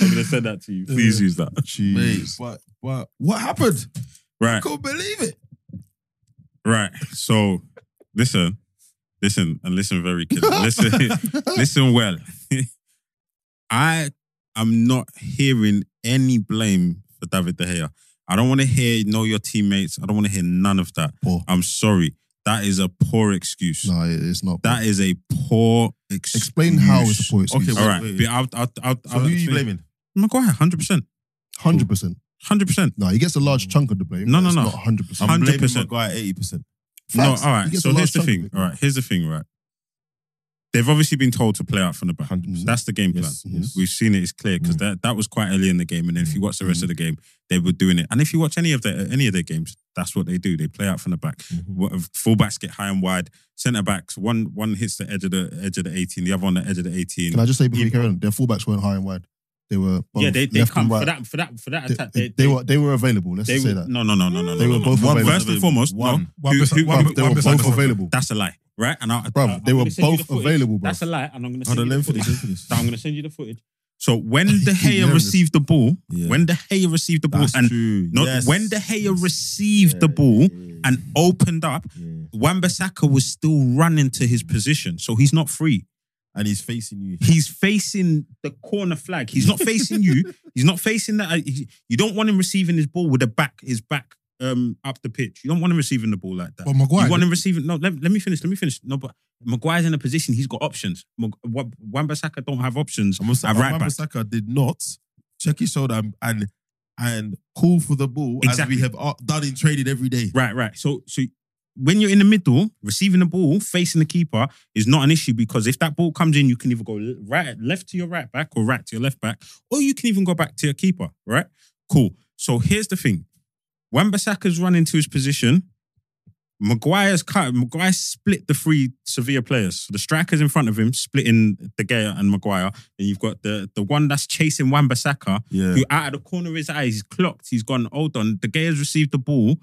I'm gonna send that to you. Please use that. Mate, what, what, what happened? I Right, couldn't believe it. right. So listen, listen, and listen very carefully. Listen, listen well. I am not hearing any blame for David De Gea. I don't want to hear know your teammates. I don't want to hear none of that. Poor. I'm sorry. That is a poor excuse. No, it- it's not. That is a poor Explain how it's a poor excuse. Okay, All wait, right. wait. But I'll, I'll, I'll, So I'll who are you explain- blaming? Maguire, 100%. 100%. 100%. No, he gets a Mm. large chunk of the blame. No, but no, it's no. Not 100%. I'm blaming 100%. Maguire eighty percent. No, all Facts. right. He gets So a large here's the chunk of thing. it. All right. Here's the thing, right? They've obviously been told to play out from the back. 100%. That's the game plan. Yes, Mhm. yes. We've seen it. It's clear Mm. because that, that was quite early in the game, and then if you watch the rest of the Mm-hmm. game, they were doing it. And if you watch any of their any of their games, that's what they do. They play out from the back. Mm-hmm. Mhm. What uh, Fullbacks get high and wide. Centre backs one one hits the edge of the edge of the eighteen, the other on the edge of the eighteen. Can I just say before you carry on, their fullbacks weren't high and wide. They were both yeah, they they left come and right. for that for that for that They, attack. they- they were they were available. Let's they just say were, that. no no no no no They no, were no, both no. available. First and foremost, One. no. One Who- beside- who- one who- they were one both beside the- available. That's a lie, right? And I, Bruv, I- I'm they were gonna send you the both footage. available, bruv. That's a lie, and I'm going to Hold send on, you let the me finish. footage. Let me finish. I'm going to send you the footage. So when De Gea nervous. received the ball, Yeah. when De Gea received the ball, That's and true. not Yes. when De Gea Yes. received the Yeah, ball yeah, and opened up, yeah. Wan-Bissaka was still running to his position, so he's not free. and he's facing you. He's facing the corner flag. He's not facing you. He's not facing that. he- You don't want him receiving his ball with the back, his back um up the pitch. You don't want him receiving the ball like that. But Maguire, You want him receiving? No, let, let me finish. Let me finish. No, but Maguire's in a position. He's got options. Mag- Wa- Wan-Bissaka don't have options. I'm also, At right back. Wan-Bissaka did not check his shoulder and and, and call for the ball Exactly. as we have uh, done in training every day. Right, right. So, so when you're in the middle, receiving the ball, facing the keeper is not an issue because if that ball comes in, you can either go le- right, left to your right back or right to your left back, or you can even go back to your keeper. Right? Cool. So here's the thing: Wan-Bissaka's run into his position. Maguire's cut. Maguire split the three Sevilla players. So the strikers in front of him splitting De Gea and Maguire. Then you've got the the one that's chasing Wan-Bissaka Yeah. who out of the corner of his eyes, he's clocked. He's gone. Hold on, De Gea's received the ball.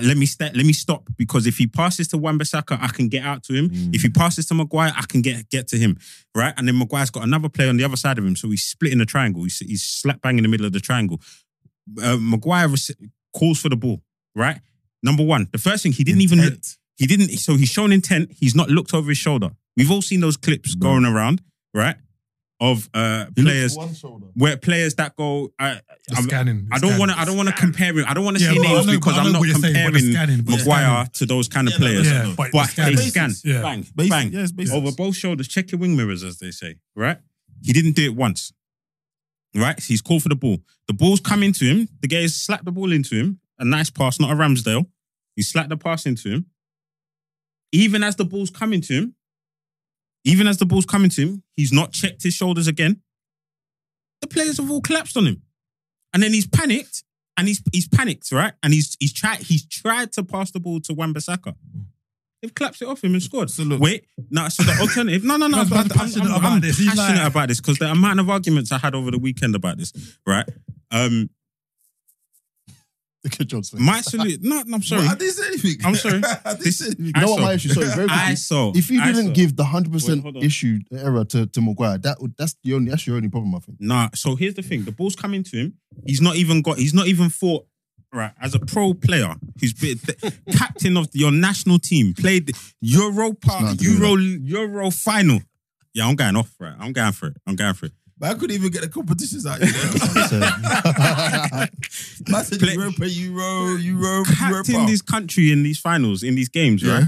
Let me sta- let me stop because if he passes to Wan-Bissaka, I can get out to him. Mm. If he passes to Maguire, I can get get to him, right? And then Maguire's got another player on the other side of him, so he's splitting the triangle. He's, he's slap bang in the middle of the triangle. Uh, Maguire rece- calls for the ball, right? Number one, the first thing he didn't even look- Intent. he didn't. So he's shown intent. He's not looked over his shoulder. We've all seen those Mm-hmm. clips No. going around, right? Of uh, He looked players one shoulder. where players that go. Uh, the I'm- scanning. the I don't scanning. want to. I don't want to compare him. I don't want to Yeah, say but I names know- because but I I'm know not what you're saying, but the comparing scanning, but the Maguire to those kind of Yeah, no, players. no, Yeah, but But the they scanning. scan, Yeah. bang, Basi- bang, yes, basic. over both shoulders. Check your wing mirrors, as they say. Right? He didn't do it once. Right? So he's called for the ball. The ball's come into him. The guy's slapped the ball into him. A nice pass, not a Ramsdale. He slapped the pass into him. Even as the ball's coming to him, even as the ball's coming to him, he's not checked his shoulders again. The players have all collapsed on him, and then he's panicked, and he's he's panicked, right? And he's he's tried he's tried to pass the ball to Wan-Bissaka. They've collapsed it off him and scored. So look- Wait, no. So the alternative, no, no, no. Man's but I'm, passionate I'm- I'm about this. He's passionate like- about this because the amount of arguments I had over the weekend about this, right? Um, Good job, Slay. my solution. No, no, I'm sorry. I didn't say anything. I'm sorry. I didn't This- say anything. You know what ISO. my issue? Sorry, very I quickly. saw. If you I didn't saw. give the Wait, hold 100% on. issue error to, to Maguire, that would, that's the only that's your only problem, I think. Nah. So here's the thing: the ball's coming to him. He's not even got. He's not even thought. Right, as a pro player who's been the captain of your national team, played the Europa, not doing Euro, Euro final. Yeah, I'm going off. Right, I'm going for it. I'm going for it. But I couldn't even get the competitions out. You know? So, I said Play- Europa, Euro, Euro, Captain Europa. this country in these finals, in these games, yeah. right?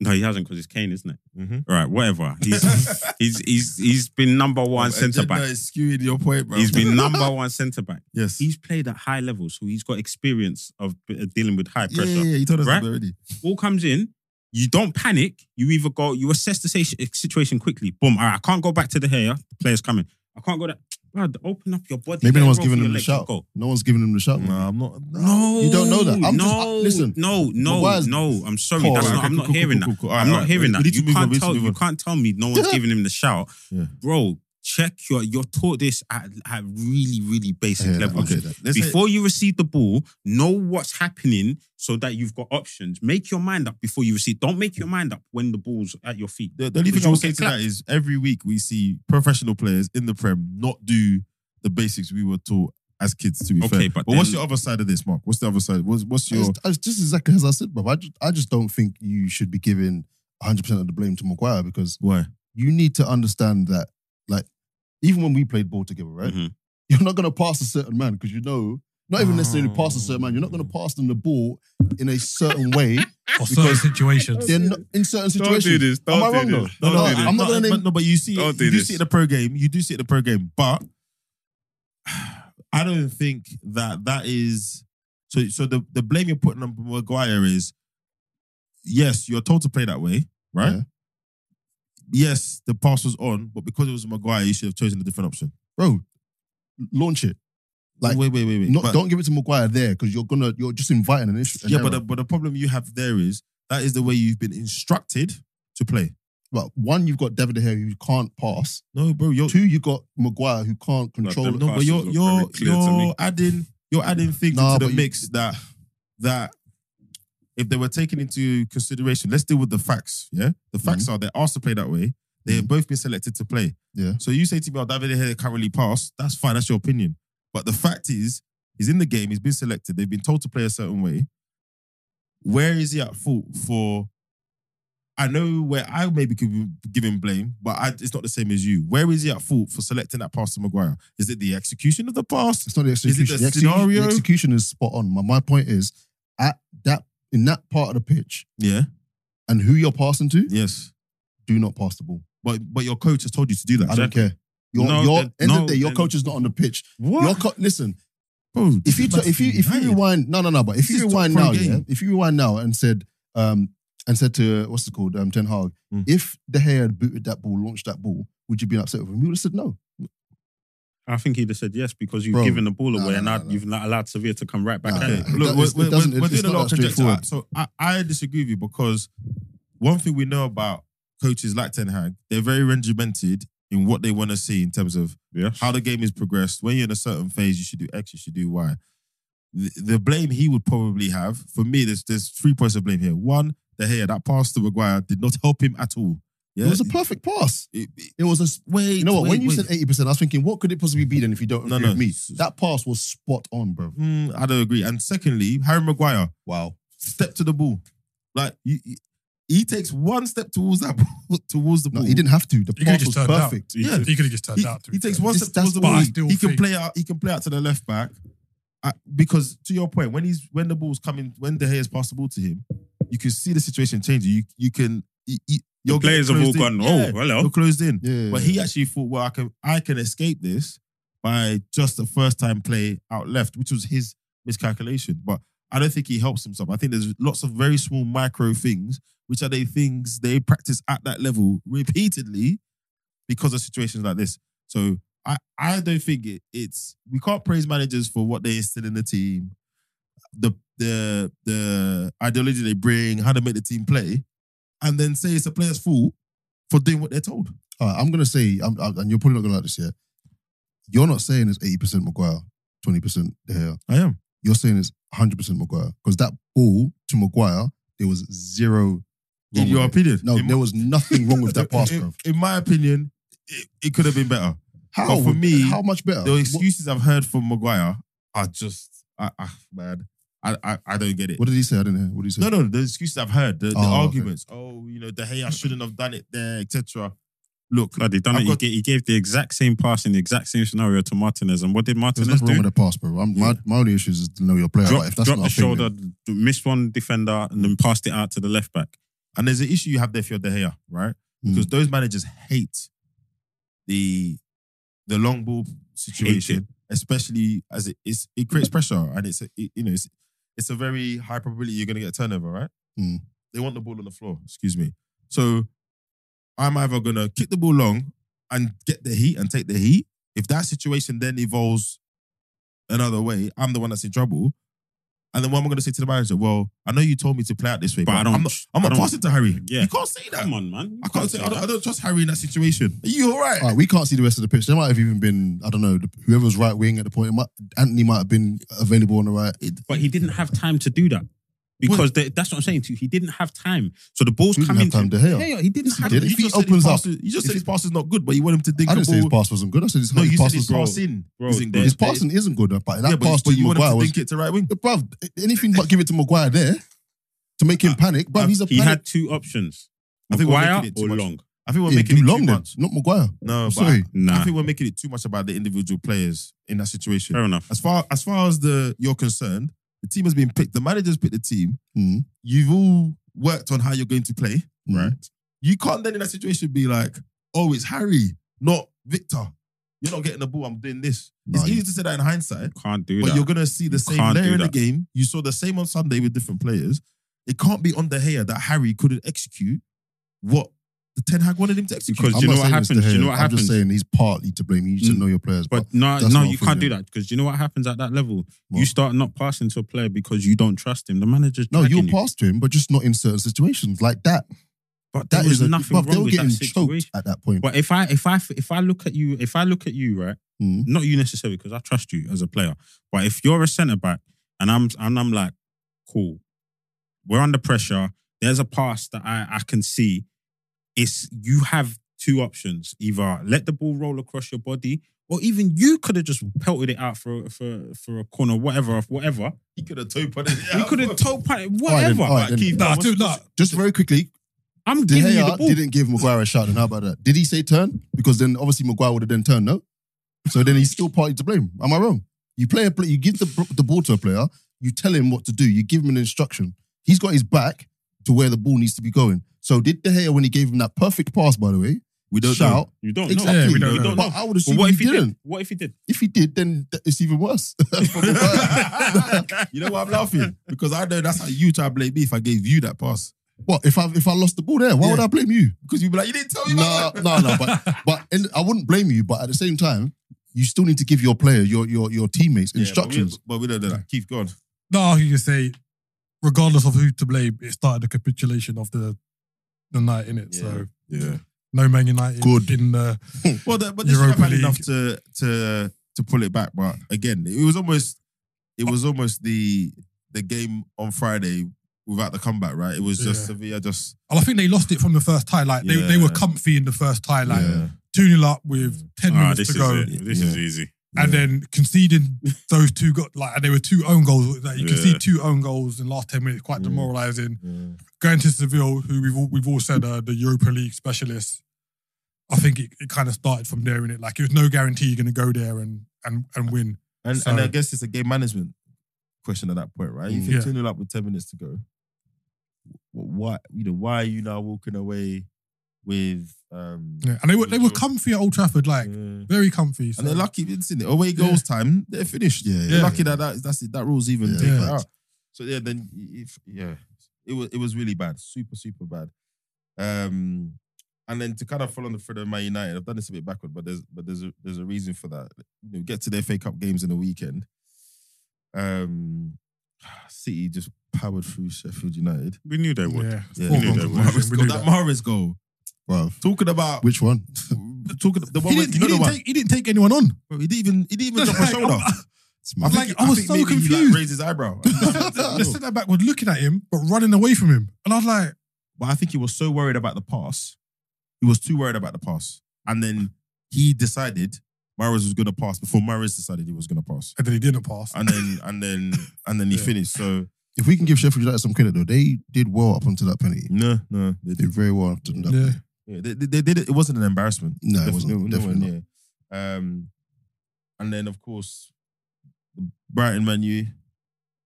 No, he hasn't because he's Kane, isn't it? Mhm. All right, whatever. He's he's he's he's been number one centre Agenda back. is skewing your point, bro. He's been number one centre back. yes. He's played at high levels, so he's got experience of uh, dealing with high yeah, pressure. yeah, yeah, you told us Right? that already. ball comes in, you don't panic. You either go, you assess the sa- situation quickly. Boom. All right, I can't go back to the hair. Player's coming. I can't go that. Blood, open up your body. Maybe let it no one's roll giving through him your the legs, shout. Go. No one's giving him the shout. No, I'm not. No, You don't know that. I'm no, just- listen. No, no, Maguire's- no. I'm sorry. Paul, That's right, not, I'm not hearing that. I'm not hearing that. You can't tell. You can't tell me no one's giving him the shout, Yeah. bro. Check your. You're taught this at, at really, really basic Yeah, levels. okay. Before you receive the ball, know what's happening so that you've got options. Make your mind up before you receive. Don't make your mind up when the ball's at your feet. The, the only thing I Because you'll would say get to that is every week we see professional players in the Prem not do the basics we were taught as kids, to be Okay, fair. but what's then- your other side of this, Mark? What's the other side? What's, what's your. It's, it's just exactly as I said, bro. I just, I just don't think you should be giving 100% of the blame to Maguire because Why? you need to understand that, like, even when we played ball together, right? Mhm. Mm-hmm. You're not going to pass a certain man because you know Not even necessarily pass a certain man. You're not Oh. going to pass them the ball in a certain way. for certain Because- situations. They're not in certain Don't situations. do this. Don't Am I do wrong this. though? Don't No, do this. I'm not No, gonna name- but- No, but you see, Don't it, do you do this. see it in the pro game. You do see it in the pro game, but I don't think that that is. So, so the the blame you're putting on Maguire is, yes, you're told to play that way, right? Yeah. Yes, the pass was on, but because it was Maguire, you should have chosen a different option. Bro, launch it. Like, wait, wait, wait, wait. Not, But- don't give it to Maguire there because you're gonna you're just inviting an issue. an yeah, but the, error. but the problem you have there is that is the way you've been instructed to play. But one, you've got David De Gea who can't pass. No, bro, you're Two, you got Maguire who can't control. them no, but passes you're look you're very clear to me. you're adding you're adding things Nah, into but the you- mix that that if they were taken into consideration, let's deal with the facts. Yeah, the facts Mm-hmm. are they asked to play that way. They have both been selected to play. Yeah. So you say to me, "Oh, David here currently passed." That's fine. That's your opinion. But the fact is, he's in the game. He's been selected. They've been told to play a certain way. Where is he at fault for? I know where I maybe could be giving blame, but I, it's not the same as you. Where is he at fault for selecting that pass to Maguire? Is it the execution of the pass? It's not the it execution. the the, execution scenario? the execution is spot on. My, my point is at that in that part of the pitch Yeah. and who you're passing to, Yes. do not pass the ball. But but your coach has told you to do that. I don't care. Your, No, your then- end no, of the day, your then- coach is not on the pitch. What? Your co- listen, Bro, if you this t- is if you if United. you rewind, no, no, no, but if This is you top rewind pro now, game. yeah, if you rewind now and said, um, and said to what's it called, um, Ten Hag, Mm. if De Gea had booted that ball, launched that ball, would you be upset with him? He would have said no. I think he'd have said yes because you've Bro, given the ball no, away no, and no, now no. you've not allowed Sevilla to come right back No, at no, it. no. Look, It we're, does- it we're, doesn't- we're it's- it's doing a not lot of that conjecture. straightforward. So I, I disagree with you because one thing we know about coaches like Ten Hag, they're very regimented in what they want to see in terms of Yes. how the game is progressed. When you're in a certain phase, you should do X, you should do Y. The, the blame he would probably have for me, there's there's three points of blame here. One, the hair that pass to Maguire did not help him at all. Yeah, It was a perfect pass. It- it- It was a wait. You know what? wait, when you wait. said eighty percent, I was thinking, what could it possibly be then? If you don't agree No, no. with me, that pass was spot on, bro. Hmm, I don't agree. And secondly, Harry Maguire Wow. step to the ball, like you, you- he takes one step towards that ball, towards the No, ball. he didn't have to. The You could've pass just was turned out. perfect. Yeah. He could have just turned He, out. to be he takes fair. one This- step that's towards the what ball. I He, still he can think. play out. He can play out to the left back, Uh, because to your point, when he's when the ball's coming, when De Gea's passed the ball to him, you can see the situation changing. You you can you, you, The you're getting players have all closed in. gone, Yeah, oh, hello. you're closed in. Yeah. But he actually thought, well, I can I can escape this by just a first time play out left, which was his miscalculation. But I don't think he helps himself. I think there's lots of very small micro things, which are the things they practice at that level repeatedly because of situations like this. So I, I don't think it, it's we can't praise managers for what they instill in the team, the the the ideology they bring, how they make the team play, and then say it's a player's fault for doing what they're told. All right, I'm gonna say, I'm, i and you're probably not gonna like this yet. You're not saying it's eighty percent Maguire, twenty percent De Gea. I am. You're saying it's hundred percent Maguire because that ball to Maguire, there was zero. wrong in your with it. opinion. no, in there was nothing wrong with that pass, in, bro. in my opinion, it, it could have been better. How for me, How much better? The What- excuses I've heard from Maguire are just, I, I, man, I, I, I don't get it. What, did he say? I didn't hear. What did he say? No, no, the excuses I've heard, the, the Oh, okay. Mm-hmm. arguments. Oh, you know, the hey, I shouldn't have done it there, etc. Look, Bloody done I've it. He got- ga- he gave the exact same pass in the exact same scenario to Martinez. And what did There's Martinez nothing wrong do? with that pass, bro. I'm, my, my only issue is to know your player. Drop, but if that's drop not the a thing, then- shoulder, d- missed one defender, and then passed it out to the left back. and there's an issue you have there for your De Gea, right? Hmm. Because those managers hate the the long ball situation, especially as it is it creates pressure and it's a, it- you know it's it's a very high probability you're going to get a turnover, right? Hmm. Mm. They want the ball on the floor. Excuse me. So I'm either going to kick the ball long and get the heat and take the heat. If that situation then evolves another way, I'm the one that's in trouble. And then what am I going to say to the manager? Well, I know you told me to play out this way, But but, I don't- I'm not, I'm not I don't- passing to Harry. Yeah. You can't say that. Come on, man. I can't say I don't, I don't trust Harry in that situation. Are you all right? All right, we can't see the rest of the pitch. There might have even been, I don't know, the- whoever was right wing at the point. It might, Anthony might have been available on the right. But he didn't have time to do that. Because they, that's what I'm saying to you. He didn't have time. So the ball's Who didn't coming have time to to hear? Yeah, yeah, he didn't have did. You If he just said his opens up- pass is- you just if said he- his pass is not good, but you want him to dink I didn't the say his ball. pass wasn't good. I said his, no, you his said pass his was wrong. pass in. Bro, isn't good. they- His passing isn't good, but that yeah, but, pass but to you want him Maguire to was. dink it to right wing. Bro, anything but give it to Maguire Uh, there to make him panic. Bro, he's a He panic. had two options. I think we're Maguire making it too or much. Long. I think we're yeah, making it Long too then, much. not Maguire. No, but Sorry. I, I Nah, think we're making it too much about the individual players in that situation. fair enough. As far as far as the you're concerned, the team has been picked. The manager's picked the team. Mm, You've all worked on how you're going to play. mm. You can't then in that situation be like, oh, it's Harry, not Victor. You're not getting the ball. I'm doing this. Nah, it's you- easy to say that in hindsight, Can't do but that. you're gonna see the You same can't layer do in the that. game. You saw the same on Sunday with different players. It can't be on the hair that Harry couldn't execute what the Ten Hag wanted him to execute. Because- Do you I'm know not what saying it's De happens? Do you Gea. know what I'm just happens? saying he's partly to blame. You should Mm. know your players. But But no, That's no, not you for can't you. do that because you know what happens at that level. You What? start not passing to a player because you don't trust him. The manager's no, dragging you'll you. pass to him, but just not in certain situations like that. But there That was is a, nothing bruv, they wrong were with that getting choked situation. at that point. But if I if I if I look at you, if I look at you, right, Mm. not you necessarily because I trust you as a player. But if you're a centre back and I'm and I'm like, cool, we're under pressure. There's a pass that I I can see. It's you have two options: either let the ball roll across your body, or even you could have just pelted it out for for for a corner, whatever, whatever. he could have toe punted it. You out. could have told Pat, right, then. whatever. All right, Like, then. Keith, Nah, what's- dude, nah. Just very quickly, I'm De giving you the Gea ball. didn't give Maguire a shout, and how about that? Did he say turn? Because then obviously Maguire would have then turned, no? So then he's still partly to blame. Am I wrong? You play a play, you give the, the ball to a player, you tell him what to do, you give him an instruction. He's got his back to where the ball needs to be going. So did De Gea when he gave him that perfect pass, by the way? We don't know. shout. You don't Exactly. know. we don't you know. don't But know. I would But assume what he if he didn't. did? What if he did? If he did, then th- it's even worse. For Ah, Maguire. you know why I'm laughing? Because I know that's how you try to blame me if I gave you that pass. what if I if I lost the ball there? Why would Yeah. I blame you? Because you'd be like, you didn't tell me No, about that. no, no. But but in, I wouldn't blame you. But at the same time, you still need to give your player, your your your teammates Yeah, instructions. but, we, but we don't know that. Keith, go on. No, you just say, regardless of who to blame, it started the capitulation of the the night in it. Yeah. So Yeah. no Man United Good. in the Well, the, but they should Europa have had League. enough to to to pull it back. But again, it was almost it was almost the the game on Friday without the comeback. Right? It was just Yeah. Sevilla just And I think they lost it from the first tie. Like they, they were Yeah. comfy in the first tie, like Yeah. Mm. two 0 up with ten Ah, minutes this to is go, it. This is easy. and then conceding those two got like and they were two own goals. Like you can see Yeah. two own goals in the last ten minutes, quite Mm. demoralising. yeah. Going to Seville, who we've all, we've all said are the Europa League specialists. I think it, it kind of started from there in it. Like it was no guarantee you're going to go there and and and win. and So- and I guess it's a game management question at that point, right? Mm. If you're Yeah. tuning up with ten minutes to go, wh- why you know why are you now walking away with um Yeah. And they were they were comfy at Old Trafford, like yeah. very comfy. So. And they're lucky, isn't it? Away goals time, they're finished. Yeah, they're yeah. lucky that that that's it, that rules even Yeah. take that Yeah. out. So yeah, then if yeah, it was it was really bad, super super bad. Um, and then to kind of follow on the thread of Man United, I've done this a bit backward, but there's but there's a there's a reason for that. You know, get to their FA Cup games in the weekend. Um, City just powered through Sheffield United. We knew they would. Yeah. Yeah, Four we knew goals they of were. margin, we Got knew that that. Mahrez goal. Bruv. Talking about Which one? talking the one He where- you didn't, know the he, didn't one. take, he didn't take anyone on. Bro, he didn't even he didn't even drop a shoulder. I think Like, he- I was think so maybe he, like, confused. raised his eyebrow. the centre back was looking at him but running away from him, and I was like, but I think he was so worried about the pass. He was too worried about the pass. And then he decided Mares was gonna pass before Mares decided he was gonna pass. and then he didn't pass. And then and then and then he Yeah. finished. So If we can give Sheffield United some credit though, they did well up until that penalty. no, no, they They did did. very well up until that. Yeah. penalty. Yeah, they, they, they did it. It wasn't an embarrassment. No, it Def- wasn't. Definitely one, yeah. Um, and then of course, Brighton menu,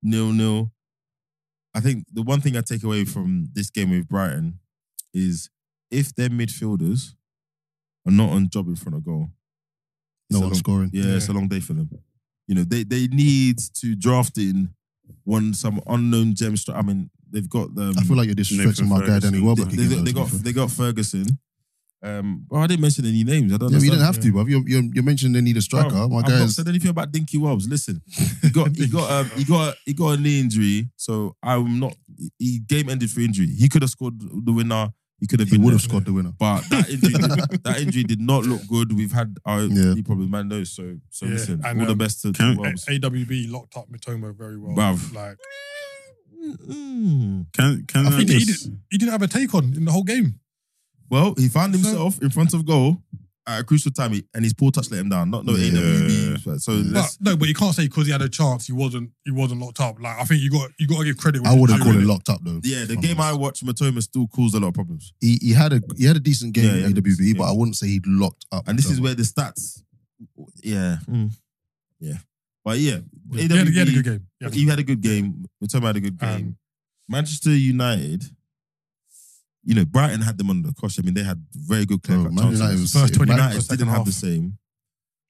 nil nil. I think the one thing I take away from this game with Brighton is if their midfielders are not on job in front of goal, No it's a one long- scoring. yeah, it's a Yeah. long day for them. You know, they they need to draft in one some unknown gem. stri- I mean, they've got um, the. I feel like you're disrespecting my guy Ferguson. Danny Welbeck They, they, again. though, they to be got fair. they got Ferguson. Um, well, I didn't mention any names. I don't. Yeah, know. but you didn't have to, bruv. You're, you're, you're mentioning they need a striker. my I've guy not is. said anything about Dinky Wobbs. Listen, he got he got um, he got he got a knee injury, so I'm not. He game ended for injury. He could have scored the winner. He could have He been. would there. have scored the winner. but that injury, did, that injury did not look good. We've had our Yeah. he probably man knows. So so Yeah, listen, and, all the um, best to, to can- Wobbs. A- AWB locked up Matoma very well. Bruv. Like Mm. Can can I I, think he, just- did, he didn't have a take on in the whole game. Well, he found himself in front of goal at a crucial time, he, and his poor touch let him down. Not no Yeah. AWB. So But, let's, no, but you can't say because he had a chance, he wasn't. He wasn't locked up. Like I think you got you got to give credit. I wouldn't where call it due. locked up though. yeah, the if I'm game I honest. watched, Matoma still caused a lot of problems. he, he had a he had a decent game Yeah, in yeah. AWB, but Yeah. I wouldn't say he'd locked up. And this is though. where the stats, yeah, Hmm. yeah, but yeah, Yeah, he, had, he had a AWB good game. Yeah. You had a good game. Matoma had a good game. Um, Manchester United, you know, Brighton had them on the cosh. I mean, they had very good clear Bro, cut Oh, Man chances. United was- First if Man- 29 United second didn't have half. the same.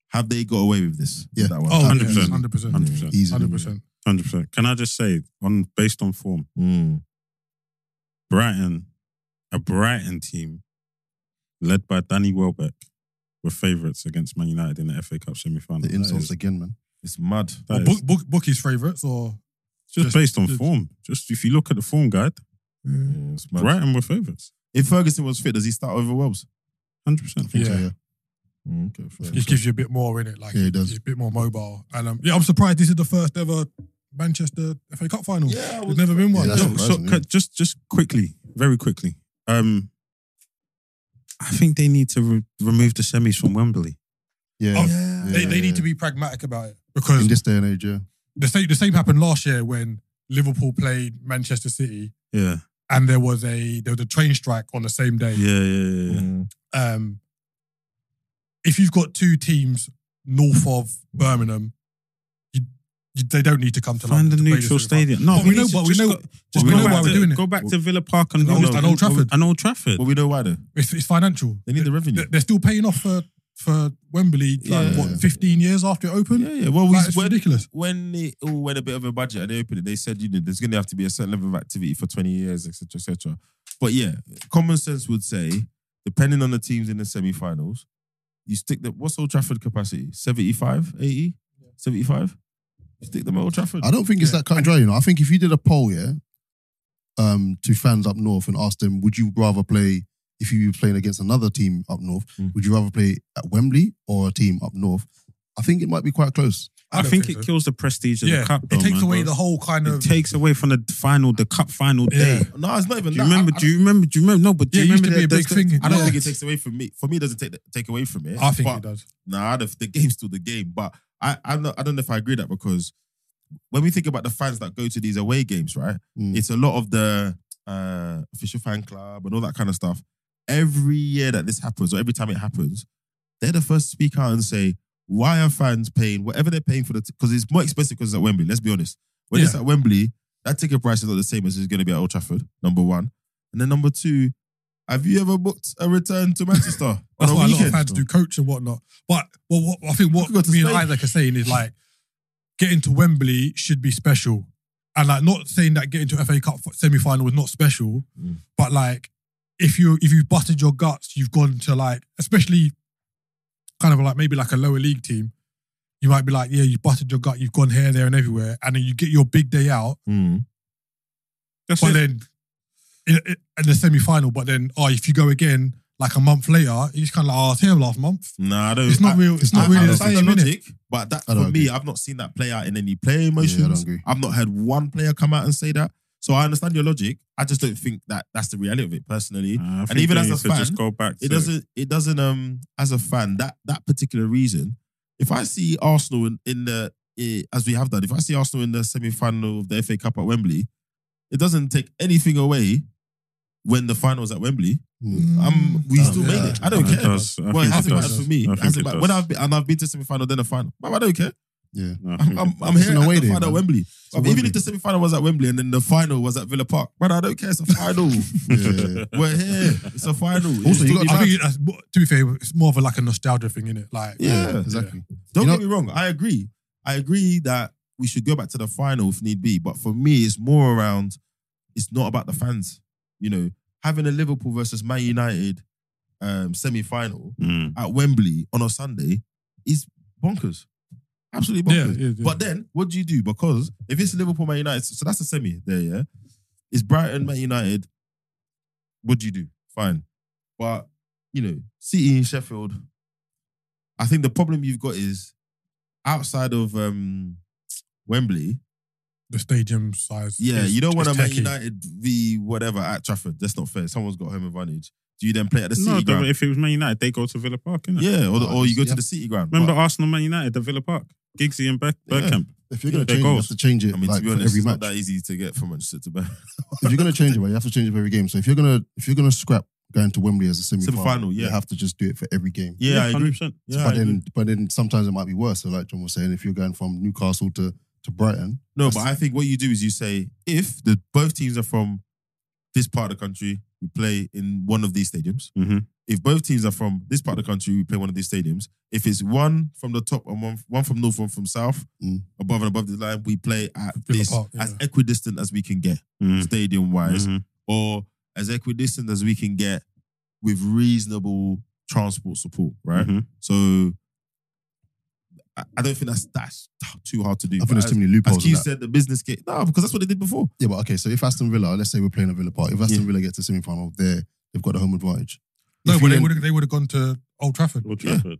Have they got away with this? Yeah. That one? Oh, 100%. 100 percent, 100%. easily. hundred percent. 100%. Can I just say, on based on form, Mm. Brighton, a Brighton team led by Danny Welbeck, were favourites against Man United in the FA Cup semi final. The insults again, man. It's mad. Or book, book, bookies favourites or just, just- based on just- form. Just if you look at the form guide, Yeah, it's mad. Brighton were favourites. If Ferguson was fit, does he start over Wells? 100%. Yeah. So, Yeah. yeah. Mm, okay, fair. it gives you a bit more in it. Like Yeah, it does. it's a bit more mobile. And um, yeah, I'm surprised this is the first ever Manchester FA Cup final. Yeah, I There's never been one. Yeah, that's No, so surprising, ca- yeah. just just quickly, very quickly. Um, I think they need to re- remove the semis from Wembley. Yeah. Oh, yeah. they, they yeah. need to be pragmatic about it In because this day and age, yeah. the same the same happened last year when Liverpool played Manchester City Yeah, and there was a there was a train strike on the same day. yeah, yeah, yeah. yeah. Mm. um, if you've got two teams north of Birmingham, you, you, they don't need to come to Find a London. to play this neutral sort of final. stadium. No, But we know- need to but we just know- go- just we go know back why we're to- doing it. Go back to Villa Park and And Old- and Old Trafford. And Old Trafford. Well, we know why though. It's, it's financial. They need the revenue. They- They're still paying off for for Wembley like Yeah. what 15 years after it opened. Yeah, yeah. Well, we, Like, it's when, ridiculous. when they all went a bit of a budget and they opened it, they said, you know, there's going to have to be a certain level of activity for 20 years, etc., etc. But yeah, common sense would say, depending on the teams in the semi-finals, you stick the what's Old Trafford capacity? 75, 80, 75. You stick them at Old Trafford. I don't think it's Yeah. that cut and dry, you know. I think if you did a poll, yeah, um, to fans up north and asked them, would you rather play if you were playing against another team up north, Mm. would you rather play at Wembley or a team up north? I think it might be quite close. I, don't think, think it so. kills the prestige of Yeah, the cup. it though, takes man. away the whole kind It of. takes away from the final, the cup final Yeah. day. No, it's not even Do you that. remember? I, do you remember? Do you remember? No, but do Yeah, you it used remember to be a that- big that's the- thing. I, I don't Yeah. think it takes away from me. For me, it doesn't take take away from it. I think But it does. Nah, the, the game still the game. But I, I'm not, I don't know if I agree with that because when we think about the fans that go to these away games, right? Mm. It's a lot of the uh, official fan club and all that kind of stuff. Every year that this happens, or every time it happens, they're the first to speak out and say, why are fans paying whatever they're paying for the because it's more expensive because it's at Wembley. Let's be honest. When it's Yeah. at Wembley, that ticket price is not the same as it's going to be at Old Trafford. Number one, and then number two, have you ever booked a return to Manchester on That's a why a lot of weekend? fans do coach and whatnot. But well, what, I think what Go to me and Spain. Isaac are saying is like getting to Wembley should be special, and like not saying that getting to FA Cup semi final was not special, Mm. but like if you if you butted your guts, you've gone to like especially kind of like maybe like a lower league team. You might be like, yeah, you butted your gut, you've gone here, there, and everywhere, and then you get your big day out, Mm. That's but it. then in, in the semi final, but then oh, if you go again like a month later, it's kind of like oh, I was here last month. Nah, I don't. It's not I, real. It's I, not really I the understand same the innit? logic, but that I for don't me, I've not seen that play out in any play emotions. Yeah, I don't agree. I've not heard one player come out and say that. So I understand your logic. I just don't think that that's the reality of it personally. I think And even they as a need to just fan, go back. It to- doesn't. It doesn't. Um, as a fan, that that particular reason. If I see Arsenal in, in the eh, as we have done, if I see Arsenal in the semi final of the FA Cup at Wembley, it doesn't take anything away when the final's at Wembley. Mm. Um, we Mm. still Yeah. made it. I don't It care. does. I Well, it think hasn't it mattered does. for me. I It think hasn't it mattered. does. When I've been, and I've been to semi final, then a final. But I don't care. Yeah. No, I I'm, think it I'm, does. I'm Hmm. It's here an away at the day, final at man. Wembley. But Wembley. even if the semi final was at Wembley and then the final was at Villa Park, brother, I don't care. It's a final. Yeah. We're here. It's a final. It Also, you still got- be I mad. think it- that's, to be fair, it's more of a, like a nostalgia thing, innit? Like, Yeah. Exactly. Don't You get me wrong. I agree. I agree that we should go back to the final if need be. But for me, it's more around. It's not about the fans. You know, having a Liverpool versus Man United um, semi-final Mm. at Wembley on a Sunday is bonkers. Absolutely yeah, bonkers. yeah, yeah. But then, what do you do? Because if it's Liverpool, Man United, so that's the semi there, yeah. It's Brighton, Man United. What do you do? Fine, but you know, City and Sheffield. I think the problem you've got is outside of um, Wembley. the stadium size. Yeah, is- you don't want is a Man techie. United v whatever at Trafford. That's not fair. Someone's got home advantage. Do you then play at the no, City but Ground? if it was Man United, they go to Villa Park, innit? Yeah, or, the, or you go Yeah. to the City Ground. Remember But, Arsenal, Man United, the Villa Park, Giggsy and Ber- Yeah. Bergkamp. If you're gonna Their change, it, you goals. have to change it I mean, like to be for honest, every it's match. not that easy to get from Manchester to Bayern. if you're gonna change it, well, you have to change it for every game. So if you're gonna if you're gonna scrap going to Wembley as a semi Semi-final, yeah. you have to just do it for every game. Yeah, I agree. 100%. Yeah, I but agree. then but then sometimes it might be worse. So like John was saying, if you're going from Newcastle to to Brighton, No, but I think what you do is you say if the both teams are from this part of the country, we play in one of these stadiums. Mm-hmm. Mhm. If both teams are from this part of the country, we play one of these stadiums. If it's one from the top and one one from north, one from south, Mm. above and above the line, we play at Villa this Park, yeah. as equidistant as we can get, Mm. Mhm. stadium wise, Mhm. or as equidistant as we can get with reasonable transport support, right? Mm-hmm. Mhm. So I, I don't think that's that's too hard to do. I think But there's as- too many as loopholes. in Keith that. said, the business case. No, because that's what they did before. Yeah, but okay. So if Aston Villa, let's say we're playing at Villa Park, if Aston Yeah. Villa get to semi final, there they've got the home advantage. No, If but you they then- would they would have gone to Old Trafford. Old Trafford.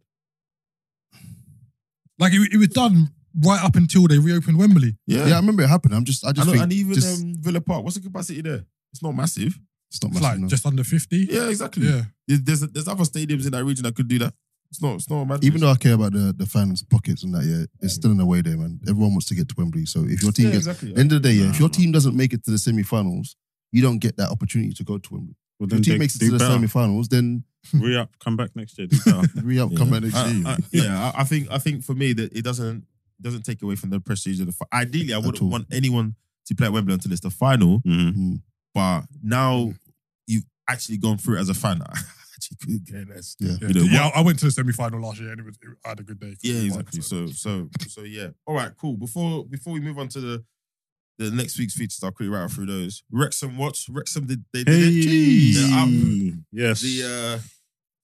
Like it, it was done right up until they reopened Wembley. Yeah, yeah, I remember it happened. I'm just, I I just know, think and even just- um, Villa Park. What's the capacity there? It's not massive. it's not It's massive. like enough. just under fifty. Yeah, exactly. Yeah. There- There's there's other stadiums in that region that could do that. It's not it's not a madness. even though I care about the, the fans' pockets and that, yeah, it's still an away day, man. Everyone wants to get to Wembley. So if your team yeah, gets, exactly. end of the day, yeah, if Nah, your man. team doesn't make it to the semi finals, you don't get that opportunity to go to Wembley. Well, If your then team they makes it do to the better. semi finals, then Re up, come back next year. Do better. re up, come back next I- year. I- Uh, yeah, I, I think I think for me that it doesn't doesn't take away from the prestige of the. Fi- Ideally, I wouldn't all. want anyone to play at Wembley until it's the final. Mhm. Mm, But now you've actually gone through it as a fan. I actually couldn't care less. Yeah. You know, yeah, I I went to the semi final last year and it was it, I had a good day. Yeah, exactly. So, so, so, yeah. All right, cool. Before before we move on to the the next week's features, I'll quickly rattle through those. Wrexham watch. Wrexham did they did Hey. it. They're up. Yes. The uh,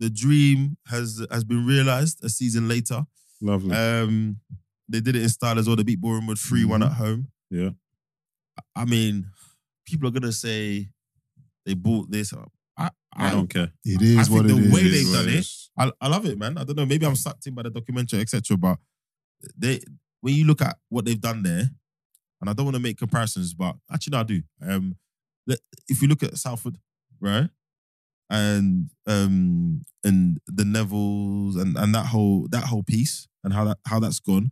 the dream has has been realised a season later. Lovely. Mm-hmm. Um, they did it in style as well. They beat Bournemouth 3 one at home. Yeah. I- I mean, people are gonna say they bought this. up. I I I, don't care. It is I think what the it is. way It they've is what done it- I, I love it, man. I don't know. Maybe I'm sucked in by the documentary, etc. But they, when you look at what they've done there, and I don't want to make comparisons, but actually no, I do. Um, let- if you look at Salford, right, and um, and the Nevilles and and that whole that whole piece and how that how that's gone,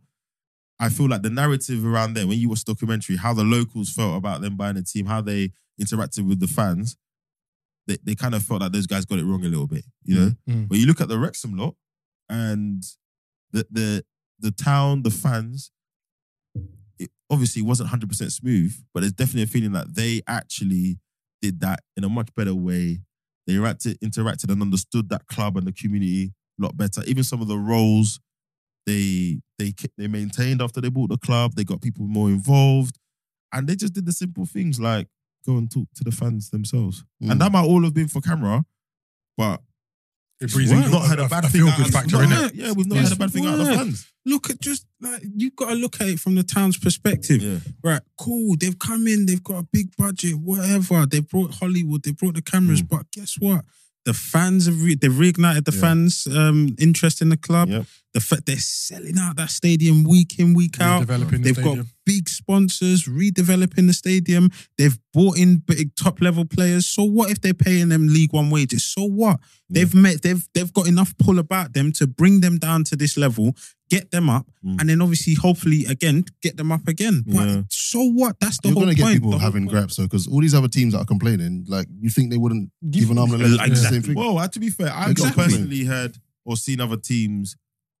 I feel like the narrative around there when you watch the documentary, how the locals felt about them buying the team, how they interacted with the fans, they they kind of felt like those guys got it wrong a little bit, you know. Mm. But you look at the Wrexham lot and the the the town, the fans, it obviously wasn't 100% smooth, but there's definitely a feeling that they actually did that in a much better way. They interacted, interacted and understood that club and the community a lot better. Even some of the roles they they ke- they maintained after they bought the club, they got people more involved, and they just did the simple things like go and talk to the fans themselves. Mm. And that might all have been for camera, but It We've brings in not had a bad thing feel out good of factor the in fans. it. Yeah, we've not had a bad thing out of the Yeah. fans. Look at just like you've got to look at it from the town's perspective. Right, cool. They've come in, they've got a big budget, whatever. They brought Hollywood, they brought the cameras, but guess what? The fans have re- they've reignited the Yeah. fans' um, interest in the club. Yep. The fact they're selling out that stadium week in, week out. Developing the They've stadium. got big sponsors redeveloping the stadium. They've bought in big top level players. So what if they're paying them League One wages? So Mm. what? Yeah. They've met. They've they've got enough pull about them to bring them down to this level, get them up, Mm. and then obviously, hopefully, again get them up again. But Yeah. so what? That's the You're whole gonna get point. The people whole having point. grabs, though, because all these other teams that are complaining, like you think they wouldn't give an arm and a leg to do the Exactly. same thing? Well, uh, to be fair, I've not Exactly. personally heard or seen other teams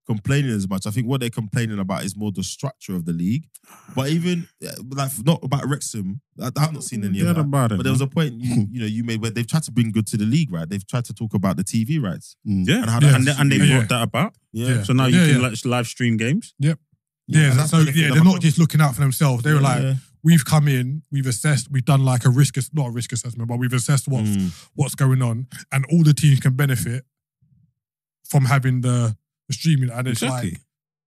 complaining as much. I think what they're complaining about is more the structure of the league. But even uh, like not about Wrexham, I, I've not seen any of Forget that. about it. But there was a point you, you know you made where they've tried to bring good to the league, right? They've tried to talk about the TV rights. Mm. yeah, and and, how that they, has and they to be- brought Yeah. that about. Yeah. So now you Yeah, can yeah. like, live stream games. Yeah, and that's so what they feel yeah, they're about not it. just looking out for themselves. They were like, Yeah. we've come in, we've assessed, we've done like a risk, ass- not a risk assessment, but we've assessed what's Mm. what's going on, and all the teams can benefit from having the, the streaming. And it's like,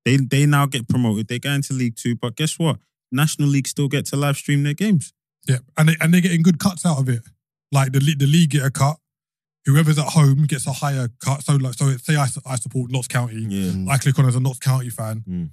They they now get promoted. They go into League Two, but guess what? National League still get to live stream their games. yeah, and they and they're getting good cuts out of it. Like the le- the league get a cut, whoever's at home gets a higher cut. So like, so say I, su- I support Notts County, Yeah. I click on as a Notts County fan. Mm. Mm.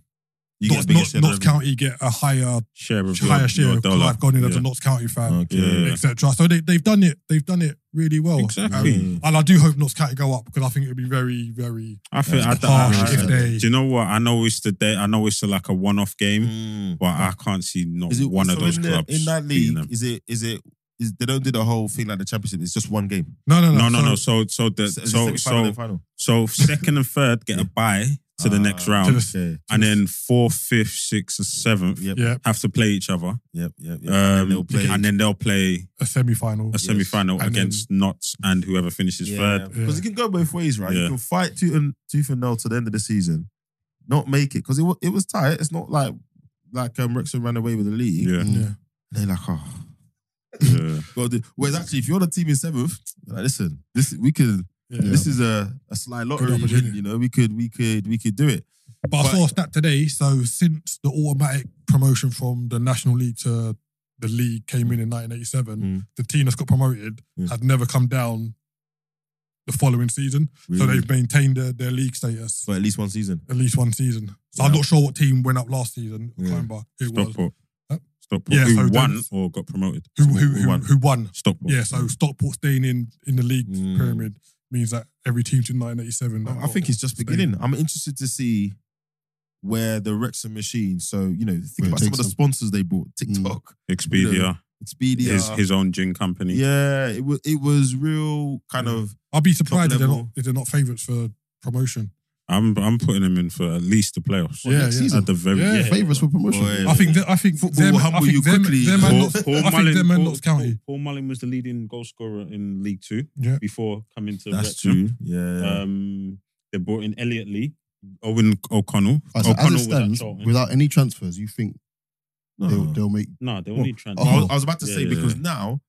You get Notts, a bigger Notts, share Notts of the County get a higher share of higher your, share your of dollar. Clive Godwin as Yeah. a Notts County fan, Okay. Yeah. etc. So they, they've done it. They've done it really well. Exactly. Um, and I do hope Notts County go up because I think it would be very, very I feel Yeah. I, harsh I, I, if they. do you know what? I know it's the day. I know it's like a one-off game, Mm. but I can't see not Is it one of so those in, the- clubs in that beating league? them. Is it? Is it? Is they don't do the whole thing like the championship? It's just one game. No, no, No, no, no, no. So, so the Is it so semi-final so and final? so second and third get a bye to the next Ah, round, Okay. and then fourth, fifth, sixth, and seventh Yep. Yeah, have to play each other. Yep. Yep. yep. Um, and they'll play. and then they'll play a semi-final. a semi final And against Knots and whoever finishes third. Because it can go both ways, right? Yeah. You can fight tooth and tooth and nail to the end of the season, not make it because it, wa- it was tight. It's not like like um, Wrexham ran away with the league. Yeah. Yeah. They're like, oh, yeah. God. do-" Whereas actually, if you're the team in seventh, you're like, listen, this we could. Yeah. This is a a sly lottery. opportunity. You know, we could we could we could do it. But I But- saw a stat today. So since the automatic promotion from the National League to the league came in in 1987, Mm. the team that's got promoted Yeah. had never come down the following season. So Really. they've maintained their, their league status for at least one season. at least one season. So I'm Yeah. not sure what team went up last season. I Yeah. can't remember who it was. Stockport. Oh. Huh? Stockport. Yeah, who so won that's- or got promoted? Who, who, who, won? who won? Stockport. Yeah, so Stockport staying in, in the league Mm. pyramid means that every team to 1987. that I got- think it's just Same. beginning. I'm interested to see where the Wrexham machine. So you know, think Where it about some of takes the them. sponsors they bought: Mm. TikTok, Expedia, Expedia. his his own gin company. yeah, it was it was real kind of I'd be surprised if they're, not, level. if they're not favourites for promotion. I'm I'm putting him in for at least the playoffs. Yeah, next yeah. season. At the very Yeah. yeah. Favourites for promotion. Boy. I think that, I think Football will humble you quickly. Them, Paul- and Notts- I think them and Notts County. Paul Mullin was the leading goal scorer in League Two Yeah. before coming to that's Wrexham. true. uh, Yeah, yeah. Um, they brought in Elliot Lee, Owen O'Connell. Oh, Alright, so as O'Connell it was at stands, Charlton. without any transfers, you think No. they'll, they'll make no, they Oh, only trans I, was, oh. I was about to Yeah, say yeah, because yeah. now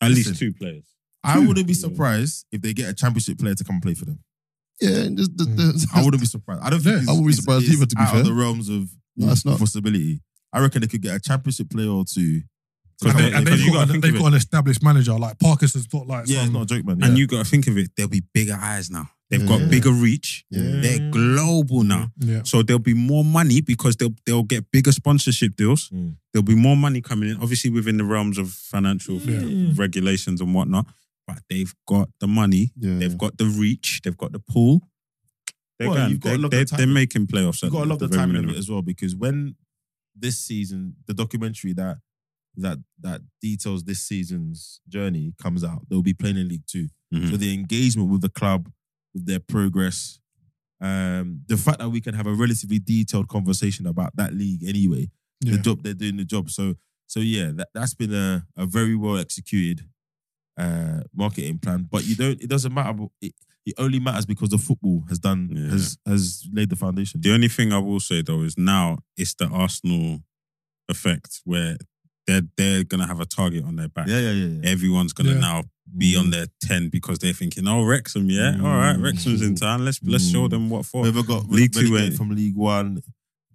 at listen. least two players. I Two. wouldn't be Yeah. surprised if they get a championship player to come play for them. yeah? and Just, the, Mm. the, I wouldn't be surprised. I don't think Yeah, it's- I wouldn't be it's- surprised it's either, to be out fair. of the realms of No, it's not. possibility. I reckon they could get a championship player or two. to Because come they- and and play for because they've you them. got, gotta think they've of got an established manager. Like Parkinson's not like yeah, it's some, not a joke, man. And Yeah. you got to think of it, they'll be bigger eyes now. They've got Yeah. bigger reach. Yeah. They're global now. yeah. So there'll be more money because they'll they'll get bigger sponsorship deals. Mm. There'll be more money coming in, obviously within the realms of financial Yeah. regulations and whatnot. But they've got the money, yeah. they've got the reach, they've got the pool. They're, Well, going- you've gotta they- love the they- timing. they're making playoffs. you at got to love the very timing of minimum. it as well because when this season, the documentary that that that details this season's journey comes out, they'll be playing in League 2 Mhm. So the engagement with the club, with their progress, um, the fact that we can have a relatively detailed conversation about that league anyway, Yeah. the job they're doing, the job. So so yeah, that, that's been a, a very well executed uh marketing plan. But you don't. It doesn't matter. It, it only matters because the football has done Yeah. has has laid the foundation. The only thing I will say though is now it's the Arsenal effect where they're they're gonna have a target on their back. Yeah, yeah, yeah. yeah. Everyone's gonna Yeah. now be on their ten because they're thinking, "Oh, Wrexham, yeah, Mm. all right, Wrexham's in town. Let's let's show Mm. them what for." Whoever got League League Two Two ain't- from League One,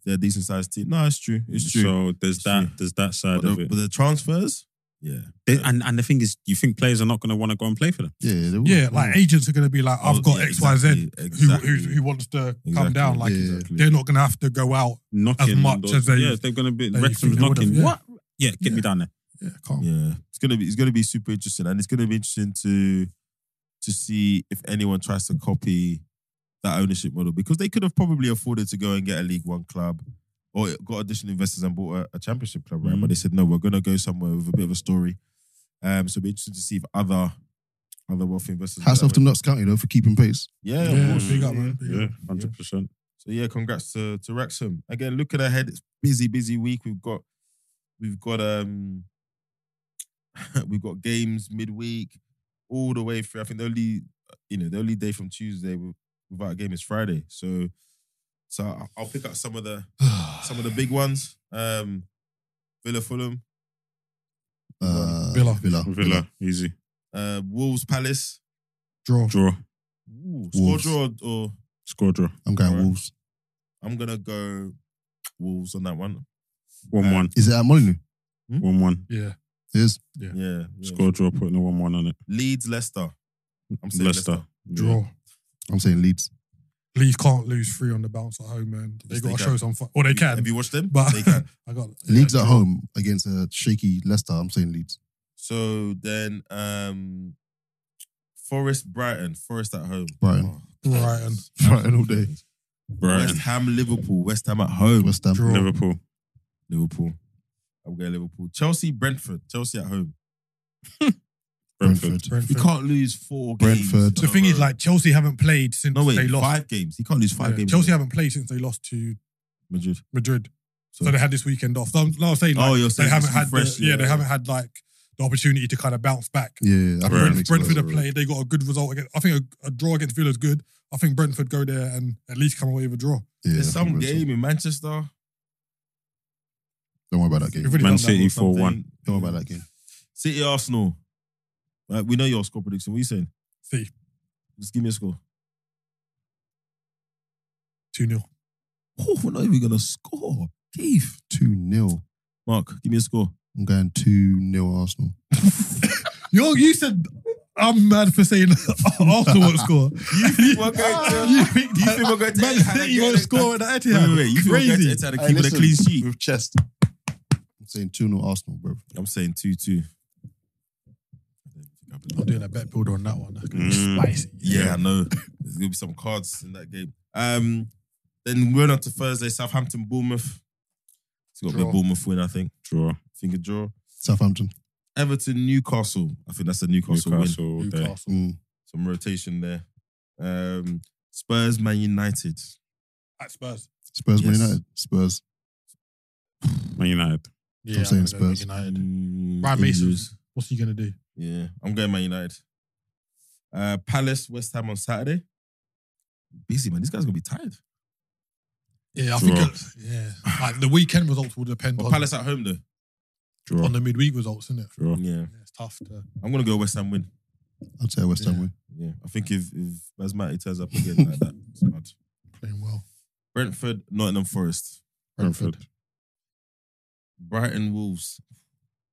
they're a decent sized team. No, it's true. It's true. So there's It's that true. there's that side but, the, of it. but the transfers, yeah, They- and and the thing is, you think players are not gonna want to go and play for them? yeah, they will. Yeah, like agents are going to be like, I've got Oh, Yeah, X, Y, Z Mm. exactly, who, exactly. who, who wants to Exactly. come down. Like, Yeah. they're not going to have to go out. Knocking on much those- as they- yeah, they're gonna be they Wrexham's think they would've, knocking. yeah. What? Yeah, get me Yeah. down there. Yeah, can't. Yeah, it's gonna be it's gonna be super interesting, and it's gonna be interesting to to see if anyone tries to copy that ownership model because they could have probably afforded to go and get a League One club or got additional investors and bought a, a Championship club, right? Mhm. But Mm. they said no, we're gonna go somewhere with a bit of a story. Um, so it'll be interesting to see if other other wealthy investors. Hats off to Knox County though for keeping pace. yeah, Yeah, of course. big up, man. Yeah, hundred percent. So yeah, congrats to, to Wrexham. Again, looking ahead, it's busy, busy week. We've got we've got um we've got games midweek all the way through. I think the only you know the only day from Tuesday wi- without a game is Friday. So so I- I'll pick up some of the Uh, some of the big ones. Um Villa Fulham, Uh, Villa. Villa. Villa easy uh Wolves Palace. Draw. draw Ooh, score Wolves. draw or, or score draw I'm going Alright. Wolves. I'm gonna go Wolves on that one. one Uh, one Is it at Molyneux? one one Yeah. It is. Yeah. yeah. score draw putting a one one on it. Leeds Leicester. I'm saying Leicester. Leicester. Draw. I'm saying Leeds. Leeds can't lose three on the bounce at home, man. They Yes, got they to can. show some fight. Or they can. Have you watched them? but they can. I got Leeds at home against a shaky Leicester. I'm saying Leeds. So then, um, Forest Brighton, Forest at home. Oh, Brighton. Brighton. Brighton all day. West Brighton, Ham, Liverpool. West Ham at home. West Ham. Draw. Liverpool. Liverpool. I'm going Liverpool. Chelsea, Brentford. Chelsea at home. Brentford. He Brentford. can't lose four games. Brentford. in The a thing is, row. like Chelsea haven't played since no, wait, they lost. five games. He can't lose five Yeah, games. Chelsea haven't played since they lost to Madrid. Madrid, so, So- they had this weekend off. So I'm, no, I'm saying, like, Oh, you're they saying haven't it's had, fresh, the, yeah, yeah. they haven't had like the opportunity to kind of bounce back. Yeah, yeah, I think that Brentford- makes sense. Brentford have played; they got a good result against. I think a, a draw against Villa is good. I think Brentford go there and at least come away with a draw. Yeah, There's I think some Brentford- game in Manchester. Don't worry about that They've game. really Man done City. 4-1. that. Something. Don't worry about that game. City Arsenal. Right, we know your score prediction. What are you saying? City Just give me a score. two 0 Oh, we're not even gonna score. Keith. 2 0. Mark, give me a score. I'm going 2 0 Arsenal. You you said I'm mad for saying Arsenal won't score. think we're going to- You think you think we're going to Man Etihad City again? won't score at Wait, Etihad? wait, wait. You think we're going to Crazy. Etihad and keep it a clean sheet? With chest. I'm saying 2 0 Arsenal, bro. I'm saying two two. I'm doing a bet builder on that one. That's gonna be Mm. Spicy. Yeah, I know. There's gonna be some cards in that game. Um, then we're on to Thursday, Southampton, Bournemouth. It's got to be a Draw. Bournemouth win, I think. Draw. think a draw. Southampton. Everton, Newcastle. I think that's a Newcastle, win. Newcastle. all day. Newcastle. Mm. Some rotation there. Um, Spurs, Man United. At Spurs. Spurs, Man Yes. United. Spurs. Man United. Yeah, I'm saying gonna go with Spurs. United. Mm, Ryan Mason. injuries. What's he gonna do? Yeah, I'm going Man United. Uh, Palace, West Ham on Saturday. Busy man, this guy's gonna be tired. Yeah, I Draw. think. it- Yeah, like the weekend results will depend But on, Palace at home though. Draw. on the midweek results, isn't it? Draw. Yeah, Yeah, it's tough. To, I'm gonna go West Ham win. I'd say West Ham win. Yeah, I think if if Basmati turns up again like that, it's bad. playing well. Brentford, Nottingham Forest, Brentford. Brighton Wolves.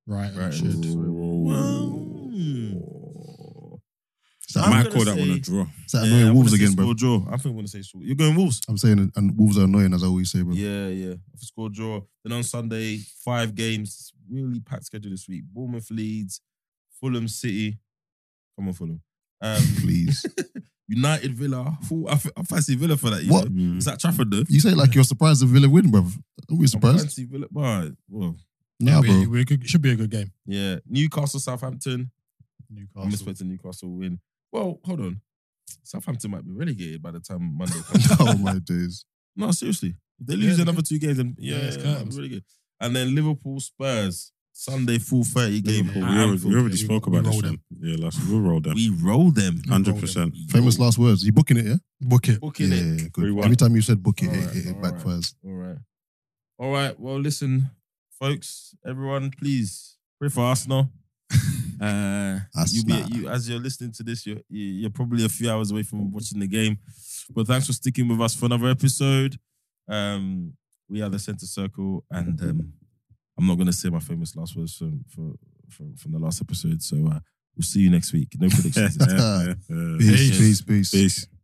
Right, Brighton should. Wolves. Wow. Is I that, I'm might gonna call that one a say- draw. is that Yeah, annoying I'm Wolves gonna say again, bro? Score draw. I think I'm gonna say score. You're going Wolves. I'm saying, and Wolves are annoying, as I always say, bro. Yeah, yeah. I've scored draw. Then on Sunday, five games. Really packed schedule this week. Bournemouth Leeds, Fulham City. Come on, Fulham. Um, Please. United Villa. Ooh, I, f- I fancy Villa for that. You What? know? Is that Trafford though? You say like you're surprised if Villa win, bro. Don't be I surprised. fancy Villa. Well, well, Nah, It'll be- bro. it'll be a good- it should be a good game. yeah. Newcastle, Southampton. I'm Newcastle. expecting Newcastle win. Well, hold on. Southampton might be relegated by the time Monday comes. oh my days. No, seriously. If they lose Yeah, another two games, then yeah, Yeah, it's yeah curtains. really good. And then Liverpool Spurs Sunday full thirty game. Liverpool. at We already, Anfield. we already Yeah, we- spoke we about this. rolled one. Yeah, last we'll roll them. We roll them. We rolled Hundred percent. Famous last words. You booking it, yeah? Book it. Booking yeah, it. good. 3-1. Every time you said book it, All it, right, it, it all right. backfires. All right. All right. Well, listen, folks, everyone, please pray for Arsenal. uh, you, be, Arsenal. you as you're listening to this, you're you- you're probably a few hours away from watching the game, but thanks for sticking with us for another episode. Um, we are the Center Circle, and um, I'm not going to say my famous last words from from from, from the last episode. So uh, we'll see you next week. No predictions. Yeah, yeah, yeah. Peace, Peace. peace, peace. Peace.